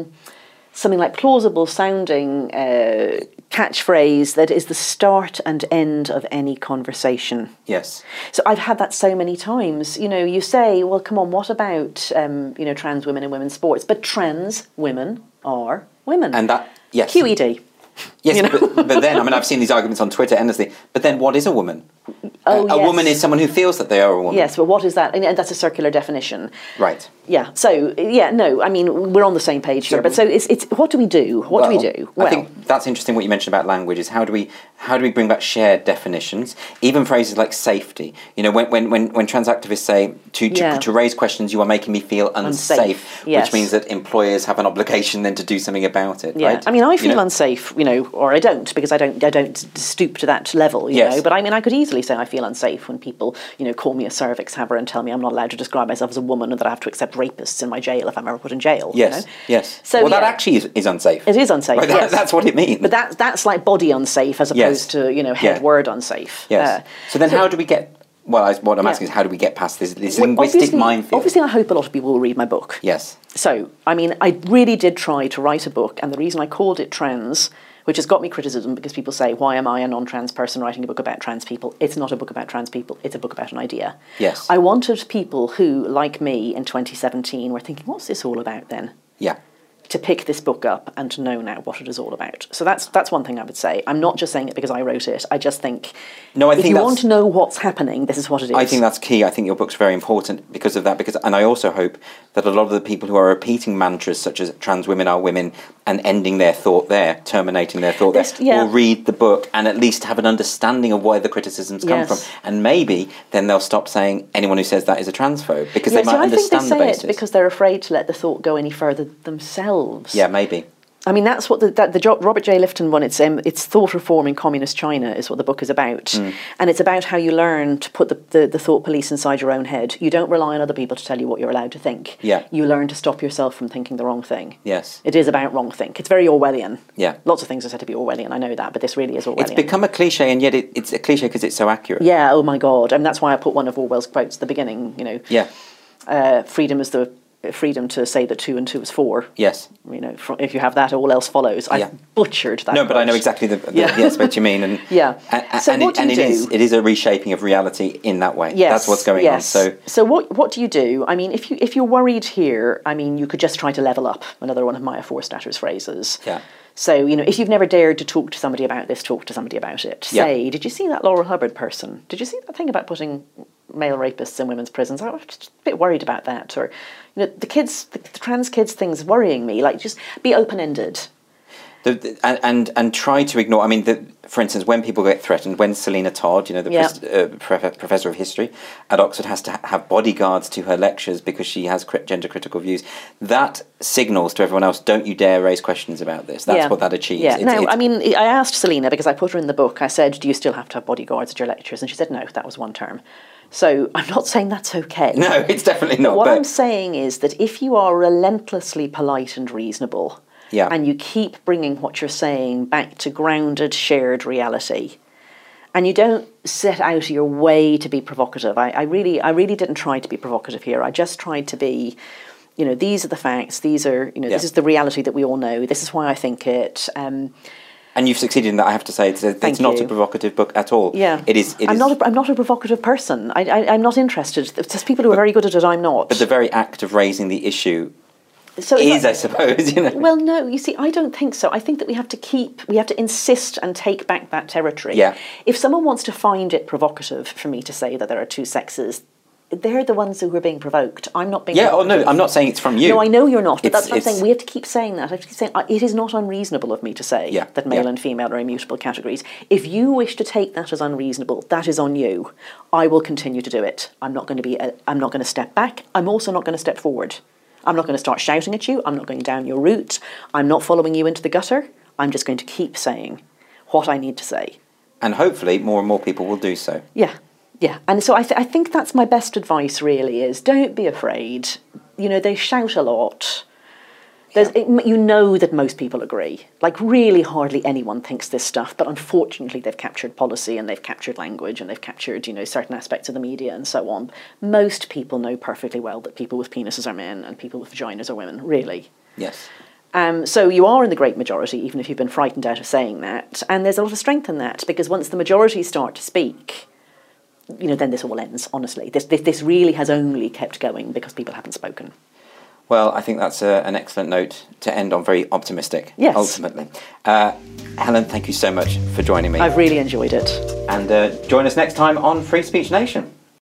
Speaker 2: something like plausible sounding uh, catchphrase that is the start and end of any conversation.
Speaker 1: yes.
Speaker 2: So I've had that so many times. You know, you say, well, come on, what about, um, you know, trans women in women's sports? But trans women are women. E
Speaker 1: And that- yes.
Speaker 2: QED.
Speaker 1: Yes,
Speaker 2: you know?
Speaker 1: but, but then I mean I've seen these arguments on Twitter endlessly. But then, what is a woman?
Speaker 2: Oh,
Speaker 1: a, a
Speaker 2: yes.
Speaker 1: woman is someone who feels that they are a woman.
Speaker 2: Yes, but what is that? And, and that's a circular definition.
Speaker 1: Right.
Speaker 2: Yeah. So yeah, no. I mean, we're on the same page here. But so it's, it's what do we do?
Speaker 1: Well,
Speaker 2: What do we do? Well,
Speaker 1: I think that's interesting. What you mentioned about language is how do we how do we bring back shared definitions, even phrases like safety. You know, when when when, when trans activists say to, to
Speaker 2: Yeah.
Speaker 1: to raise questions, you are making me feel unsafe,
Speaker 2: Unsafe, yes.
Speaker 1: which means that employers have an obligation then to do something about it.
Speaker 2: yeah.
Speaker 1: right?
Speaker 2: I mean, I
Speaker 1: You
Speaker 2: feel
Speaker 1: know?
Speaker 2: unsafe, you know, or I don't because I don't I don't stoop to that level, you
Speaker 1: Yes.
Speaker 2: know. But I mean, I could easily say I feel unsafe when people, you know, call me a cervix haver and tell me I'm not allowed to describe myself as a woman and that I have to accept rapists in my jail if I'm ever put in jail. you
Speaker 1: Yes,
Speaker 2: know?
Speaker 1: yes.
Speaker 2: So,
Speaker 1: well, that
Speaker 2: yeah.
Speaker 1: actually is, is unsafe.
Speaker 2: It is unsafe.
Speaker 1: Right, that-
Speaker 2: yes.
Speaker 1: That's what it means.
Speaker 2: But that that's like body unsafe as opposed
Speaker 1: Yes.
Speaker 2: to you know head
Speaker 1: Yeah.
Speaker 2: word unsafe.
Speaker 1: yes.
Speaker 2: Uh,
Speaker 1: so then, how do we get? Well, I, what I'm
Speaker 2: Yeah.
Speaker 1: asking is how do we get past this, this
Speaker 2: well,
Speaker 1: linguistic
Speaker 2: obviously-
Speaker 1: minefield?
Speaker 2: Obviously, I hope a lot of people will read my book.
Speaker 1: yes.
Speaker 2: So, I mean, I really did try to write a book, and the reason I called it Trans, which has got me criticism because people say, Why am I a non trans person writing a book about trans people? It's not a book about trans people, it's a book about an idea.
Speaker 1: Yes.
Speaker 2: I wanted people who, like me in 2017, were thinking, What's this all about then?
Speaker 1: Yeah.
Speaker 2: to pick this book up and to know now what it is all about. So that's that's one thing I would say. I'm not just saying it because I wrote it. I just think
Speaker 1: No, I
Speaker 2: if
Speaker 1: think
Speaker 2: you
Speaker 1: that's-
Speaker 2: want to know what's happening, this is what it is.
Speaker 1: I think that's key. I think your book's very important because of that. Because, and I also hope that a lot of the people who are repeating mantras such as "trans women are women" and ending their thought there, terminating their thought
Speaker 2: This-
Speaker 1: there,
Speaker 2: yeah.
Speaker 1: will read the book and at least have an understanding of where the criticisms come
Speaker 2: Yes.
Speaker 1: from, and maybe then they'll stop saying anyone who says that is a transphobe because they
Speaker 2: Yeah,
Speaker 1: might
Speaker 2: see, I think they
Speaker 1: understand
Speaker 2: say
Speaker 1: the basis.
Speaker 2: it because they're afraid to let the thought go any further themselves.
Speaker 1: yeah, maybe.
Speaker 2: I mean, that's what the, that, the jo- Robert J. Lifton one. It's um, it's thought reform in communist China is what the book is about,
Speaker 1: Mm.
Speaker 2: and it's about how you learn to put the, the, the thought police inside your own head. You don't rely on other people to tell you what you're allowed to think.
Speaker 1: Yeah.
Speaker 2: you learn to stop yourself from thinking the wrong thing.
Speaker 1: Yes.
Speaker 2: it is about wrong think. It's very Orwellian.
Speaker 1: Yeah.
Speaker 2: lots of things are said to be Orwellian. I know that, but this really is Orwellian.
Speaker 1: It's become a cliche, and yet it, it's a cliche because it's so accurate.
Speaker 2: yeah, oh my God, and that's why I put one of Orwell's quotes at the beginning. You know,
Speaker 1: Yeah.
Speaker 2: uh, freedom is the freedom to say that two and two is four.
Speaker 1: Yes.
Speaker 2: You know, fr- if you have that, all else follows.
Speaker 1: Yeah.
Speaker 2: I butchered that.
Speaker 1: No, but I know
Speaker 2: quote.
Speaker 1: exactly the, the,
Speaker 2: Yeah.
Speaker 1: the aspect you mean, and
Speaker 2: Yeah.
Speaker 1: and, and-
Speaker 2: So
Speaker 1: and
Speaker 2: what
Speaker 1: it,
Speaker 2: do
Speaker 1: and
Speaker 2: you
Speaker 1: it is
Speaker 2: do?
Speaker 1: it is a reshaping of reality in that way.
Speaker 2: Yes,
Speaker 1: that's what's going
Speaker 2: yes.
Speaker 1: on. So
Speaker 2: what what do you do? I mean, if you if you're worried here, I mean, you could just try to level up. Another one of Maya Forstatter's phrases.
Speaker 1: Yeah.
Speaker 2: So you know, if you've never dared to talk to somebody about this, talk to somebody about it.
Speaker 1: Yeah.
Speaker 2: Say, did you see that Laura Hubbard person? Did you see that thing about putting male rapists in women's prisons? I was just a bit worried about that. Or you know, the kids, the, the trans kids, things worrying me. Like, just be open ended.
Speaker 1: The, the- and, and and try to ignore. I mean, the, for instance, when people get threatened, when Selena Todd, you know, the
Speaker 2: Yeah.
Speaker 1: pres- uh, prof- professor of history at Oxford, has to ha- have bodyguards to her lectures because she has cri- gender critical views, that signals to everyone else, "Don't you dare raise questions about this." That's
Speaker 2: Yeah.
Speaker 1: what that achieves.
Speaker 2: Yeah.
Speaker 1: It's-
Speaker 2: no,
Speaker 1: it's-
Speaker 2: I mean, I asked Selena because I put her in the book. I said, "Do you still have to have bodyguards at your lectures?" And she said, "No, that was one term." So I'm not saying that's okay.
Speaker 1: no, it's definitely not.
Speaker 2: What
Speaker 1: but-
Speaker 2: I'm saying is that if you are relentlessly polite and reasonable,
Speaker 1: Yeah.
Speaker 2: and you keep bringing what you're saying back to grounded, shared reality, and you don't set out of your way to be provocative. I, I really, I really didn't try to be provocative here. I just tried to be, you know, these are the facts. These are, you know, this
Speaker 1: Yeah.
Speaker 2: is the reality that we all know. This is why I think it. Um,
Speaker 1: and you've succeeded in that. I have to say, it's, a, it's
Speaker 2: Thank
Speaker 1: not
Speaker 2: you.
Speaker 1: a provocative book at all.
Speaker 2: yeah,
Speaker 1: it is. it
Speaker 2: I'm
Speaker 1: is-
Speaker 2: not. A, I'm not a provocative person. I, I, I'm not interested. It's just people who are very good at it. I'm not.
Speaker 1: the very act of raising the issue
Speaker 2: so
Speaker 1: is,
Speaker 2: it's like-
Speaker 1: I suppose, you know.
Speaker 2: Well, no, you see, I don't think so. I think that we have to keep, we have to insist and take back that territory.
Speaker 1: Yeah.
Speaker 2: If someone wants to find it provocative for me to say that there are two sexes, they're the ones who are being provoked. I'm not being.
Speaker 1: yeah. Oh no,
Speaker 2: provocative.
Speaker 1: I'm not saying it's from you.
Speaker 2: No, I know you're not, but
Speaker 1: It's-
Speaker 2: that's what I'm
Speaker 1: it's-
Speaker 2: saying. We have to keep saying that. I have to keep saying uh, it is not unreasonable of me to say
Speaker 1: Yeah,
Speaker 2: that male
Speaker 1: yeah.
Speaker 2: and female are immutable categories. If you wish to take that as unreasonable, that is on you. I will continue to do it. I'm not going to be. i I'm not going to step back. I'm also not going to step forward. I'm not going to start shouting at you. I'm not going down your route. I'm not following you into the gutter. I'm just going to keep saying what I need to say.
Speaker 1: and hopefully more and more people will do so.
Speaker 2: Yeah, yeah. And so I, th- I think that's my best advice really is don't be afraid. You know, they shout a lot. There's, it, m- you know that most people agree. Like, really, hardly anyone thinks this stuff, but unfortunately, they've captured policy and they've captured language and they've captured, you know, certain aspects of the media and so on. Most people know perfectly well that people with penises are men and people with vaginas are women, really.
Speaker 1: Yes.
Speaker 2: Um, so you are in the great majority, even if you've been frightened out of saying that. And there's a lot of strength in that because once the majority start to speak, you know, then this all ends. Honestly, this this, this really has only kept going because people haven't spoken.
Speaker 1: Well, I think that's a, an excellent note to end on. Very optimistic.
Speaker 2: Yes.
Speaker 1: Ultimately, uh, Helen, thank you so much for joining me,
Speaker 2: I've really enjoyed it.
Speaker 1: and uh, join us next time on Free Speech Nation.